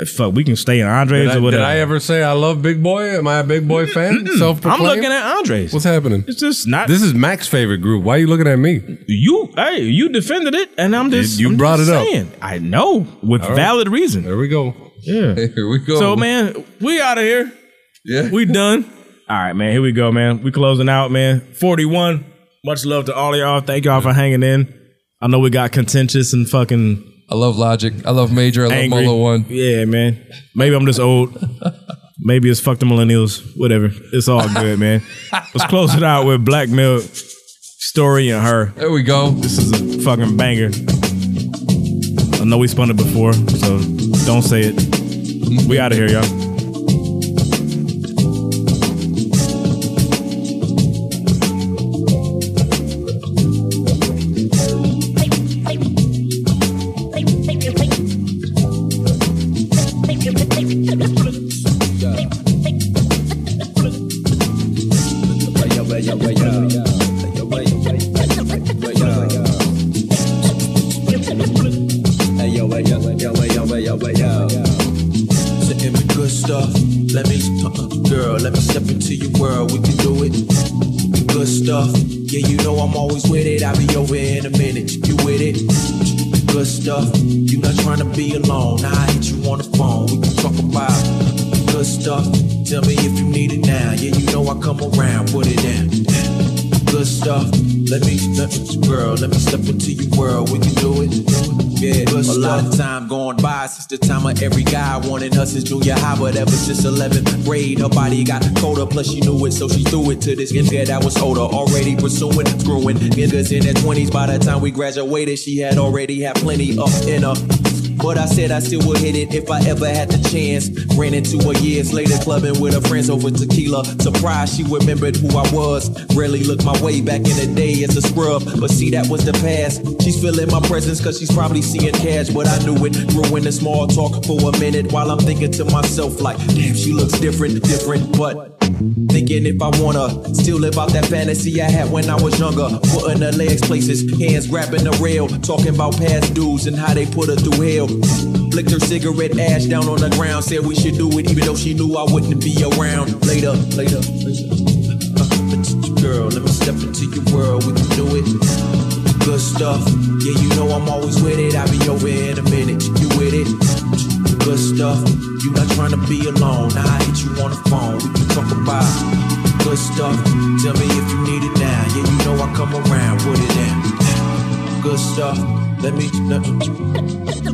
Eh, Fuck, we can stay in Did Andre's I, or did whatever. I ever say I love Big Boy? Am I a Big Boy fan? Self I'm looking at Andres. What's happening? It's just not. This is Mac's favorite group. Why are you looking at me? You, hey, you defended it, and I'm just You- you I'm brought just it up. saying. I know with All right. valid reason. There we go. Yeah. Here we go. So man, we out of here. Yeah. We done. All right, man. Here we go, man. We closing out, man. 41. Much love to all y'all. Thank y'all for hanging in. I know we got contentious and fucking I love Logic. I love Major. I love angry. Molo One. Yeah, man. Maybe I'm just old. Maybe it's fuck the millennials. Whatever. It's all good, man. Let's close it out with Black Milk story and her. There we go. This is a fucking banger. I know we spun it before, so don't say it. We out of here, y'all. Sitting with good stuff. Let me, uh, girl, let me step into your world. We can do it. The good stuff. Yeah, you know I'm always with it. I'll be over in a minute. You with it? The good stuff. You not trying to be alone. I hit you on the phone. We can talk about the good stuff. Tell me if you need it now. Yeah, you know I come around. Put it in. The Good stuff. Let me, let me, girl, let me step into your world. We can do it. Yeah, a lot of time going by since the time of every guy wanted her since junior high, but ever since 11th grade, her body got colder. Plus, she knew it, so she threw it to this nigga that was older, already pursuing, screwing niggas in their 20s. By the time we graduated, she had already had plenty up in her. But I said I still would hit it if I ever had the chance. Ran into her years later, clubbing with her friends over tequila. Surprised she remembered who I was. Rarely looked my way back in the day as a scrub, but see, that was the past. She's feeling my presence because she's probably seeing cash, but I knew it. Grew in the small talk for a minute while I'm thinking to myself, like, damn, she looks different, different, but. Thinking if I wanna still live out that fantasy I had when I was younger. Putting her legs places, hands grabbing the rail. Talking about past dudes and how they put her through hell. Licked her cigarette ash down on the ground. Said we should do it even though she knew I wouldn't be around. Later, later, later. Uh, girl, let me step into your world. We can do it. Good stuff. Yeah, you know I'm always with it. I'll be over in a minute. You with it? good stuff. You not trying to be alone. I hit you on the phone. We can talk about good stuff. Tell me if you need it now. Yeah, you know I come around. Put it in. Good stuff. Let me. Let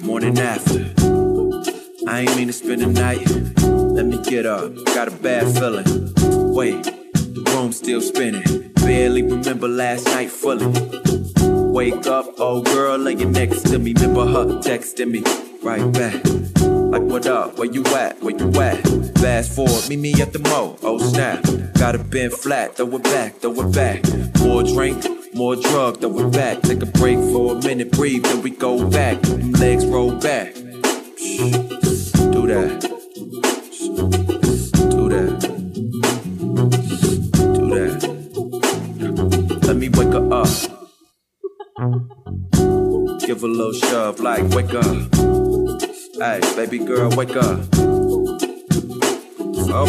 Morning after. I ain't mean to spend the night. Let me get up. Got a bad feeling. Wait, the room's still spinning. Barely remember last night fully. Wake up, old girl laying next to me. Remember her texting me right back. Like, what up? Where you at? Where you at? Fast forward, meet me at the mo. Oh snap, gotta bend flat. Throw it back, throw it back. More drink, more drug. Throw it back. Take a break for a minute, breathe, then we go back. Them legs roll back. Do that. Do that. Do that. Let me wake her up. Give a little shove, like wake up. Hey, baby girl, wake up. Oh.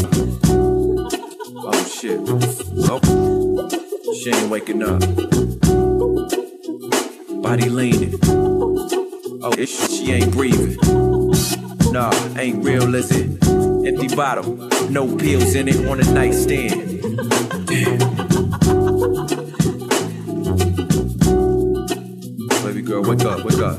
Oh shit. Oh. She ain't waking up. Body leaning. Oh, it, she ain't breathing. Nah, ain't real, is it? Empty bottle, no pills in it on a nightstand. Damn. Baby girl, wake up, wake up.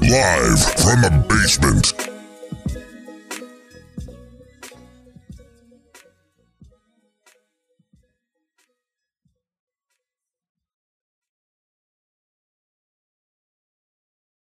Live from the basement.